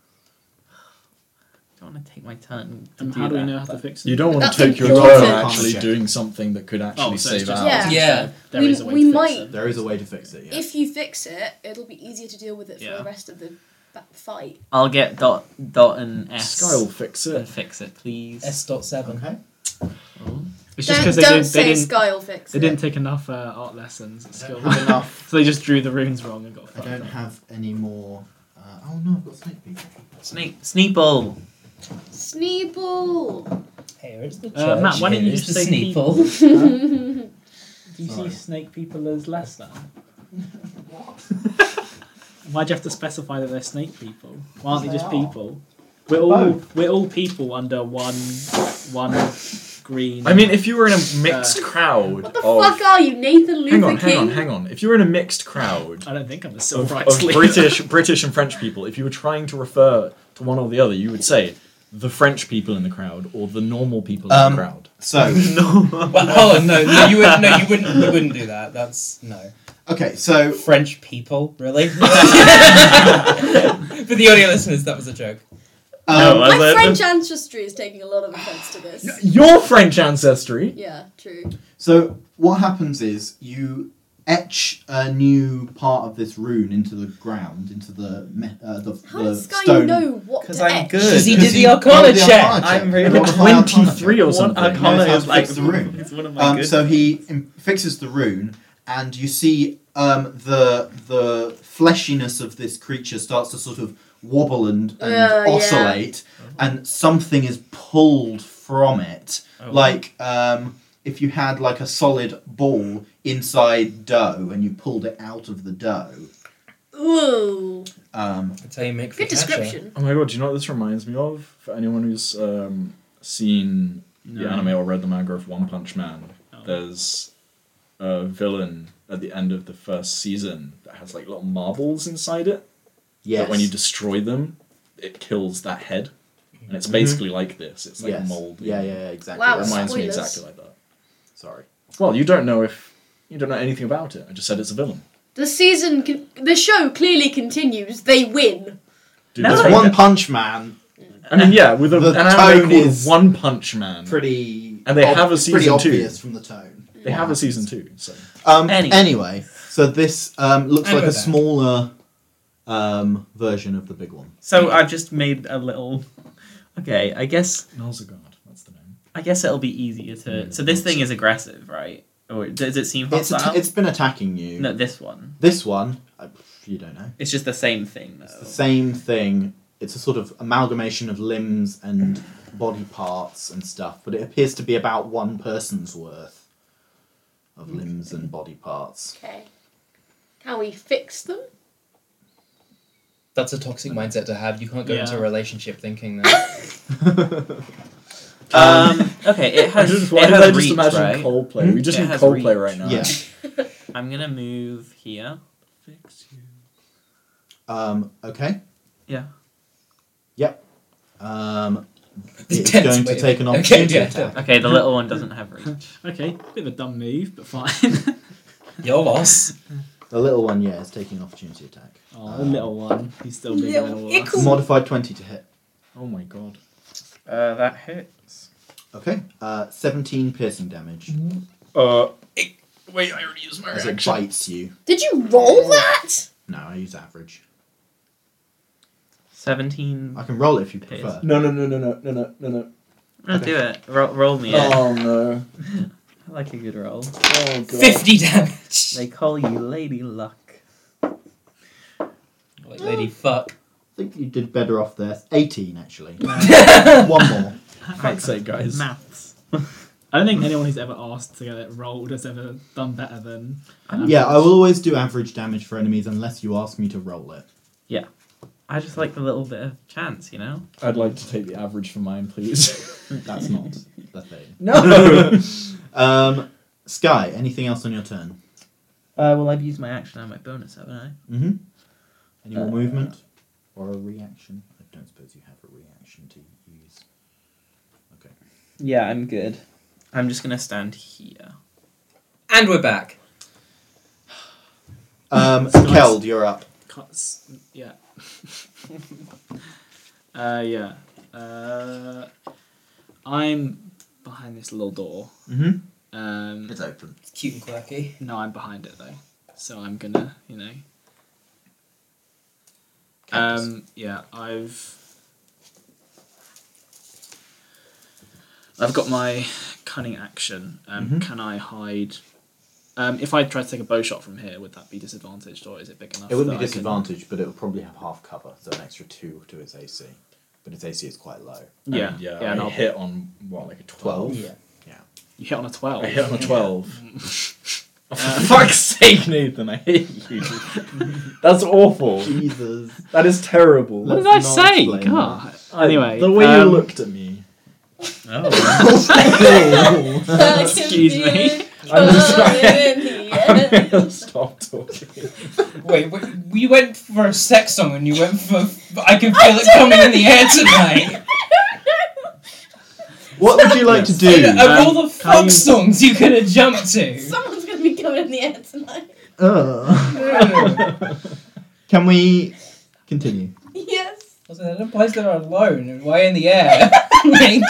S15: don't want to take my turn. To
S12: And
S15: do
S12: how do we
S15: that,
S12: know how to
S15: but-
S12: fix it?
S3: You don't want
S8: That's
S3: to take your
S8: important.
S3: turn actually
S1: Check.
S3: doing something that could actually
S12: Oh, so it's
S3: save
S12: just-
S3: hours.
S8: Yeah.
S4: Yeah.
S12: There
S8: we
S12: is a way
S8: we
S12: to fix
S8: might,
S12: it.
S1: There is a way to fix it. Yeah.
S8: if you fix it, it'll be easier to deal with it for
S12: Yeah.
S8: the rest of the ba- fight.
S15: I'll get dot dot and S.
S3: Sky will fix
S15: and
S3: it.
S15: fix it, please.
S4: S dot seven.
S1: Okay.
S12: It's just
S8: don't
S12: because they
S8: don't
S12: didn't,
S8: say
S12: they didn't,
S8: Sky will fix
S12: they
S8: it.
S12: didn't take enough uh, art lessons at school.
S1: have enough.
S12: so they just drew the runes wrong and got
S1: I
S12: fucked
S1: don't
S12: up.
S1: have any more. Uh, oh no, I've got snake people.
S15: Sneak Sneeple.
S8: Sneeple!
S4: Here is the church.
S12: Uh, Matt, why don't
S4: here
S12: you
S4: is the
S12: say
S4: Sneeple?
S12: Do
S1: you see Sorry.
S12: snake people as less than? Why'd you have to specify that they're snake people? Why aren't they
S1: They
S12: just
S1: are.
S12: people? We're all we're all people under one one green.
S3: I mean, if you were in a mixed crowd
S8: What the
S3: of
S8: fuck are you, Nathan Luther
S3: Oh. hang on,
S8: King?
S3: hang on, hang on. If you were in a mixed crowd
S12: I don't think I'm a civil
S3: of,
S12: rights
S3: of
S12: leader.
S3: British British and French people, if you were trying to refer to one or the other, you would say the French people in the crowd or the normal people
S1: Um,
S3: in the crowd.
S1: So
S4: well, oh no, no, you wouldn't. No, you wouldn't. You wouldn't do that. That's no
S1: okay, so
S4: French people, really. For the audio listeners, that was a joke.
S1: um,
S8: My
S3: Well,
S8: French ancestry is taking a lot of offense to this.
S3: Your French ancestry.
S8: Yeah, true.
S1: so what happens is you etch a new part of this rune into the ground, into the me- uh, the,
S8: How
S1: the
S8: does Sky
S1: stone.
S8: know what
S6: 'Cause
S8: to
S6: I'm
S8: etch?
S6: good. 'Cause
S4: he
S1: Because
S4: did the
S1: you-
S4: Arcana
S1: oh, the
S4: check.
S1: Arcana check.
S6: I'm really
S1: You rolled a high Arcana check.
S3: Twenty-three or
S6: One
S3: something.
S6: arcana
S1: Yeah,
S6: is like
S1: it's like-
S6: it's one of my
S1: Um,
S6: good.
S1: so he im- fixes the rune, and you see um, the the fleshiness of this creature starts to sort of wobble and, and
S8: Yeah, yeah.
S1: oscillate, and something is pulled from it,
S3: Oh.
S1: like um, if you had like a solid ball inside dough and you pulled it out of the dough.
S8: Ooh.
S1: Um,
S4: That's how you make
S8: Good
S4: focaccia.
S8: description.
S3: Oh my god! Do you know what this reminds me of? For anyone who's um, seen the anime or read the manga of One Punch Man, there's a villain at the end of the first season that has like little marbles inside it.
S1: yes.
S3: That when you destroy them, it kills that head, and it's basically like this. It's like
S1: yes.
S3: mold.
S1: Yeah, yeah, yeah, exactly.
S8: Wow.
S3: It reminds me
S8: Spoilers.
S3: exactly like that.
S1: Sorry.
S3: Well, you don't know if you don't know anything about it. I just said it's a villain.
S8: The season, con- the show clearly continues. They win.
S3: Dude,
S15: No.
S3: that's
S1: There's
S3: right.
S1: One Punch Man,
S3: I mean, yeah, with a,
S1: The
S3: an anime
S1: tone
S3: called
S1: is-
S3: One Punch Man.
S1: pretty.
S3: And they
S1: ob-
S3: have a
S1: it's pretty
S3: season two.
S1: obvious from the tone.
S3: They have a season two, so
S1: Um,
S15: Anyway.
S1: anyway. so this um, looks
S4: And
S1: like
S4: we're
S1: a
S4: back.
S1: smaller um, version of the big one.
S15: So I've just made a little. Okay, I guess
S3: Nulzagard, that's the name.
S15: I guess it'll be easier to. So this thing is aggressive, right? Or does it seem
S1: Mm, It's,
S15: hostile?
S1: atta- it's been attacking you.
S15: no, this one.
S1: This one, I, you don't know.
S15: It's just the same thing. Though.
S1: It's the
S6: Oh.
S1: same thing. It's a sort of amalgamation of limbs and body parts and stuff, but it appears to be about one person's worth of limbs and body parts.
S8: Okay. Can we fix them?
S4: That's a toxic mindset to have. You can't go
S12: Yeah.
S4: into a relationship thinking that.
S15: Um, okay, it
S3: I
S15: has.
S3: just,
S15: it
S3: why did
S15: has
S3: I just
S15: reach,
S3: imagine
S15: right? Hmm?
S3: Coldplay? We just
S15: It
S3: need
S15: has
S3: Coldplay right
S15: reach.
S3: now.
S1: Yeah.
S15: I'm gonna move here. Fix you.
S1: Um, okay.
S15: Yeah.
S1: Yep. Um,
S4: It's
S1: it's
S4: tense
S1: going to
S4: waiting.
S1: take an
S4: Okay,
S1: opportunity
S4: yeah.
S1: attack.
S15: Okay, the little one doesn't have reach.
S12: Okay, bit of a dumb move, but fine.
S4: Your loss.
S1: The little one, yeah, is taking an opportunity attack.
S12: oh, the little one. He's still bigger than all of us.
S8: Cool.
S1: Modified 20 to hit.
S3: Oh my god.
S15: Uh, that hits.
S1: Okay. Uh, 17 piercing damage
S3: Uh, wait, I already used my
S1: as it bites you.
S8: Did you roll that?
S1: No, I use average.
S15: Seventeen.
S1: I can roll it if you
S15: Pierce.
S1: prefer.
S3: No, no, no, no, no, no, no, no, no.
S15: I'll do it. Roll, roll me. it.
S3: Oh no.
S15: I like a good roll.
S3: Oh god.
S4: Fifty damage.
S15: They call you Lady Luck.
S4: Like, lady, fuck.
S1: I think you did better off there. 18, actually. One more.
S3: Fuck's sake, guys.
S15: Maths.
S12: I don't think anyone who's ever asked to get it rolled has ever done better than.
S1: Yeah, I will always do average damage for enemies unless you ask me to roll it.
S15: I just like the little bit of chance, you know.
S3: I'd like to take the average for mine, please.
S1: That's not the thing.
S3: no.
S1: Um, Sky, anything else on your turn?
S15: Uh, well, I've used my action and my bonus, haven't I?
S1: Mm-hmm. Any more
S15: Uh,
S1: movement? Or a reaction? I don't suppose you have a reaction to use. Okay.
S15: Yeah, I'm good. I'm just gonna stand here.
S4: And we're back.
S1: Um,
S12: Sky's-
S1: Keld, you're up.
S12: Cuts. Yeah. uh, yeah.
S6: Uh, I'm behind this little door.
S1: Mhm.
S6: Um,
S1: it's open.
S4: It's cute and quirky.
S6: No, I'm behind it though, so I'm gonna, you know. Um, yeah, I've. I've got my cunning action. Um,
S1: Mhm.
S6: Can I hide? Um, if I try to take a bow shot from here, would that be disadvantaged, or is it big enough?
S1: It wouldn't
S6: that
S1: be
S6: I can-
S1: disadvantaged, but it would probably have half cover, so an extra two to its AC. But its AC is quite low.
S6: Yeah,
S3: And, yeah,
S6: yeah, and
S3: I
S6: I'll-
S3: hit on what like a twelve.
S1: Yeah.
S6: You hit on a twelve.
S3: I hit on a twelve. Oh,
S6: Um,
S3: for fuck's sake, Nathan! I hate you. That's awful.
S1: Jesus.
S3: That is terrible.
S6: What did I say? God. Ah, Anyway,
S3: the way you
S6: um,
S3: looked at me.
S4: Oh.
S6: Excuse me.
S3: I'm sorry. I'm gonna stop talking.
S4: Wait, wait, we went for a sex song and you went for. I can feel it coming in the air tonight.
S1: What would you like to do?
S4: Of all
S1: Um,
S4: the fuck songs you could have jumped to.
S8: Someone's gonna be going in the air tonight.
S1: Ugh. Can we continue?
S8: Yes.
S4: I was in a place that are alone and way in the air. Like,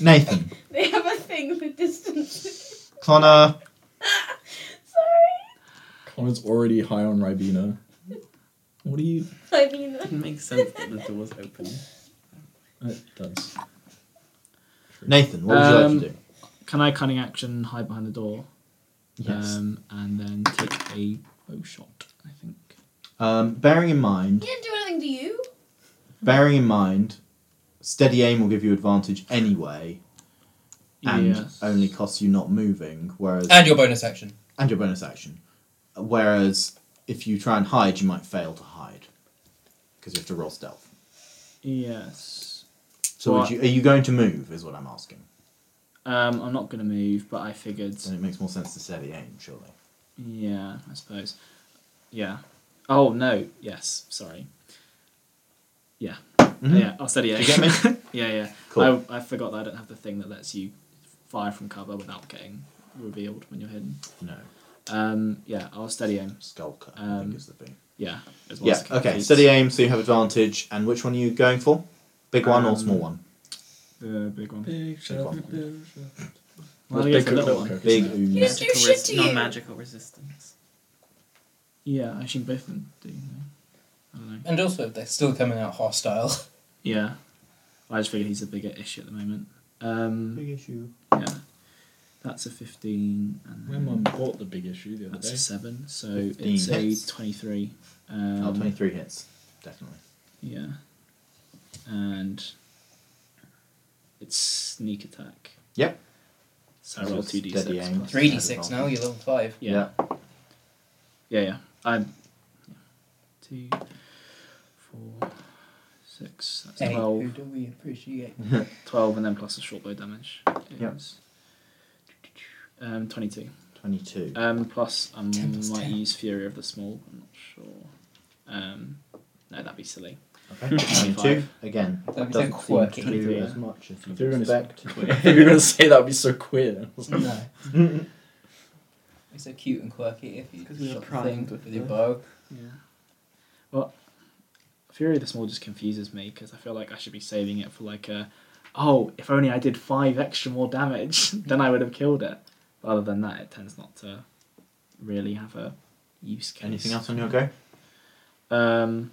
S1: Nathan,
S8: They have a thing for distance.
S1: Connor,
S8: Sorry.
S3: Connor's already high on Ribena. What do you?
S8: I mean.
S16: It makes sense that the door's open.
S3: It does.
S1: Nathan, what would you
S6: Um,
S1: like to do?
S6: Can I cunning action hide behind the door?
S1: Yes.
S6: Um, and then take a bow shot. I think.
S1: Um, bearing in mind,
S8: He didn't do anything to you.
S1: bearing in mind, steady aim will give you advantage anyway, and
S6: Yes.
S1: only costs you not moving. Whereas
S4: and your bonus action.
S1: and your bonus action. Whereas if you try and hide, you might fail to hide because you have to roll stealth.
S6: Yes.
S1: So would
S6: Right.
S1: you, are you going to move? Is what I'm asking.
S6: Um, I'm not gonna move, but I figured.
S1: Then it makes more sense to steady aim, surely.
S6: Yeah, I suppose. Yeah. Oh no. Yes. Sorry. Yeah.
S1: Mhm.
S6: Yeah. I'll steady aim.
S1: You get me?
S6: yeah. Yeah.
S1: Cool.
S6: I, I forgot that I don't have the thing that lets you fire from cover without getting revealed when you're hidden.
S1: No,
S6: Um. Yeah. I'll steady aim.
S1: skulker. I
S6: Um,
S1: think is the thing.
S6: Yeah. as well
S1: Yeah.
S6: as the
S1: Okay.
S6: complete-
S1: Steady aim, so you have advantage. And which one are you going for? Big one or
S6: Um,
S1: small one?
S6: The big one.
S1: Big one.
S6: Well,
S3: Big
S6: yeah, it's a
S3: cook,
S6: little
S3: little
S6: one.
S3: cook.
S1: Big
S3: isn't it?
S1: ooh.
S8: You just do
S16: Magical
S8: shit
S16: res-
S8: to you.
S16: non-magical resistance.
S6: Yeah, actually, both of them do. don't they? I don't know.
S4: And also, if they're still coming out hostile.
S6: Yeah, I just figured he's a bigger issue at the moment. Um,
S1: Big issue.
S6: yeah, that's a fifteen, and
S3: My
S6: then
S3: mum bought the big issue the other
S6: that's
S3: day.
S6: a seven, so
S1: 15
S6: it's
S1: hits.
S6: a twenty-three. Um,
S1: oh, 23 hits. Definitely.
S6: Yeah, and it's sneak attack.
S1: Yep.
S6: So I roll
S1: Just
S6: two d
S1: steady
S6: six.
S1: aim.
S6: plus-
S4: 3d6 now, you're level 5.
S6: Yeah. Yeah, yeah. I'm yeah. two, four, six. That's
S4: Hey,
S6: twelve.
S4: who do we appreciate?
S6: 12 and then plus the short bow damage.
S1: Yep.
S6: is, Um, 22.
S1: 22.
S6: Um, plus I
S4: 10 plus
S6: might
S4: 10.
S6: use Fury of the Small, I'm not sure. Um, no, that'd be silly.
S1: Okay. 22. Again.
S4: That'd be so
S1: Doesn't seem to
S4: quirky.
S1: do
S6: 23,
S1: as
S6: yeah.
S1: much as
S3: If
S1: you
S3: they were gonna
S1: expect.
S3: You're gonna say that would be so queer.
S4: No. It's so cute and quirky if you
S16: 'Cause we were
S4: shot the
S16: primed
S4: thing
S16: with
S4: with your
S16: the-
S4: bow.
S6: Yeah. Well, Fury of the Small just confuses me because I feel like I should be saving it for like a, oh, if only I did five extra more damage, then I would have killed it. But other than that, it tends not to really have a use case.
S1: Anything else on your go?
S6: Um,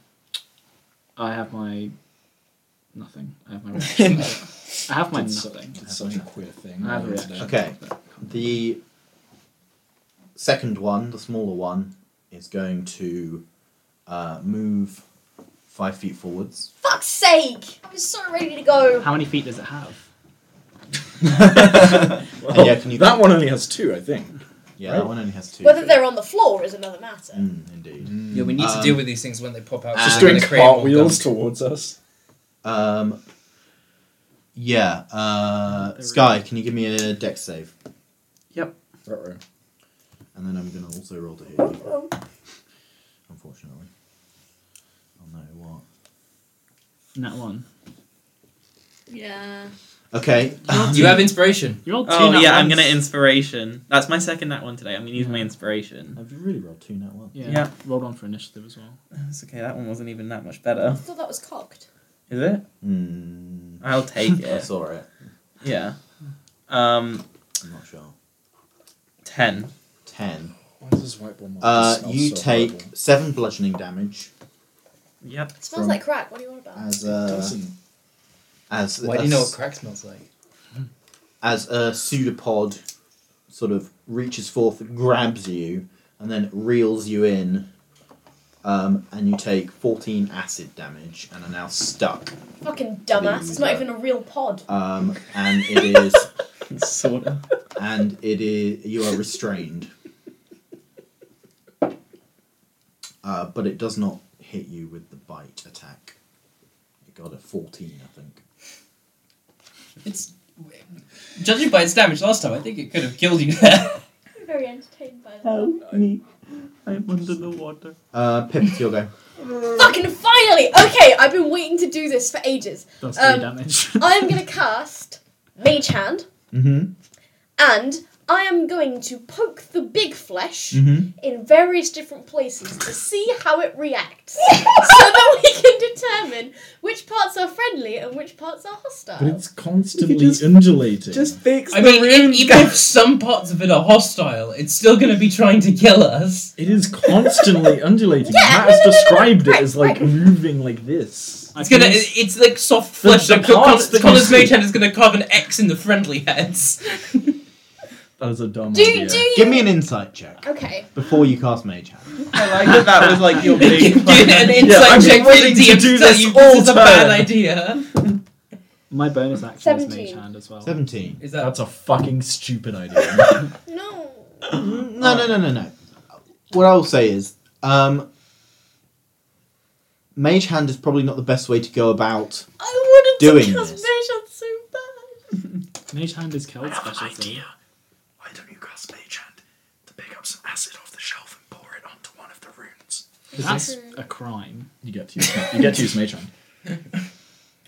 S6: I have my nothing. I have my reaction. I have my
S3: Did so-
S6: nothing.
S3: Did such a queer thing.
S6: I have a
S3: earlier
S6: reaction.
S3: today.
S1: Okay. The second one, the smaller one, is going to uh, move five feet forwards.
S8: Fuck's sake! I was so ready to go.
S6: How many feet does it have?
S3: Well,
S1: And yeah, can you-
S3: that one only has two, I think.
S1: Yeah,
S3: Right.
S1: that one only has two.
S8: Whether
S1: feet.
S8: they're on the floor is another matter.
S1: Mm, indeed.
S4: Yeah, we need
S1: Um,
S4: to deal with these things when they pop out.
S1: Just
S3: Just
S1: I'm
S4: They're
S3: doing
S4: Ah, gonna create more
S3: cartwheels
S4: gunk.
S3: towards us.
S1: Um, yeah. Uh, Sky, can you give me a deck save?
S3: Ruh-roh.
S1: And then I'm going to also roll to hit you. Unfortunately. Oh no, what?
S6: That one.
S8: Yeah.
S1: Okay. Um,
S4: You have inspiration.
S12: You rolled two
S6: Oh
S12: nat
S6: yeah, I'm
S12: ones.
S6: gonna inspiration. That's my second nat one today. I'm gonna use my inspiration.
S1: I've really rolled two net one.
S12: Yeah.
S6: Yeah.
S12: Rolled on for initiative as well.
S6: It's okay. That one wasn't even that much better.
S9: thought that was cocked.
S6: Is it?
S1: Mm,
S6: I'll take it.
S1: that's all right.
S6: Yeah. Um,
S1: I'm not sure.
S6: ten.
S1: Ten.
S3: Why does this whiteboard marker
S1: Uh,
S3: smell
S1: you
S3: Oh, so
S1: take
S3: horrible?
S1: seven bludgeoning damage
S6: Yep.
S9: It smells
S1: From-
S9: like crack. What do you want about?
S1: as
S3: It
S1: uh,
S3: doesn't.
S1: as
S4: Why do you know what crack smells like?
S1: as a pseudopod sort of reaches forth, grabs you, and then reels you in, um, and you take 14 acid damage and are now stuck.
S9: Fucking dumbass. It's not even a real pod.
S1: Um, and it is,
S6: Sort of.
S1: and it is, you are restrained. Uh, but it does not hit you with the bite attack. You got a 14, I think.
S4: It's judging by its damage last time. I think it could have killed you there.
S9: I'm very entertained by that.
S6: me. I'm under the water.
S1: Uh, Pip, it's your go.
S8: Fucking finally! Okay, I've been waiting to do this for ages.
S12: That's
S8: Um,
S12: three damage.
S8: I'm gonna cast Mage Hand,
S1: Mm
S8: and I am going to poke the big flesh
S1: hmm. Mm
S8: in various different places to see how it reacts, so that we can determine which parts are friendly and which parts are
S3: But
S8: hostile.
S3: it's constantly
S6: just-
S3: undulating.
S6: Just fix
S4: I
S6: the
S4: mean,
S6: room,
S4: e- even
S6: guys.
S4: if some parts of it are hostile, it's still going to be trying to kill us.
S3: It is constantly undulating.
S8: Yeah,
S3: Matt
S8: no,
S3: has
S8: no, no, no,
S3: described
S8: right,
S3: it as like
S8: right.
S3: moving like this.
S12: I
S4: It's gonna.
S12: can-
S4: it- It's like soft
S3: The-
S4: flesh.
S3: the
S4: The,
S3: parts that you
S4: Connor's
S3: see.
S4: mage hand is going to carve an X in the friendly heads.
S3: That is a dumb
S8: Do
S3: idea.
S8: do you?
S1: Give me an insight check
S8: Okay.
S1: before you cast Mage Hand.
S6: I like that. That was like your
S4: Give
S6: big.
S4: it an insight
S6: Yeah, I've been
S4: check for the
S6: waiting to
S4: DM
S6: do
S4: to tell
S6: this
S4: you
S6: all
S4: this is a bad
S6: turn.
S4: idea.
S12: My bonus action is mage
S8: 17.
S12: hand as well.
S1: 17.
S4: Is that
S3: That's a fucking stupid idea.
S8: No.
S1: No, no, no, no, no. What I'll say is, um, Mage Hand is probably not the best way to go about.
S8: I wanted
S1: Doing
S8: to cast
S1: this.
S8: Mage Hand so bad.
S12: Mage hand is Kel's specialty.
S3: Why don't you cast Mage Hand to pick up some acid off the shelf and pour it onto one of the runes?
S12: That's a crime.
S3: You get to use, you get to use Mage Hand.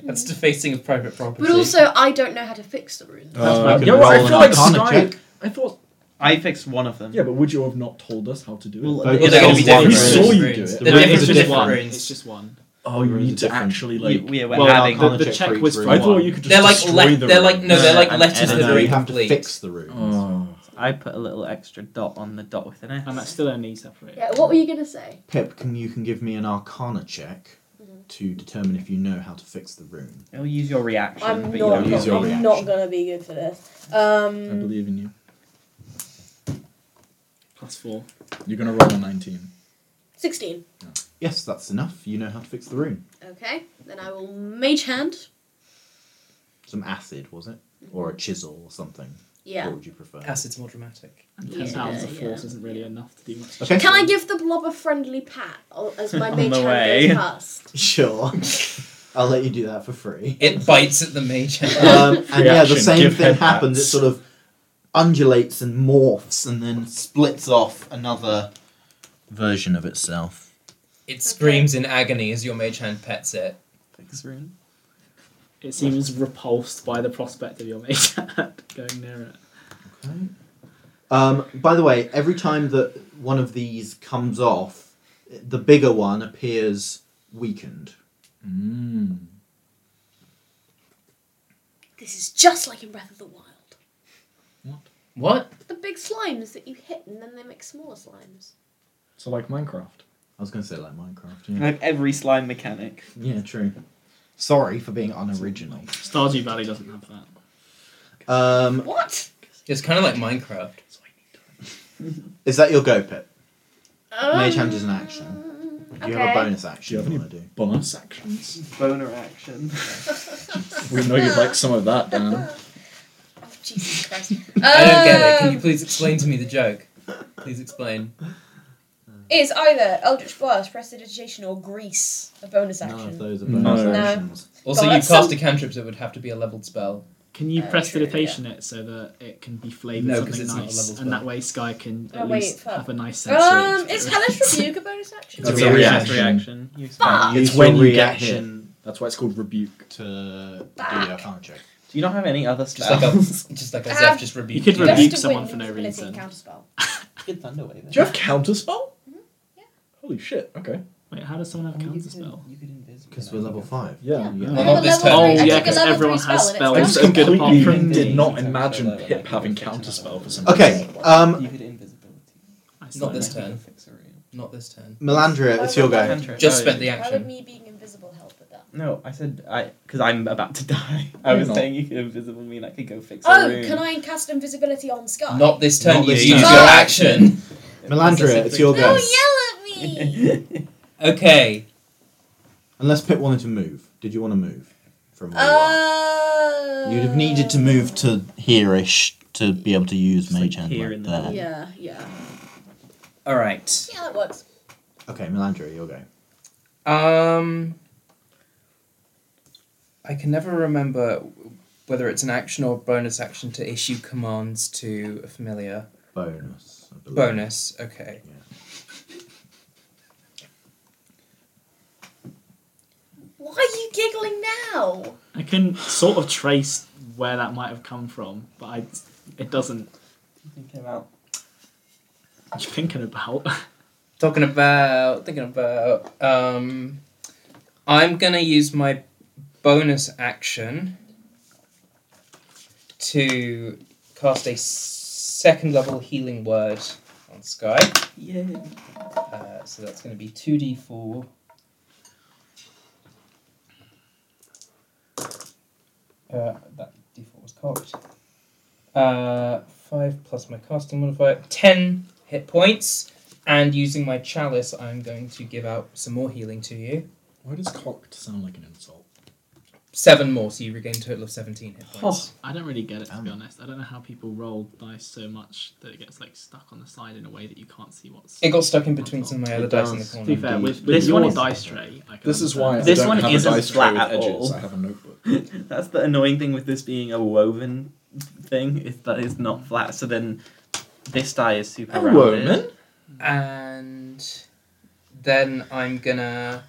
S4: that's defacing of private property.
S8: But also, I don't know how to fix the rune.
S1: That's
S3: Uh,
S1: why I could
S3: yeah, well, I
S1: roll an
S3: feel like
S1: Arcana
S3: Sky-
S1: check.
S3: I thought.
S6: I fixed one of them.
S3: Yeah, but would you have not told us how to do it?
S6: Well,
S1: Both
S4: Yeah, they're
S1: of
S4: going
S1: those
S4: to be different.
S1: ones.
S3: We saw you
S4: runes.
S3: do it.
S4: They're
S12: it's
S1: Runes are
S4: different
S12: just one.
S1: different.
S12: It's just one.
S3: oh, you
S1: Runes are
S3: need to
S1: different.
S3: actually
S6: we,
S3: like.
S6: we were
S12: Well,
S6: having.
S12: the,
S1: Arcana
S12: the
S1: check
S12: check,
S1: for each
S12: was for
S1: room.
S3: I thought
S12: one.
S3: you could just
S4: They're like
S3: destroy
S4: le-
S3: the
S4: they're like
S3: runes.
S4: no, they're like
S6: Yeah, and-
S4: letters
S6: and
S4: that
S1: No,
S4: are
S1: you have to
S4: incomplete.
S1: fix the runes.
S3: Oh.
S6: I put a little extra dot on the dot with an
S12: and
S6: S.
S12: that's still only separate.
S8: Yeah. What were you gonna say?
S1: Pip, can you can give me an Arcana check to determine if you know how to fix the rune?
S6: It'll use your reaction.
S9: I'm
S6: but
S9: not.
S1: don't use
S9: I'm
S1: your
S9: not
S1: reaction.
S9: gonna be good for this.
S3: I
S9: Um,
S3: believe in you.
S12: Plus four.
S3: You're gonna roll a 19.
S9: sixteen.
S1: Yes, that's enough. You know how to fix the rune.
S8: Okay. Then I will Mage Hand.
S1: Some acid, was it? Or a chisel or something.
S8: Yeah.
S1: What would you prefer?
S4: Acid's more dramatic.
S12: And ten
S8: Yeah,
S12: pounds of
S8: yeah.
S12: force isn't really enough to do much.
S1: Okay.
S8: Can I give the blob a friendly pat o- as my
S6: On
S8: mage
S6: the
S8: hand
S6: way.
S8: goes past?
S1: Sure. I'll let you do that for free.
S4: It bites at the mage hand.
S1: um, and yeah, the
S3: Reaction,
S1: same
S3: give
S1: thing
S3: head
S1: happens. It
S3: pats.
S1: sort of undulates and morphs and then splits off another version of itself.
S4: It screams in agony as your mage hand pets it.
S6: Fix rune.
S12: It seems repulsed by the prospect of your mage hand going near it.
S1: Um, by the way, every time that one of these comes off, the bigger one appears weakened.
S3: Mm.
S8: This is just like in Breath of the Wild.
S4: What?
S8: The big slimes that you hit and then they make smaller slimes.
S3: So like Minecraft.
S1: I was going to say like Minecraft.
S6: I
S1: Yeah.
S6: have every slime mechanic.
S1: yeah, true. Sorry for being unoriginal.
S12: Stardew Valley doesn't have that.
S1: Um,
S8: What?
S4: It's kind of like Minecraft.
S1: is that your go, Pip? Mage
S8: Um,
S1: hand is an action. Do you
S8: okay.
S1: have a bonus
S3: Do you
S1: action
S3: have
S1: you
S3: any
S1: want to do?
S3: bonus actions?
S6: Boner action.
S3: We know you'd like some of that, Dan.
S8: Oh, Jesus Christ.
S4: I don't get it. Can you
S9: Um,
S4: please explain to me the joke? Please explain.
S8: Um,
S9: It's either Eldritch Blast, Prestidigitation, or Grease. A bonus
S1: None of
S9: action.
S1: those are
S3: No.
S1: bonus
S3: No.
S1: actions.
S4: Also,
S9: God,
S4: you
S9: that's
S4: cast
S9: some-
S4: a cantrip, so it would have to be a leveled spell.
S12: Can you
S9: Uh,
S12: prestidigitation it so that it can be flavoured
S4: No, 'cause
S12: something
S4: it's not a
S12: nice,
S4: level
S12: and
S4: spell.
S12: that way Sky can at
S9: Oh, wait,
S12: least
S9: fuck.
S12: have a nice sensory
S9: Um, is
S12: experience.
S9: Hellish Rebuke a bonus action?
S3: That's
S6: It's
S3: a
S6: reaction.
S1: reaction.
S6: reaction.
S1: Use
S3: It's when
S1: your
S3: you get
S1: reaction
S3: That's why it's called rebuke.
S1: to do
S9: Back.
S1: your con check.
S6: Do you not have any other spells?
S4: like a- just like a Zeph just rebuke
S12: You could
S4: people.
S12: rebuke
S4: Gust of
S12: someone
S4: Wind
S12: for no
S4: ability
S12: reason.
S9: counterspell.
S6: Good thunder wave.
S3: Do you have counterspell?
S6: Mm-hmm.
S3: Holy shit! Okay.
S12: Wait, how does someone have counterspell?
S6: You could invisible.
S1: Because we're level five.
S3: Yeah.
S12: Yeah.
S3: Well,
S12: Well,
S3: not this
S12: Oh,
S3: turn.
S12: yeah, because everyone has
S3: I
S12: spells
S3: just
S12: as good apart
S3: completely
S12: from
S3: did not imagine Pip having counterspell for some reason.
S1: Okay, um,
S4: Not this turn. Not this turn.
S1: Melandria, it's your go.
S8: Oh,
S4: Just spent the
S9: Why would
S4: action.
S9: me being invisible help with that?
S6: No, I said I because I'm about to die. I
S3: You're
S6: was
S3: not.
S6: saying you could invisible me and I could go fix a
S9: Oh,
S6: room.
S9: can I cast invisibility on Sky?
S4: Not this turn.
S1: Not
S4: You
S1: this
S4: use your
S1: turn.
S9: Fuck.
S4: action.
S1: Melandria, it's your
S9: Don't
S1: go.
S9: yell at me!
S4: Okay.
S1: Unless Pip wanted to move. Did you want to move from where you are?
S9: Uh,
S1: You'd have needed to move to hereish to be able to use
S6: Just, like,
S1: Mage Hand
S6: here
S1: right
S6: in the
S1: there.
S6: middle.
S8: Yeah, yeah.
S4: All right.
S9: Yeah, that works.
S1: Okay, Melandria, your go.
S4: Um. I can never remember whether it's an action or bonus action to issue commands to a familiar.
S1: Bonus. I believe.
S4: Bonus, okay.
S9: Why are you giggling now?
S12: I can sort of trace where that might have come from, but I, it doesn't.
S6: Thinking about
S12: What you thinking about?
S4: Talking about, thinking about. Um, I'm gonna use my bonus action to cast a s- second level healing word on Sky.
S6: yeah.
S4: Uh, so that's gonna be two d four. Uh, that d4 was cocked. Uh, five plus my casting modifier, ten hit points, and using my chalice, I'm going to give out some more healing to you.
S3: Why does cocked sound like an insult?
S4: Seven more, so you regain a total of seventeen hit points.
S12: I don't really get it to be honest. I don't know how people roll dice so much that it gets like stuck on the side in a way that you can't see what's.
S4: It got stuck in between some of my other dice in the
S12: To be
S4: corner.
S12: fair, with, with
S6: This
S12: your
S6: one is-
S12: dice tray, I can
S3: This is why I
S12: understand.
S6: This
S3: don't
S6: one
S3: have
S6: isn't
S3: a dice
S6: flat
S3: tray with
S6: at
S3: edges.
S6: all.
S3: I have a notebook.
S6: That's the annoying thing with this being a woven thing is that it's not flat. So then this die is super
S3: A
S6: rounded.
S3: woman?
S4: And then I'm gonna.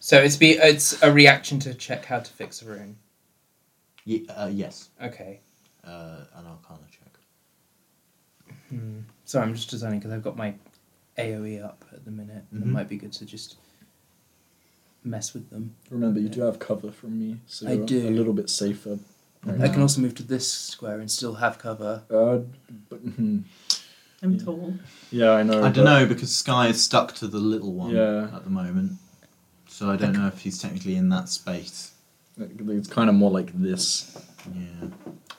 S4: So it's be it's a reaction to check how to fix a rune.
S1: Ye- uh, yes.
S4: Okay.
S1: Uh, an Arcana check.
S4: Hmm. Sorry, I'm just designing because I've got my AOE up at the minute. It
S1: Mhm.
S4: might be good to just mess with them.
S3: Remember, you do have cover from me, so
S4: I
S3: you're
S4: do.
S3: a little bit safer. right
S4: I
S3: now.
S4: can also move to this square and still have cover.
S3: Uh, but, hmm.
S6: I'm tall.
S3: Yeah, I know.
S1: I
S3: but-
S1: don't know because Sky is stuck to the little one
S3: Yeah.
S1: at the moment, so I don't know if he's technically in that space.
S3: It's kind of more like this.
S1: Yeah.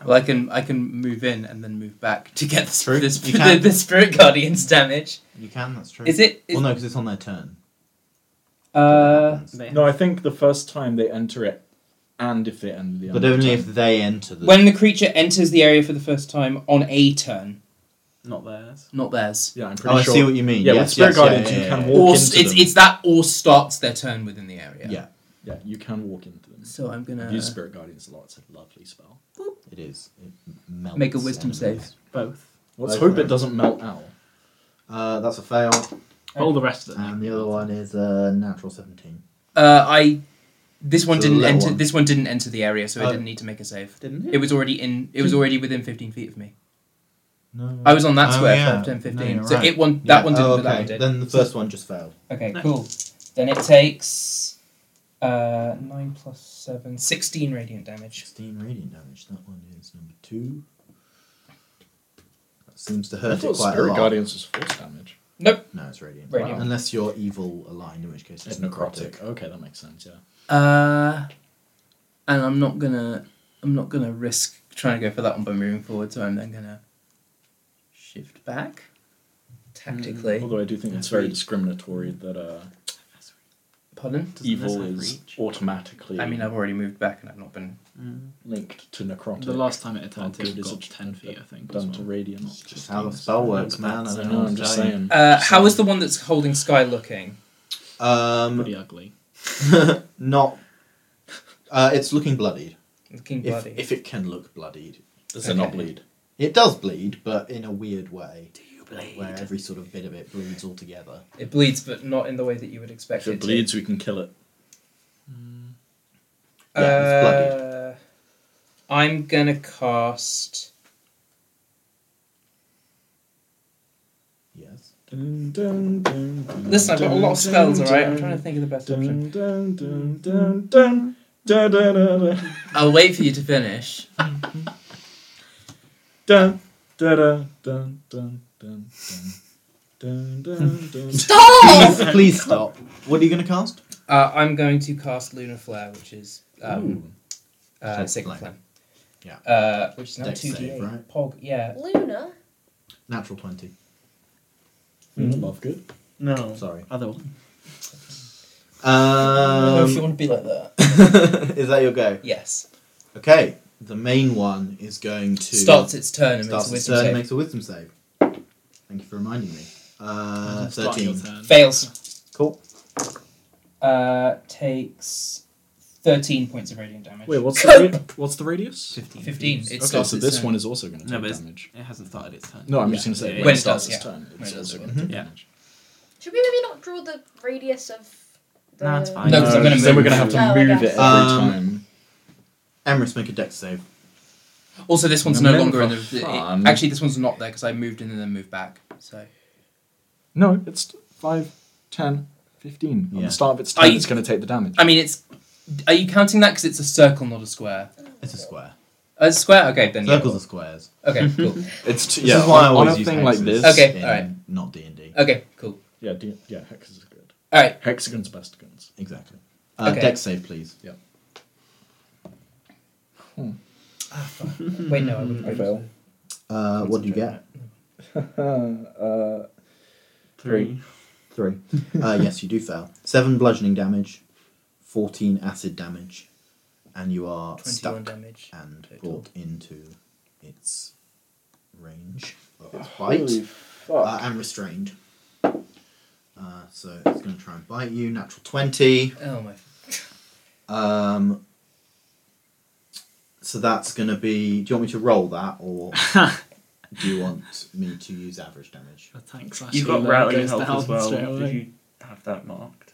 S4: Well, I can I can move in and then move back to get the,
S1: True.
S4: sp- the, sp-
S1: You can.
S4: the, the spirit guardian's damage.
S1: You can. That's true.
S4: Is it? Is,
S1: well, no, because it's on their turn.
S4: uh,
S1: But
S3: No, I think the first time they enter it, and if they end the other
S1: only
S3: time.
S1: if they enter the.
S4: when the creature enters the area for the first time on a turn,
S6: Not theirs.
S4: not theirs.
S3: Yeah, I'm
S1: oh,
S3: pretty
S1: I
S3: sure.
S1: see what you mean.
S3: Yeah, with
S1: yes,
S3: spirit
S1: yes,
S3: guardians,
S1: yeah,
S3: you
S1: yeah,
S3: can
S1: yeah.
S3: walk
S4: Or
S3: into
S4: s- it's
S3: them.
S4: it's that or starts their turn within the area.
S1: Yeah.
S3: Yeah, you can walk into them.
S4: So I'm gonna
S3: I've used spirit guardians a lot. It's a lovely spell.
S1: It is. It melts
S4: Make a wisdom
S1: enemies.
S6: Both.
S3: Let's
S1: Both
S3: hope
S1: of them.
S3: it doesn't melt out.
S1: Uh, that's a fail,
S12: All the rest of it.
S1: and the other one is a natural seventeen.
S4: Uh, I this one
S1: So the
S4: didn't
S1: low
S4: enter.
S1: one.
S4: This one didn't enter the area, so I
S1: Oh.
S4: didn't need to make a save.
S6: Didn't it?
S4: It was already in. It was already within fifteen feet of me.
S1: No.
S4: I was on that
S1: Oh,
S4: square
S1: yeah.
S4: for 10, 15.
S1: No, you're
S4: so
S1: right.
S4: it one that
S1: Yeah.
S4: one didn't.
S1: Oh,
S4: but that
S1: okay.
S4: one did.
S1: Then the first one just failed.
S4: okay,
S6: Nice.
S4: cool. Then it takes uh, nine plus seven, 16 radiant damage.
S1: Sixteen radiant damage. That one is number two. That seems to
S3: I
S1: hurt it
S3: thought
S1: quite a
S3: spirit
S1: lot.
S3: guardians was force damage.
S1: No, it's radiant.
S4: Radiant.
S1: Unless you're evil aligned, in which case it's,
S3: It's necrotic. Okay, that makes sense. Yeah.
S4: Uh, and I'm not gonna. I'm not gonna risk trying to go for that one by moving forward. So I'm then gonna shift back tactically.
S3: Although I do think it's very discriminatory that uh,
S4: Pardon.
S6: Doesn't
S3: evil
S6: this have
S3: is
S6: reach?
S3: automatically
S4: I mean, I've already moved back and I've not been
S3: linked to necrotic.
S12: The last time it attacked,
S6: Oh,
S3: good
S12: it
S3: is
S12: got
S3: it
S12: ten feet, I think. as
S3: Um,
S12: well.
S3: done to radiance.
S1: Just how the spell works, man. I
S3: I
S1: don't
S3: know.
S1: know.
S3: I'm just saying.
S4: Uh, how is the one that's holding Sky looking?
S1: Um,
S12: Pretty ugly.
S1: not. Uh, it's looking bloodied.
S4: Looking
S1: If,
S4: bloody.
S1: if it can look bloodied,
S3: Does it not
S4: Okay.
S3: bleed?
S1: it does bleed, but in a weird way. Do you bleed? Where every sort of bit of it bleeds all together.
S4: it bleeds, but not in the way that you would expect
S3: If it bleeds, we can kill it.
S4: to.
S1: yeah, it's
S4: Uh, I'm gonna cast.
S1: Yes.
S4: Listen, I've got a lot of spells, alright? I'm trying to think of the best option.
S5: I'll wait for you to finish.
S3: Dun, da, da, dun, dun, dun, dun, dun, dun, dun.
S1: Stop! Please, please stop. What are you going to cast?
S4: Uh, I'm going to cast Lunar Flare, which is um, uh,
S1: Sacred
S4: Sacred Flame.
S1: Yeah.
S4: Uh, which is now
S1: Dex
S4: two D
S1: save,
S4: eight.
S1: right?
S4: Pog. Yeah.
S9: Luna.
S1: Natural 20.
S3: Mm, love good.
S6: No.
S1: Sorry.
S6: Other one.
S1: Um,
S4: if you want to be like that.
S1: is that your go?
S4: Yes.
S1: Okay. The main one is going to.
S4: Starts its turn and
S1: starts
S4: makes a
S1: its
S4: wisdom
S1: turn and
S4: save.
S1: makes a wisdom save. Thank you for reminding me. Uh,
S12: Start your
S1: 13.
S12: turn.
S4: Fails.
S1: Cool.
S4: Uh, takes thirteen points of radiant damage.
S12: Wait, what's the, ra- what's the radius?
S6: 15.
S4: Fifteen. It
S3: Okay,
S4: starts
S3: so
S4: its
S3: this
S4: turn.
S3: one is also going to
S6: No,
S3: take
S6: but it's-
S3: damage.
S6: It hasn't started its turn.
S3: No, I'm
S4: Yeah.
S3: just going to say
S4: When it
S3: starts
S4: does,
S3: its
S4: yeah.
S3: turn,
S4: When
S3: it's
S4: it does,
S3: also
S4: yeah.
S3: going to take
S6: Yeah.
S3: damage.
S9: Should we maybe not draw the radius of the?
S6: Nah, it's fine.
S4: No, 'cause I'm gonna
S3: then we're going
S4: move.
S3: to have to
S9: Oh, I
S3: move
S9: guess.
S3: it every
S1: Um,
S3: time.
S1: Emrys, make a dex save.
S4: Also, this one's
S3: The
S4: no
S3: men
S4: longer in the.
S3: for
S4: it-
S3: fun.
S4: actually, this one's not there because I moved in and then moved back. So
S3: No, it's 5, 10, 15. On
S1: Yeah.
S3: the start of its
S4: Are
S3: turn,
S4: you-
S3: it's going to take the damage.
S4: I mean, it's. Are you counting that because it's a circle, not a square?
S1: It's a square.
S4: A square. Okay, then. yeah.
S1: Circles are squares.
S4: Okay. Cool.
S3: It's t-
S1: This
S3: yeah,
S1: is why I
S3: on, on
S1: always
S3: a
S1: use
S3: thing like
S1: hexes
S3: this.
S4: Okay,
S1: in
S4: alright.
S1: Not D and D.
S4: Okay. Cool.
S3: Yeah, do, yeah, hexes are good.
S4: All right.
S3: Hexagons best guns.
S1: Exactly. Uh,
S4: Okay.
S1: Dex save, please.
S15: Hmm.
S4: Wait, no. I wouldn't
S3: I
S4: go.
S3: fail.
S1: Uh, what do you get?
S3: uh,
S6: Three.
S1: Three. uh, yes, you do fail. Seven bludgeoning damage, fourteen acid damage, and you are
S4: Twenty-one
S1: stuck
S4: damage.
S1: and
S4: total.
S1: brought into its range of its bite, uh, and restrained. Uh, so it's going to try and bite you. Natural twenty.
S4: Oh my.
S1: Um, so that's going to be. Do you want me to roll that, or do you want me to use average damage?
S12: Thanks.
S15: You've got rally health as well. Did you have that marked?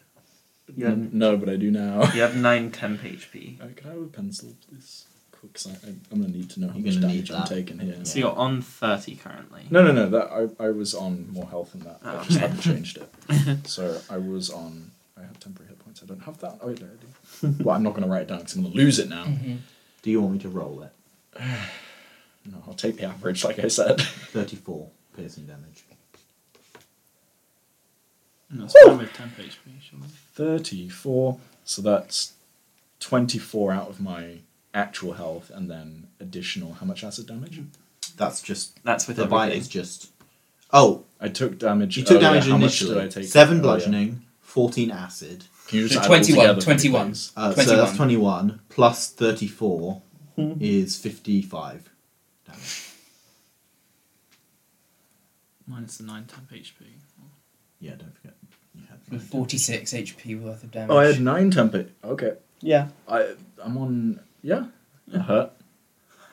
S15: You have,
S3: N- no, but I do now.
S15: you have 9 temp HP.
S3: Uh, could I have a pencil, please? Cool, 'cause I, I, I'm going to need to know how
S1: You're
S3: much
S1: gonna need
S3: damage I'm
S1: that.
S3: taking here.
S1: Yeah.
S15: So you're on 30 currently.
S3: No, no, no. That I, I was on more health than that. I
S15: Oh,
S3: just
S15: okay.
S3: haven't changed it. so I was on. I have temporary hit points. I don't have that. Oh, wait, no, I do. well, I'm not going to write it down because I'm going to lose it now.
S15: Mm-hmm.
S1: Do you want me to roll it?
S3: No, I'll take the average, like I said.
S1: Thirty-four piercing damage.
S12: No, it's fine with temp HP. surely.
S3: 34. So that's 24 out of my actual health, and then additional. How much acid damage?
S1: That's just
S15: That's with
S1: the bite
S15: everything.
S1: is just. Oh,
S3: I took damage.
S1: you took
S3: oh, yeah,
S1: damage
S3: how much
S1: initially.
S3: did I take?
S1: Seven
S3: Oh, yeah.
S1: bludgeoning, fourteen acid.
S3: Can you just
S4: So
S3: add all
S4: 21,
S3: together for me,
S4: 21.
S3: please?
S1: Uh, so
S4: 21.
S1: that's twenty-one plus thirty-four
S3: Hmm.
S1: is fifty-five damage.
S12: Minus the nine temp HP.
S1: Yeah, don't forget you had
S4: With Forty-six HP worth of damage.
S3: Oh, I had nine temper. Okay.
S6: Yeah.
S3: I I'm on. Yeah. It hurt.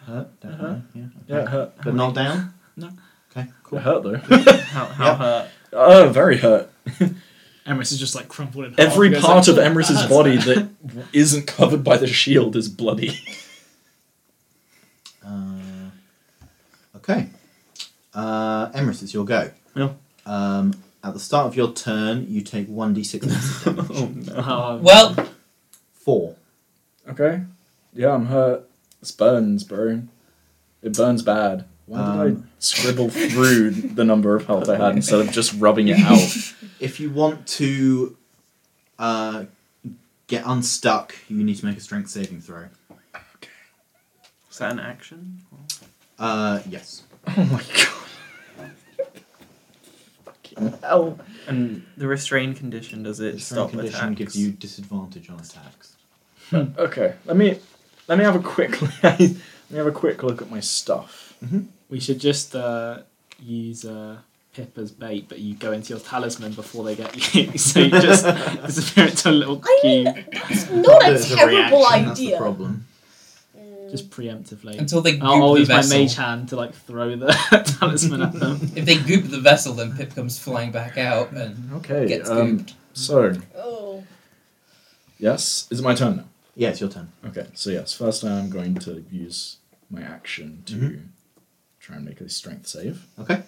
S1: hurt, don't
S3: Uh-huh.
S1: you? Yeah,
S3: Yeah, it hurt.
S1: but not down.
S12: No.
S1: Okay,
S3: It
S1: cool.
S3: hurt though.
S15: How, how
S1: Yeah.
S15: hurt?
S3: oh, very hurt.
S12: Emrys is just like crumpled in half.
S3: Every
S12: He goes
S3: part
S12: like,
S3: of Emrys's
S12: "Oh,
S3: body
S12: that's
S3: that isn't covered by the shield is bloody.
S1: Uh, okay. Uh, Emrys, it's your go.
S6: Yeah.
S1: Um, at the start of your turn, you take one d6 acid damage.
S12: bad." Oh,
S4: Well,
S1: Four.
S3: Okay. Yeah, I'm hurt. This burns, bro. It burns bad. Why did I
S1: Um.
S3: scribble through the number of health I had instead of just rubbing it out?
S1: If you want to uh, get unstuck, you need to make a strength saving throw.
S15: Is that an action?
S1: Uh, yes.
S3: oh my god. Fucking hell.
S15: And the restrain condition, does it
S1: This
S15: stop
S1: condition
S15: attacks?
S1: gives you disadvantage on attacks.
S3: Okay, let me let me have a quick let me have a quick look at my stuff.
S12: We should just uh, use uh, Pip as bait, but you go into your talisman before they get you. so you just disappear into a little
S8: I mean,
S12: cube,
S8: It's not a
S1: There's
S8: terrible
S1: reaction, That's the
S8: idea.
S1: problem.
S12: just preemptively.
S4: until they
S12: And
S4: goop
S12: I'll, I'll
S4: the
S12: use my
S4: vessel.
S12: mage hand to like throw the talisman at them.
S4: If they goop the vessel, then Pip comes flying back out and
S3: Okay.
S4: gets
S3: Um,
S4: gooped.
S3: so
S9: Oh.
S3: yes, is it my turn now?
S1: Yeah, it's your turn.
S3: Okay, so yes, first I'm going to use my action to try and make a strength save.
S1: Okay.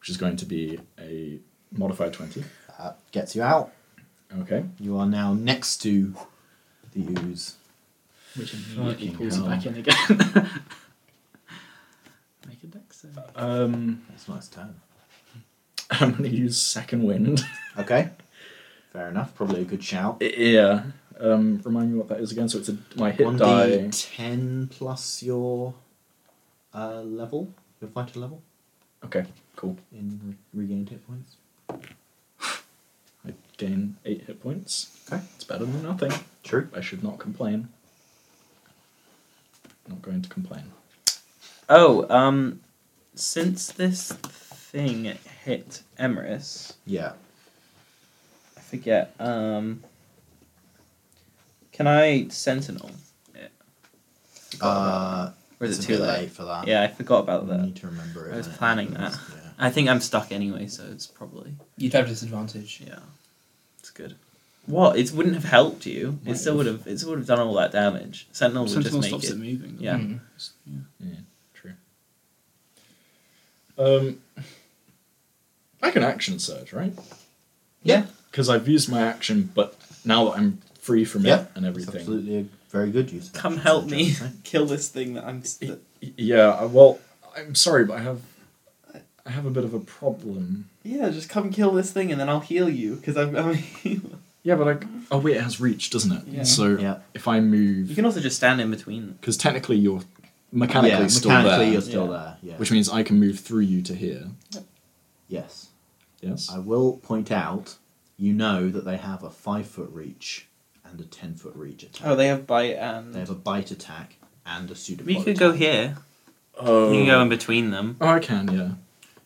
S3: Which is going to be a modified 20.
S1: Uh, gets you out.
S3: Okay.
S1: You are now next to the ooze.
S12: Which immediately
S3: Fucking
S12: pulls
S3: hell.
S12: it back in again. Make a dex save.
S3: Um,
S1: It's nice turn.
S3: I'm going to use Second Wind.
S1: Okay. Fair enough. Probably a good shout.
S3: yeah. Um, remind me what that is again. So it's a, my hit
S1: One
S3: die.
S1: D ten plus your uh, level, your fighter level,
S3: Okay, cool.
S1: in re- regained hit points.
S3: I gain eight hit points.
S1: Okay.
S3: It's better than nothing.
S1: True.
S3: I should not complain. Not going to complain.
S15: Oh, um, since this thing hit Emerus,
S1: Yeah.
S15: I forget. Um, can I sentinel? it?
S1: Uh,
S15: Or is
S1: it's
S15: it
S1: a
S15: too
S1: bit Mm.
S15: late?
S1: for that.
S15: Yeah, I forgot about
S1: You
S15: that.
S1: need to remember it.
S15: I was
S1: when it
S15: planning that.
S1: happens,
S15: I think I'm stuck anyway, so it's probably
S4: You'd have disadvantage.
S15: yeah. It's good. What? It wouldn't have helped you. It
S3: Might
S15: still
S3: have.
S15: would have. It still would have done all that damage. Sentinel would
S12: Sentinel
S15: just make
S12: stops
S15: it.
S12: it moving. doesn't
S15: Yeah.
S12: it?
S4: Mm.
S3: Yeah, true. Um, I can action surge, right?
S1: Yeah.
S3: Because I've used my action, but now that I'm free from
S1: Yeah,
S3: it and
S1: It's
S3: everything.
S1: absolutely a very good use. of
S15: Come
S1: action
S15: help
S1: surge,
S15: me
S1: honestly.
S15: kill this thing that I'm.
S3: Y- y- Yeah. I- Well, I'm sorry, but I have, I have a bit of a problem.
S15: Yeah, just come kill this thing and then I'll heal you because I'm. I'm a healer.
S3: Yeah, but I. Oh wait, it has reach, doesn't it?
S15: Yeah.
S3: So
S1: Yeah.
S3: if I
S15: You
S3: move,
S15: can also just stand in between.
S3: because technically you're mechanically
S1: yeah,
S3: still
S1: mechanically
S3: there,
S1: you're still
S15: Yeah.
S1: there. Yeah.
S3: which means I can move through you to here.
S1: yes.
S3: Yes.
S1: I will point out. You know that they have a five foot reach and a ten foot reach attack.
S15: Oh, they have bite
S1: They
S15: and.
S1: have a bite attack and a pseudopod.
S15: We could
S1: attack.
S15: go here.
S3: Oh.
S15: You can go in between them.
S3: Oh, I can. Yeah.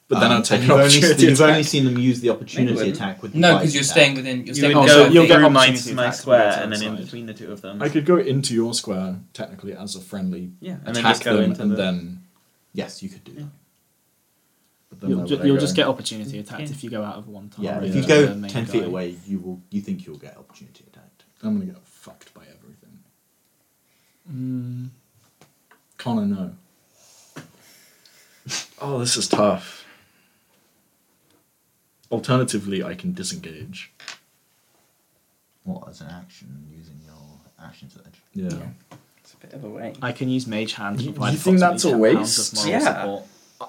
S3: But then
S1: Um,
S3: I'll take
S1: and
S3: an
S1: you've only,
S3: opportunity
S1: You've only
S3: attack.
S1: seen them use the opportunity
S15: wouldn't.
S1: attack with the
S4: No,
S1: bite
S4: because you're
S1: attack.
S4: staying within. You're
S15: You would
S4: staying
S12: would
S15: go
S12: also
S4: within.
S12: you'll get
S15: through my,
S12: opportunity
S15: my
S12: attacks
S15: square
S12: towards
S15: and then in
S12: outside.
S15: between the two of them.
S3: I could go into your square technically as a friendly
S15: yeah, and then
S3: attack
S15: just go
S3: them,
S15: into
S3: and
S15: the.
S3: then.
S1: Yes, you could do that.
S3: But then
S12: You'll,
S3: where
S12: ju-
S3: would I
S12: you'll
S3: go?
S12: just get opportunity attacked
S15: Yeah.
S12: if you go out of one tunnel.
S1: Yeah, if
S12: into
S1: you
S12: the
S1: go
S12: main
S1: ten feet
S12: guy.
S1: away, you will. You think you'll get opportunity attacked.
S3: I'm gonna get fucked by everything. Mm. Connor, no. Oh, this is tough. Alternatively, I can disengage.
S1: What as an action using your action surge?
S3: Yeah.
S15: It's a bit of a way.
S12: I can use Mage Hand to
S3: You-
S12: provide
S3: you think that's a
S12: approximately 10 pounds
S3: waste?
S12: Of moral
S15: Yeah.
S12: support.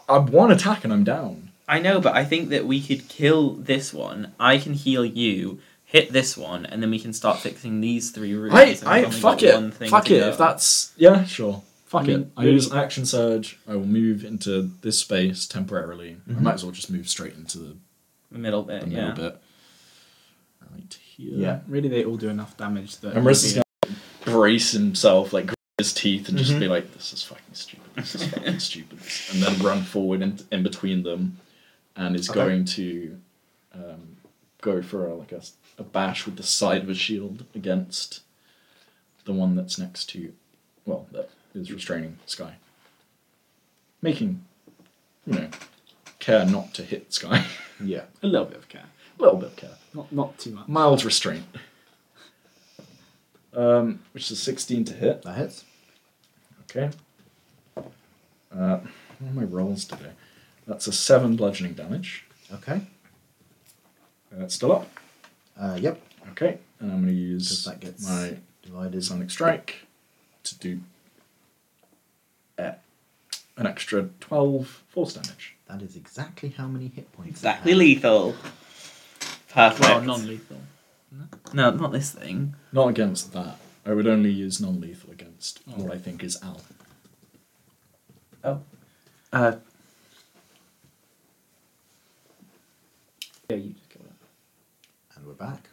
S3: I- I'm one attack and I'm down.
S15: I know, but I think that we could kill this one. I can heal you. Hit this one, and then we can start fixing these three rooms.
S3: I,
S15: and
S3: I
S15: we've only
S3: fuck
S15: got
S3: it. Fuck
S15: to
S3: it.
S15: go.
S3: If that's yeah, sure. Fuck
S12: I mean,
S3: it. I
S12: really-
S3: use action surge. I will move into this space temporarily. I might as well just move straight into the,
S15: the middle bit,
S3: the
S15: yeah.
S3: middle bit. Right here.
S1: Yeah.
S12: Really, they all do enough damage that. it
S3: And
S12: would
S3: Marissa's
S12: be
S3: gonna brace himself, like grit his teeth, and just be like, "This is fucking stupid. This is fucking stupid." And then run forward in, in between them, and is
S1: Okay.
S3: going to um, go for a, like a, s- a bash with the side of a shield against the one that's next to, well, that is restraining Sky, making you know care not to hit Sky.
S1: Yeah.
S12: a little bit of care,
S3: a little bit of care
S12: not not too much.
S3: mild restraint. Um, which is 16 to hit.
S1: That hits.
S3: Okay. Uh, what are my rolls today? That's a 7 bludgeoning damage.
S1: Okay.
S3: Uh, it's still up.
S1: Uh, yep.
S3: Okay. And I'm going to
S1: Because
S3: use
S1: that gets
S3: my
S1: divided.
S3: Sonic Strike to do uh, an extra 12 force damage.
S1: That is exactly how many hit points. it
S15: Exactly
S1: had.
S15: lethal. Perfect.
S12: Well, non-lethal.
S15: no, not this thing.
S3: Not against that. I would only use non lethal against what
S1: Oh.
S3: I think is Al.
S15: Uh,
S12: Yeah, you just kill it.
S1: And we're back.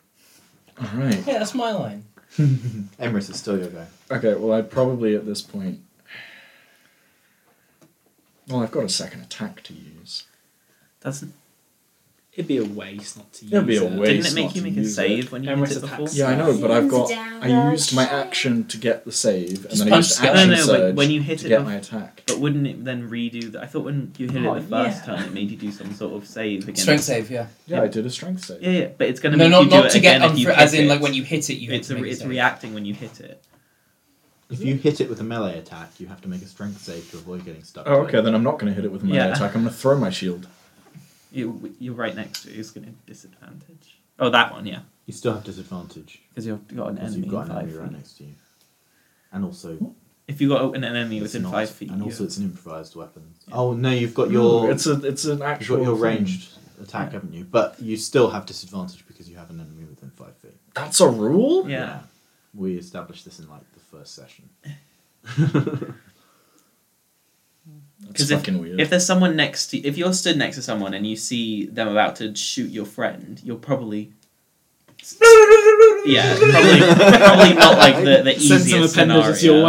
S3: Alright.
S4: Yeah, that's my line.
S1: Emrys is still your go.
S3: Okay, well, I'd probably at this point. Well, I've got a second attack to use.
S15: doesn't.
S12: It'd be a waste not to use
S3: It'd be a
S12: it.
S3: waste. not to use it.
S12: Emrys attacks
S3: Yeah, I know, but I've got. I
S12: Down.
S3: used my action to get the save, and
S15: Just
S3: then I used
S15: punch
S3: action
S15: no, no, no,
S3: surge
S15: when, when you hit
S3: to
S15: it, Oh,
S3: get
S15: bef-
S3: my attack.
S15: But wouldn't it then redo? The, I thought when you hit
S4: Oh,
S15: it the first
S4: yeah.
S15: time, it made you do some sort of save again.
S4: Strength save, yeah.
S3: Yeah, I did a strength save.
S15: Yeah, yeah, but it's going
S4: No,
S15: make
S4: not-
S15: you do
S4: not
S15: it
S4: to get
S15: again if you
S4: unfr-
S15: hit
S4: as in,
S15: it.
S4: like, when you hit it, you have
S15: it's
S4: to
S15: a,
S4: make a
S15: it's
S4: save.
S15: reacting when you hit it.
S1: If you hit it with a melee attack, you have to make a strength save to avoid getting stuck.
S3: Oh,
S1: to
S3: okay,
S1: it.
S3: then I'm not going to hit it with my
S15: Yeah.
S3: attack. I'm going to throw my shield.
S15: You you're right next to it. It's going to disadvantage. Oh, that one, yeah.
S1: You still have disadvantage.
S15: Because you've got an
S1: Because
S15: enemy.
S1: You've got
S15: in
S1: an
S15: five
S1: enemy right
S15: feet.
S1: next to you. And also,
S15: If you got an enemy
S1: it's
S15: within
S1: not-
S15: five feet,
S1: And
S15: you-
S1: also, it's an improvised weapon. Oh no, you've got
S3: No,
S1: your.
S3: it's a- it's an actual
S1: You've got your
S3: thing.
S1: ranged attack, haven't you? But you still have disadvantage because you have an enemy within five feet.
S3: That's a rule.
S15: Yeah.
S1: We established this in like the first session.
S15: Because if, if there's someone next to if you're stood next to someone and you see them about to shoot your friend, you're probably yeah, probably, probably not like the, the
S12: Send some
S15: easiest
S12: appendages
S15: scenario.
S12: your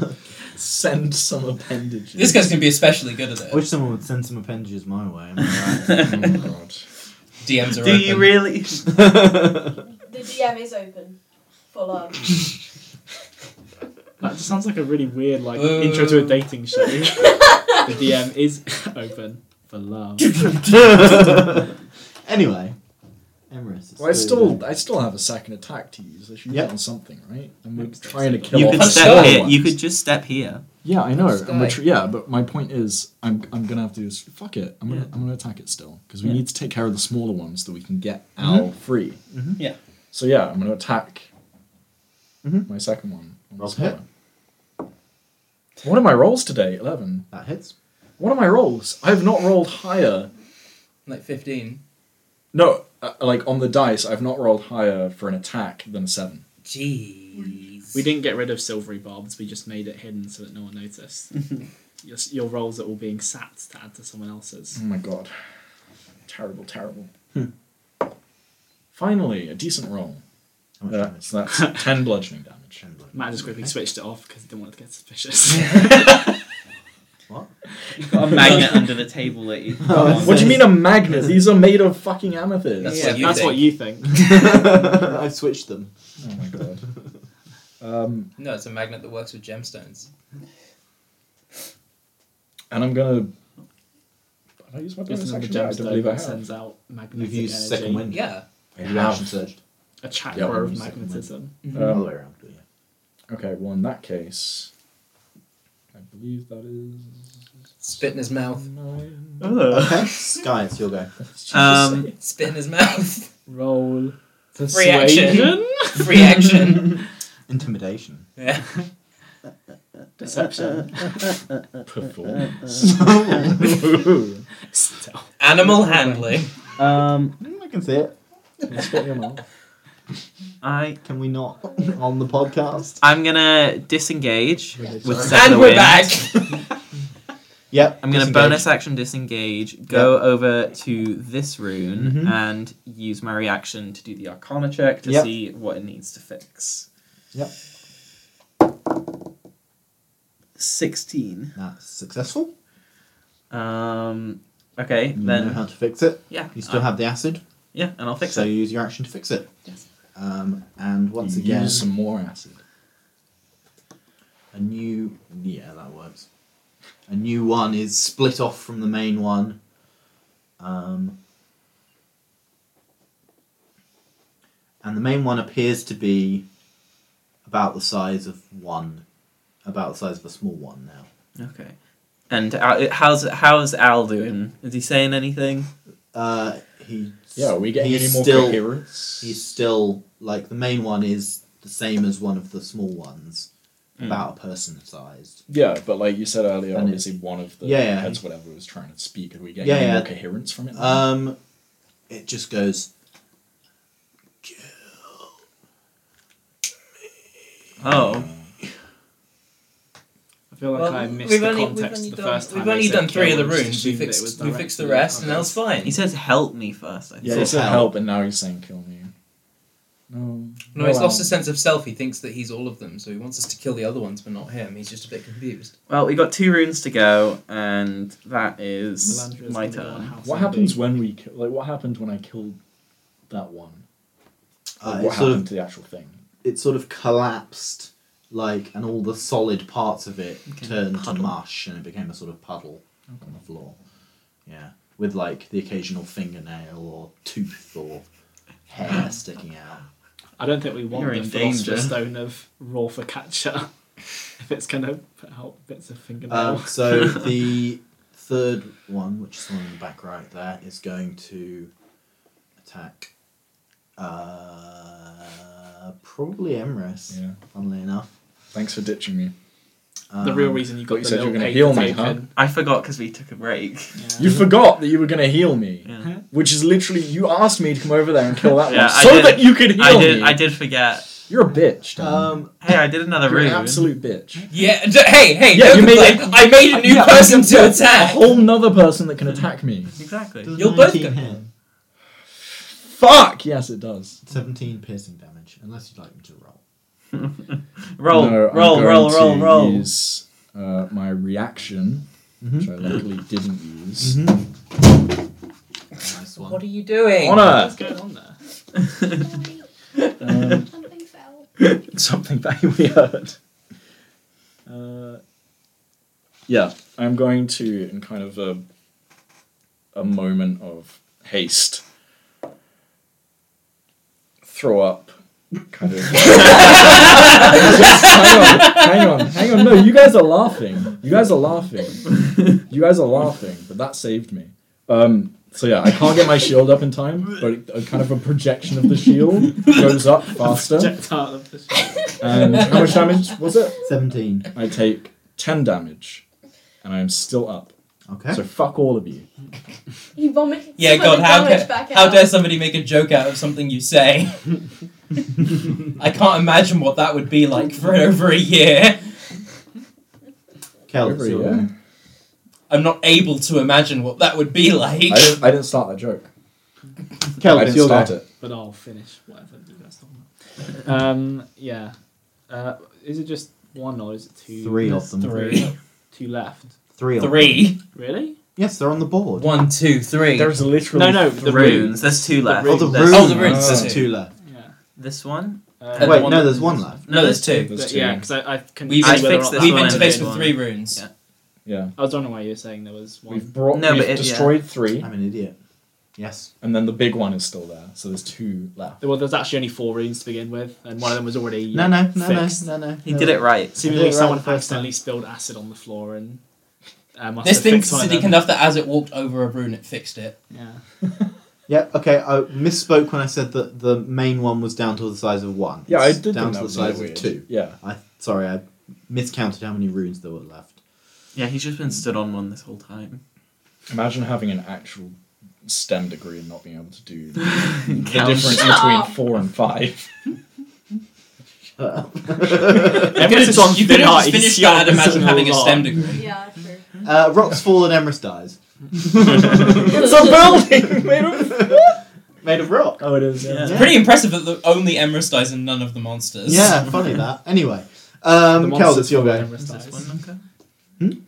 S12: way.
S3: Send some appendages.
S4: This guy's going to be especially good at
S1: I
S4: it.
S1: wish someone would send some appendages my way. am I
S3: Oh,
S1: right?
S4: DMs are
S15: Do you
S4: open.
S15: really?
S9: The DM is open. Full on.
S12: That just sounds like a really weird like
S3: Uh.
S12: intro to a dating show. the DM is open for love.
S1: anyway, Emrys. it's
S3: Well, I
S1: still
S3: still, I still have a second attack to use. I should use
S1: Yep.
S3: it on something, right? And we're trying to kill
S15: you
S3: off
S15: could
S3: the
S15: step
S3: smaller
S15: here. You
S3: ones.
S15: could just step here.
S3: Yeah, I know.
S9: Let's
S3: And we're
S9: go.
S3: tr- yeah, but my point is, I'm, I'm gonna have to just fuck it. I'm gonna, I'm gonna attack it still because we
S15: Yeah. Mm-hmm.
S3: need to take care of the smaller ones that we can get Al free.
S1: Mhm.
S4: Yeah.
S3: So yeah, I'm gonna attack
S15: Mm-hmm.
S1: Mhm.
S3: my second one. on the
S1: Roll to
S3: smaller. What are my rolls today? Eleven.
S1: That hits.
S3: What are my rolls? I have not rolled higher.
S4: Like 15.
S3: No, uh, like on the dice, I've not rolled higher for an attack than a seven.
S4: Jeez.
S12: We didn't get rid of silvery barbs. We just made it hidden so that no one noticed. your, your roles are all being sapped to add to someone else's.
S3: Oh my god. Terrible, terrible. Finally, a decent roll.
S1: How much
S3: Uh,
S1: damage?
S3: so that's 10 bludgeoning damage.
S1: Ten blood.
S12: Matt just quickly switched it off because he didn't want it to get suspicious.
S1: What?
S15: You've got a magnet under the table that you.
S12: Oh,
S3: what do you mean a magnet? These are made of fucking amethyst.
S4: That's
S12: Yeah,
S4: what you
S12: that's
S4: think.
S12: what you think.
S1: I switched them.
S3: oh my god. Um,
S4: No, it's a magnet that works with gemstones.
S3: and I'm gonna. Have I used my bonus
S12: It's another
S3: action? Yeah,
S12: gemstone
S3: I don't believe I
S12: that
S3: have.
S12: sends out magnetic
S1: You've used
S12: energy.
S1: second
S3: Hmm.
S1: wind.
S4: Yeah.
S1: You action surged.
S12: A chakra
S3: Yeah,
S12: of
S1: use second wind.
S12: magnetism.
S1: All the
S3: Um,
S1: way around. but yeah.
S3: okay, well, in that case, I believe that is.
S4: Spit in his mouth.
S3: Nine.
S1: Okay, Sky, it's your go.
S15: Um,
S4: Spit in his mouth.
S12: Roll.
S4: Free action.
S12: persuasion?
S4: Free action.
S1: Intimidation.
S4: Yeah.
S12: Deception.
S3: Performance.
S1: Mm,
S3: Ooh.
S12: Stealth.
S4: Animal handling.
S15: um,
S1: Mm, I can see it.
S3: Can you spit in your mouth?
S15: I
S1: Can we not on the podcast?
S15: I'm gonna disengage
S1: Yeah.
S15: with
S1: And
S15: Seven
S4: and
S15: of
S4: we're
S15: Wind.
S4: back.
S1: Yep.
S15: I'm gonna
S1: disengage.
S15: bonus action disengage, go over to this rune,
S1: Mhm.
S15: and use my reaction to do the Arcana check to
S1: Yep.
S15: see what it needs to fix.
S1: Yep.
S15: Sixteen.
S1: That's successful.
S15: Um. Okay,
S1: You know
S15: then
S1: how to fix it.
S15: yeah,
S1: Mm-hmm. You still
S15: I-
S1: have the acid,
S15: yeah, and I'll fix
S1: so
S15: it.
S1: you use your action to fix it.
S15: Yes.
S1: Um, and once
S3: You
S1: again,
S3: use some more acid.
S1: a new yeah that works. A new one is split off from the main one. Um, and the main one appears to be about the size of one, about the size of a small one now.
S15: Okay. And Al, how's how's Al doing? Is he saying anything?
S1: Uh, he
S3: Yeah, are we getting
S1: he's
S3: any more
S1: still,
S3: coherence?
S1: He's still like the main one is the same as one of the small ones, about a person sized.
S3: Yeah, but like you said earlier,
S1: And
S3: obviously one of the
S1: Yeah, yeah.
S3: heads, whatever, was trying to speak. Are we getting
S1: Yeah,
S3: any more
S1: yeah.
S3: coherence from it? now?
S1: Um, it just goes.
S15: Oh,
S12: I feel like
S4: Well,
S12: I missed
S4: we've
S12: the
S4: only- we've
S12: context
S4: only
S12: the
S4: done-
S12: first time.
S4: We've only
S12: except
S4: done three of the
S12: I assumed
S4: rooms.
S12: that
S4: We
S12: it
S4: fixed,
S12: was
S4: we fixed the
S12: directed at
S4: rest, and that's fine.
S15: he says help me first. I think.
S3: yeah, he
S1: says
S3: said
S1: help.
S3: help, and now he's saying kill me. No. um,
S4: No, he's lost his sense of self. He thinks that he's all of them, so he wants us to kill the other ones, but not him. He's just a bit confused.
S15: Well, we got two runes to go, and that is
S6: Melandra's
S15: my
S6: gonna go on
S15: turn.
S6: house
S3: What
S6: and
S3: happens
S6: be-
S3: when we ki- like? What happened when I killed that one?
S1: Uh,
S3: Like,
S1: it
S3: what
S1: sort
S3: happened
S1: of
S3: to the actual thing?
S1: it sort of collapsed, like, and all the solid parts of it
S15: Became a
S1: turned to
S15: puddle.
S1: mush, and it became a sort of puddle on the floor. Yeah, with like the occasional fingernail or tooth or hair sticking out.
S6: I don't think we want
S15: You're
S6: the
S15: in
S6: philosopher's
S15: danger.
S6: stone of raw for catcher if it's going to put out bits of fingernail.
S1: Um, so the third one, which is the one in the back right there, is going to attack. Uh, probably Emrys.
S3: Yeah.
S1: Funnily enough,
S3: Thanks for ditching me.
S6: the real
S1: Um,
S6: reason you
S3: thought
S6: got
S3: you
S6: the
S3: said you were
S6: little
S3: gonna
S6: paper
S3: heal me,
S6: taken.
S3: huh?
S15: I forgot because we took a break.
S3: You forgot that you were going to heal me,
S15: Yeah.
S3: which is literally you asked me to come over there and kill that
S15: Yeah,
S3: one
S15: I
S3: so
S15: did-
S3: that you could heal
S15: I did.
S3: me.
S15: I did forget.
S3: You're a bitch. Dan.
S1: Um,
S15: Hey, I did another
S3: You're
S15: rune.
S3: an absolute bitch.
S4: Yeah. D- hey, hey.
S3: Yeah,
S4: don't
S3: you made
S4: complain.
S3: it- Uh,
S4: I made a new
S3: Yeah, I
S4: person
S3: can
S4: to
S3: put A
S4: attack.
S3: whole nother person that can attack me.
S15: Exactly.
S1: does
S4: You'll both
S1: 19
S4: go-
S1: hit.
S3: Fuck. Yes, it does.
S1: Seventeen piercing damage, unless you'd like me to roll.
S15: Roll,
S3: No, I'm
S15: roll,
S3: going
S15: roll, roll,
S3: to
S15: roll.
S3: Use uh, my reaction, which I luckily didn't use.
S1: Mm-hmm. Nice one.
S4: What are you doing?
S3: Honor.
S6: What's going on there?
S3: Um,
S17: Something fell.
S3: something that we heard. Uh, yeah, I'm going to, in kind of a, a moment of haste, throw up. Kind of. hang on, hang on, hang on. No, you guys are laughing. You guys are laughing. You guys are laughing, but that saved me. Um, so yeah, I can't get my shield up in time, but it, a kind of a projection of the shield goes up faster.
S6: Projectile of the ship.
S3: And how much damage was it?
S1: Seventeen.
S3: I take 10 damage, and I am still up.
S1: Okay.
S3: So fuck all of you.
S8: You vomit.
S4: Yeah,
S8: some of
S4: God,
S8: the
S4: how
S8: damage
S4: ca-
S8: back
S4: how
S8: out.
S4: dare somebody make a joke out of something you say? I can't imagine what that would be like for over a year.
S1: Kel,
S3: Over
S1: it's
S3: a
S1: your
S3: year.
S1: one.
S4: I'm not able to imagine what that would be like.
S3: I didn't, I didn't start that joke.
S1: Kel,
S3: I
S1: it's
S3: didn't
S1: your
S3: start
S1: go.
S3: it.
S6: But I'll finish whatever you guys talking about. Um, yeah. Uh, is it just one or is it two?
S1: Three of them.
S4: Three.
S6: Two left.
S1: Three. of them.
S4: Three.
S6: Really?
S1: Yes, they're on the board.
S4: One, two, three.
S3: There's
S6: No,
S3: literally.
S6: no.
S15: The
S6: The
S15: runes. There's two left.
S1: Oh, the
S15: There's-
S1: runes.
S4: Oh, the runes.
S1: There's
S4: Oh.
S1: two left.
S6: Yeah.
S15: This one.
S6: Uh,
S4: And
S1: Wait,
S4: the one
S1: no,
S4: that-
S1: there's one left.
S15: No, there's two.
S3: There's
S6: but
S3: two.
S6: yeah, because I, I can
S4: We've
S6: see
S4: I
S6: whether or
S15: fixed
S6: not
S15: this
S6: that
S4: We've
S15: one
S6: one
S4: been to
S15: and
S4: base
S15: did
S4: with
S15: one.
S4: three runes.
S15: Yeah.
S3: Yeah.
S6: I was wondering why you were saying there was one.
S3: We've brought.
S15: No,
S3: we've
S15: but it- yeah.
S3: destroyed three,
S1: I'm an idiot. Yes.
S3: and then the big one is still there. So there's two left.
S6: Well, there's actually only four runes to begin with, and one of them was already
S1: No, no, no, no,
S6: fixed.
S1: no, no.
S15: He
S1: no.
S15: did it right.
S6: Seemingly,
S1: Yeah, right,
S6: someone
S1: the first
S6: accidentally spilled acid on the floor and. Uh, must
S4: This
S6: have
S4: thing's
S6: fixed one of
S4: acidic
S6: them.
S4: enough that as it walked over a rune, it fixed it.
S6: Yeah.
S1: Yeah, okay, I misspoke when I said that the main one was down to the size of one.
S3: Yeah, I
S1: It's
S3: did
S1: Down
S3: think
S1: to
S3: that
S1: the
S3: was a bit
S1: size of
S3: weird.
S1: two.
S3: Yeah.
S1: I Sorry, I miscounted how many runes there were left.
S15: Yeah, he's just been stood on one this whole time.
S3: Imagine having an actual STEM degree and not being able to do the
S15: Count.
S3: difference between four and five.
S1: Uh,
S6: Everyone's
S4: Could've
S6: on
S4: just- you
S6: thin
S4: could have
S6: ice,
S4: finished
S6: yeah,
S4: that and
S6: it's
S4: imagine
S6: a
S4: having a
S6: lot.
S4: STEM degree.
S18: Yeah, true.
S1: Uh, rocks fall and Emrys dies.
S3: it's a building made of.
S1: Made of rock.
S3: Oh, it is.
S15: yeah.
S1: Yeah.
S4: Pretty impressive that the only Emrys dies and none of the monsters.
S1: Yeah, funny that. Anyway,
S6: The
S1: um, Kel,
S6: monster's
S1: it's your
S6: full of
S1: go.
S6: Emrys
S15: Is this
S6: dice.
S15: one, Nunca?
S1: Hmm?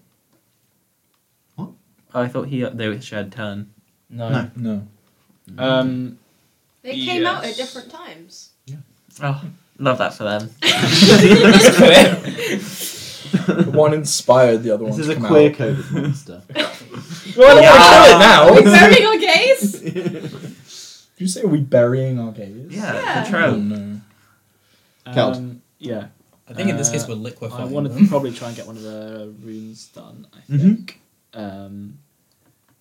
S1: What?
S15: Oh, I thought he they shared turn.
S4: No.
S1: No.
S3: No.
S6: Um,
S8: They came out
S6: Yes.
S8: at different times.
S15: Oh, love that for them.
S4: That's queer.
S3: One inspired the other one.
S1: This is a
S3: to come
S1: queer
S3: out.
S1: coded monster.
S6: Mm.
S3: Well, I
S8: Are
S3: don't want
S8: we
S3: to show it now.
S8: burning our gaze?
S3: Did you say are we burying our gaze?
S15: Yeah,
S8: Yeah.
S3: Oh
S15: control.
S3: no.
S1: Keld.
S6: um, yeah.
S4: I think in this case
S6: Uh,
S4: we're
S6: I
S4: liquefying
S6: want to
S4: them.
S6: probably try and get one of the runes done, I
S1: Mhm.
S6: think. Um,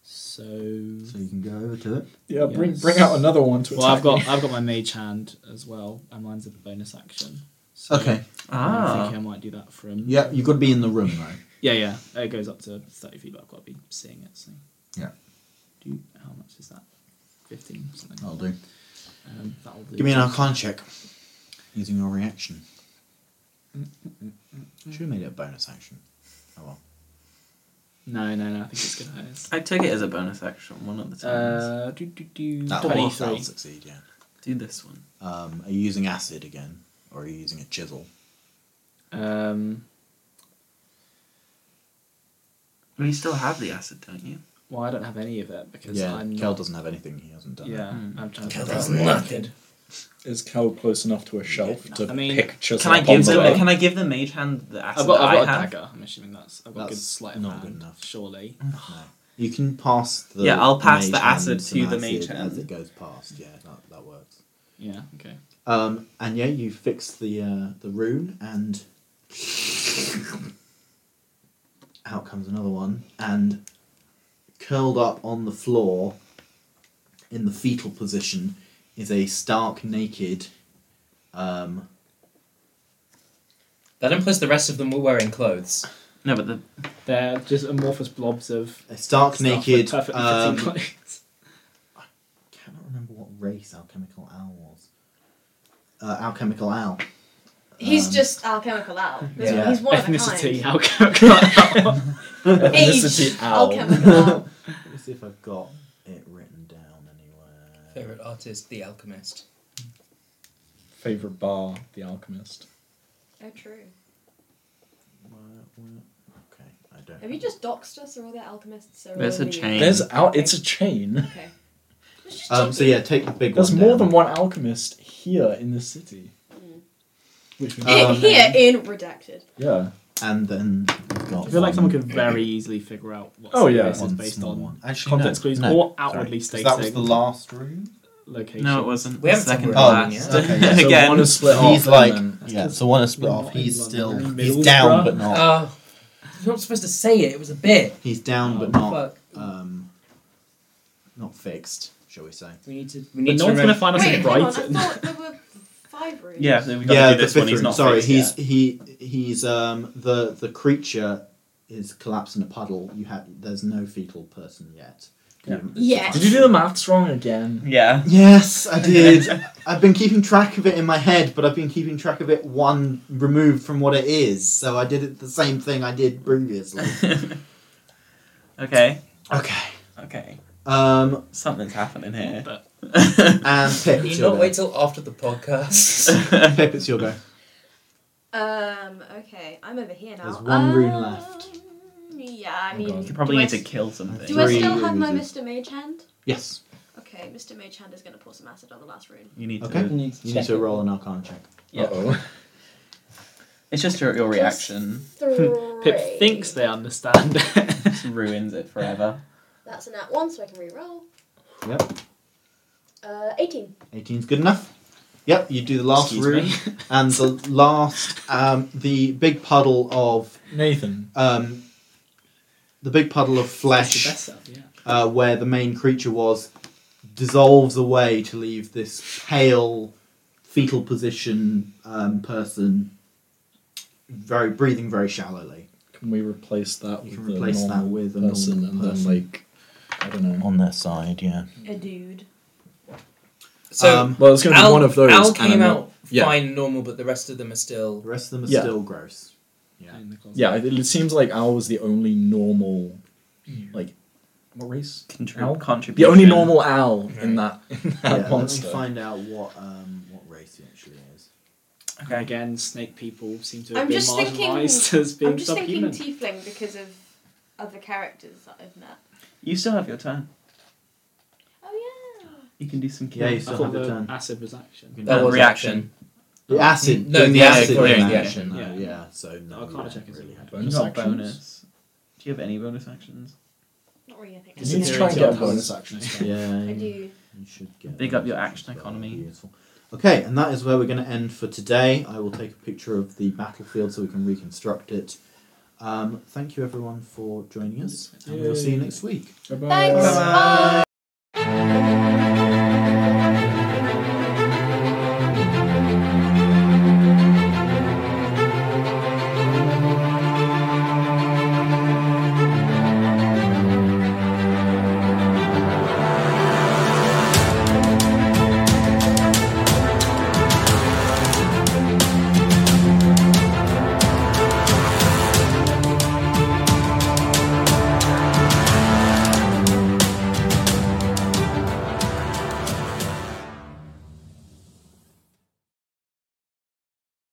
S6: so.
S1: So you can go over to it.
S3: Yeah, bring
S6: Yes.
S3: bring out another one to
S6: Well, I've
S3: attack
S6: got I've got my mage hand as well, and mine's a bonus action. So
S1: Okay.
S6: I'm
S15: Ah,
S6: thinking I might do that from.
S1: Yeah, you've got to be in the room, though.
S6: Yeah, yeah. It goes up to 30 feet, but I've got to be seeing it. So.
S1: Yeah.
S6: Do you, how much is that? 15 something.
S1: I'll do.
S6: Um, that'll do.
S1: Oh. Give me an arcana check. Using your reaction. Should have made it a bonus action. Oh well.
S6: No, no, no. I think it's good. how it is.
S15: I took it as a bonus action one of the times.
S6: Uh, do, do, do,
S1: That will,
S6: 23.
S1: that'll succeed, yeah.
S15: Do this one.
S1: Um, are you using acid again, or are you using a chisel?
S12: Um,
S15: Well, you still have the acid, don't you?
S12: well, I don't have any of it because
S1: yeah,
S12: I'm
S1: Kel
S12: not-
S1: doesn't have anything. He hasn't done.
S12: Yeah,
S1: that.
S15: Hmm.
S12: I'm trying
S1: Kel
S12: to figure out
S1: does
S12: what I
S1: nothing.
S12: could-
S3: Is Cal close enough to a shelf to
S12: I mean,
S3: pick just
S15: Can I
S3: up on
S15: give
S3: the
S15: them?
S3: leg?
S15: Can I give the mage hand the acid
S12: I've got,
S15: that
S12: I've got
S15: I
S12: a
S15: have?
S12: dagger. I'm assuming that's I've got a good
S1: That's
S12: sleight of
S1: not
S12: hand,
S1: good enough. Hmm.
S12: Surely.
S1: No. You can pass the.
S15: Yeah, I'll pass
S1: mage
S15: the
S1: hand
S15: acid
S1: some
S15: to the mage
S1: acid
S15: hand.
S1: as it goes past. Yeah, that, that works.
S12: Yeah. Okay.
S1: Um, and yeah, you fix the uh, the rune, and out comes another one, and curled up on the floor, in the fetal position, is a stark naked. Um,
S4: That implies the rest of them were wearing clothes.
S15: No, but the
S12: They're just amorphous blobs of
S1: a stark
S12: stuff with
S1: naked.
S12: perfectly fitting
S1: um,
S12: clothes.
S1: cannot remember what race Alchemical Owl was. Uh, Alchemical Owl.
S8: He's
S1: Um,
S8: just alchemical owl. There's-
S1: Yeah.
S8: He's one
S12: Ethnicity,
S8: of
S12: alcohol.
S8: a kind. Age,
S3: Ethnicity owl.
S8: alchemical owl.
S1: Let me see if I've got it written down anywhere.
S4: Favorite artist, The Alchemist.
S3: Favorite bar, The Alchemist.
S8: Oh, true.
S1: Where- where- Okay, I don't.
S8: Have you just doxed us, or are there alchemists? Or
S15: There's
S8: are
S15: a
S8: we-
S15: chain.
S3: There's al- it's a chain.
S8: Okay.
S1: Um, so yeah, take the big
S3: There's
S1: one.
S3: more
S1: down.
S3: than one alchemist here in the city. Hmm. Which we
S8: Here-
S1: Um,
S8: here in redacted.
S3: yeah.
S1: And then we've got.
S12: I feel like someone
S1: one-
S12: could very easily figure out what
S3: Oh, yeah.
S12: this is
S1: one
S12: based
S1: small
S12: on
S1: one. Actually,
S12: context
S1: no,
S12: clues
S1: no,
S12: or
S1: sorry,
S12: outwardly
S1: 'cause
S12: stating
S1: That was the last room.
S12: location.
S15: no, it wasn't.
S4: We
S15: the
S4: haven't
S15: second
S4: done
S15: to
S4: Oh,
S15: last.
S4: okay.
S1: Yeah,
S3: So
S15: Again,
S3: one is split off.
S1: he's like,
S3: and then-
S1: yeah. So one is split
S12: London,
S1: off. He's still
S12: London,
S1: he's
S12: Middlesbrough.
S1: down, but
S3: Oh.
S1: not.
S4: Uh, you're not supposed to say it. It was a bit.
S1: he's down, but
S3: Oh.
S1: not. Um, not fixed, shall we say?
S4: We need to. We
S12: But
S4: need
S12: no one's
S4: to
S12: going to
S4: remember.
S12: find us
S8: Wait,
S12: in
S8: hang on. I
S12: Brighton.
S8: thought there were five rooms.
S15: Yeah, so we've got
S1: yeah,
S15: to do
S1: the
S15: this one.
S1: fifth
S15: He's
S1: room.
S15: not
S1: Sorry,
S15: fixed
S1: he's
S15: yet.
S1: he he's um the the creature is collapsed in a puddle. You have there's no fetal person yet. You
S3: Yeah.
S1: haven't-
S8: Yes.
S3: Did you do the maths wrong again?
S15: Yeah.
S1: Yes, I did. I've been keeping track of it in my head, but I've been keeping track of it one removed from what it is. So I did it the same thing I did previously.
S15: okay.
S1: okay.
S15: Okay.
S1: Um
S15: Something's happening here.
S12: But-
S1: and Pip,
S4: Can
S1: it's
S4: you
S1: your
S4: not
S1: go.
S4: wait till after the podcast?
S1: Pip, it's your go.
S8: Um. Okay, I'm over here now.
S1: There's one room
S8: Um,
S1: left.
S8: Yeah, I
S1: Oh,
S8: mean,
S1: God.
S15: you probably
S8: do I
S15: need to
S8: s-
S15: kill something.
S8: Do I
S1: Three
S8: still have my
S1: roses.
S8: Mr. Mage hand?
S1: Yes.
S8: Okay, Mr. Mage hand is going to pour some acid on the last room.
S15: You need
S1: Okay.
S15: to.
S1: You need to roll an arcana check.
S15: Yeah.
S3: Uh-oh.
S15: It's just your, your
S8: Plus-
S15: reaction.
S12: Pip thinks they understand it.
S15: Just ruins it forever.
S8: That's an at one, so I can re-roll.
S1: Yep.
S8: Uh, 18.
S1: 18's good enough. Yep, you do the last
S15: Excuse
S1: room
S15: me.
S1: and the last um the big puddle of
S3: Nathan.
S1: um the big puddle of
S12: It's
S1: flesh
S12: the best stuff, yeah.
S1: uh, where the main creature was dissolves away to leave this pale fetal position um, person very breathing very shallowly
S3: Can we replace that
S1: You
S3: with
S1: can
S3: the
S1: replace that
S3: normal
S1: with a
S3: person
S1: normal
S3: and then
S1: person.
S3: like I don't know.
S1: on their side yeah
S2: A dude.
S4: so
S1: um,
S3: Mm. Well, it's going to
S4: Al,
S3: be one of those.
S4: Al
S3: and
S4: came
S3: I'm not-
S4: out
S3: yeah.
S4: fine, and normal, but the rest of them are still.
S1: the rest of them are
S3: Yeah.
S1: still gross Yeah.
S12: In the closet.
S3: Yeah, it, it seems like Al was the only normal, like, Hmm. what race? Al?
S15: Contrib- contribution.
S3: The only normal Al in that, in that
S1: yeah let me
S3: monster.
S1: find out what um, what race he actually is
S12: Okay, again, snake people seem to have
S8: I'm
S12: been
S8: just thinking-
S12: marginalised as being
S8: I'm just
S12: subhuman.
S8: thinking tiefling because of other characters that I've met.
S15: You still have your turn.
S8: Oh, yeah.
S15: You can do some
S1: yeah you
S15: kills.
S12: I
S1: still
S12: thought
S1: have your
S12: the
S1: turn
S12: acid was action.
S4: That
S15: Um,
S4: was
S15: reaction.
S4: action.
S1: the acid
S4: No,
S1: doing the
S4: yeah,
S1: acid
S4: yeah,
S1: in
S4: yeah,
S1: action
S12: yeah.
S1: though, yeah so
S6: Oh,
S1: no
S12: Arcana
S1: you
S12: check
S1: don't
S12: is
S1: really
S12: good.
S1: have
S3: bonus
S15: You've got
S3: actions?
S15: bonus. Do you have any bonus actions?
S8: Not really, I think.
S3: You need to try and get a bonus action.
S1: yeah
S8: I
S1: you-
S8: do.
S1: You should get
S15: Big
S1: those
S15: up your
S1: options,
S15: action
S1: but that'll
S15: economy.
S1: be useful. Okay, and that is where we're going to end for today. I will take a picture of the battlefield so we can reconstruct it. Um, thank you everyone for joining us, and we'll see you next week.
S8: Thanks. Bye.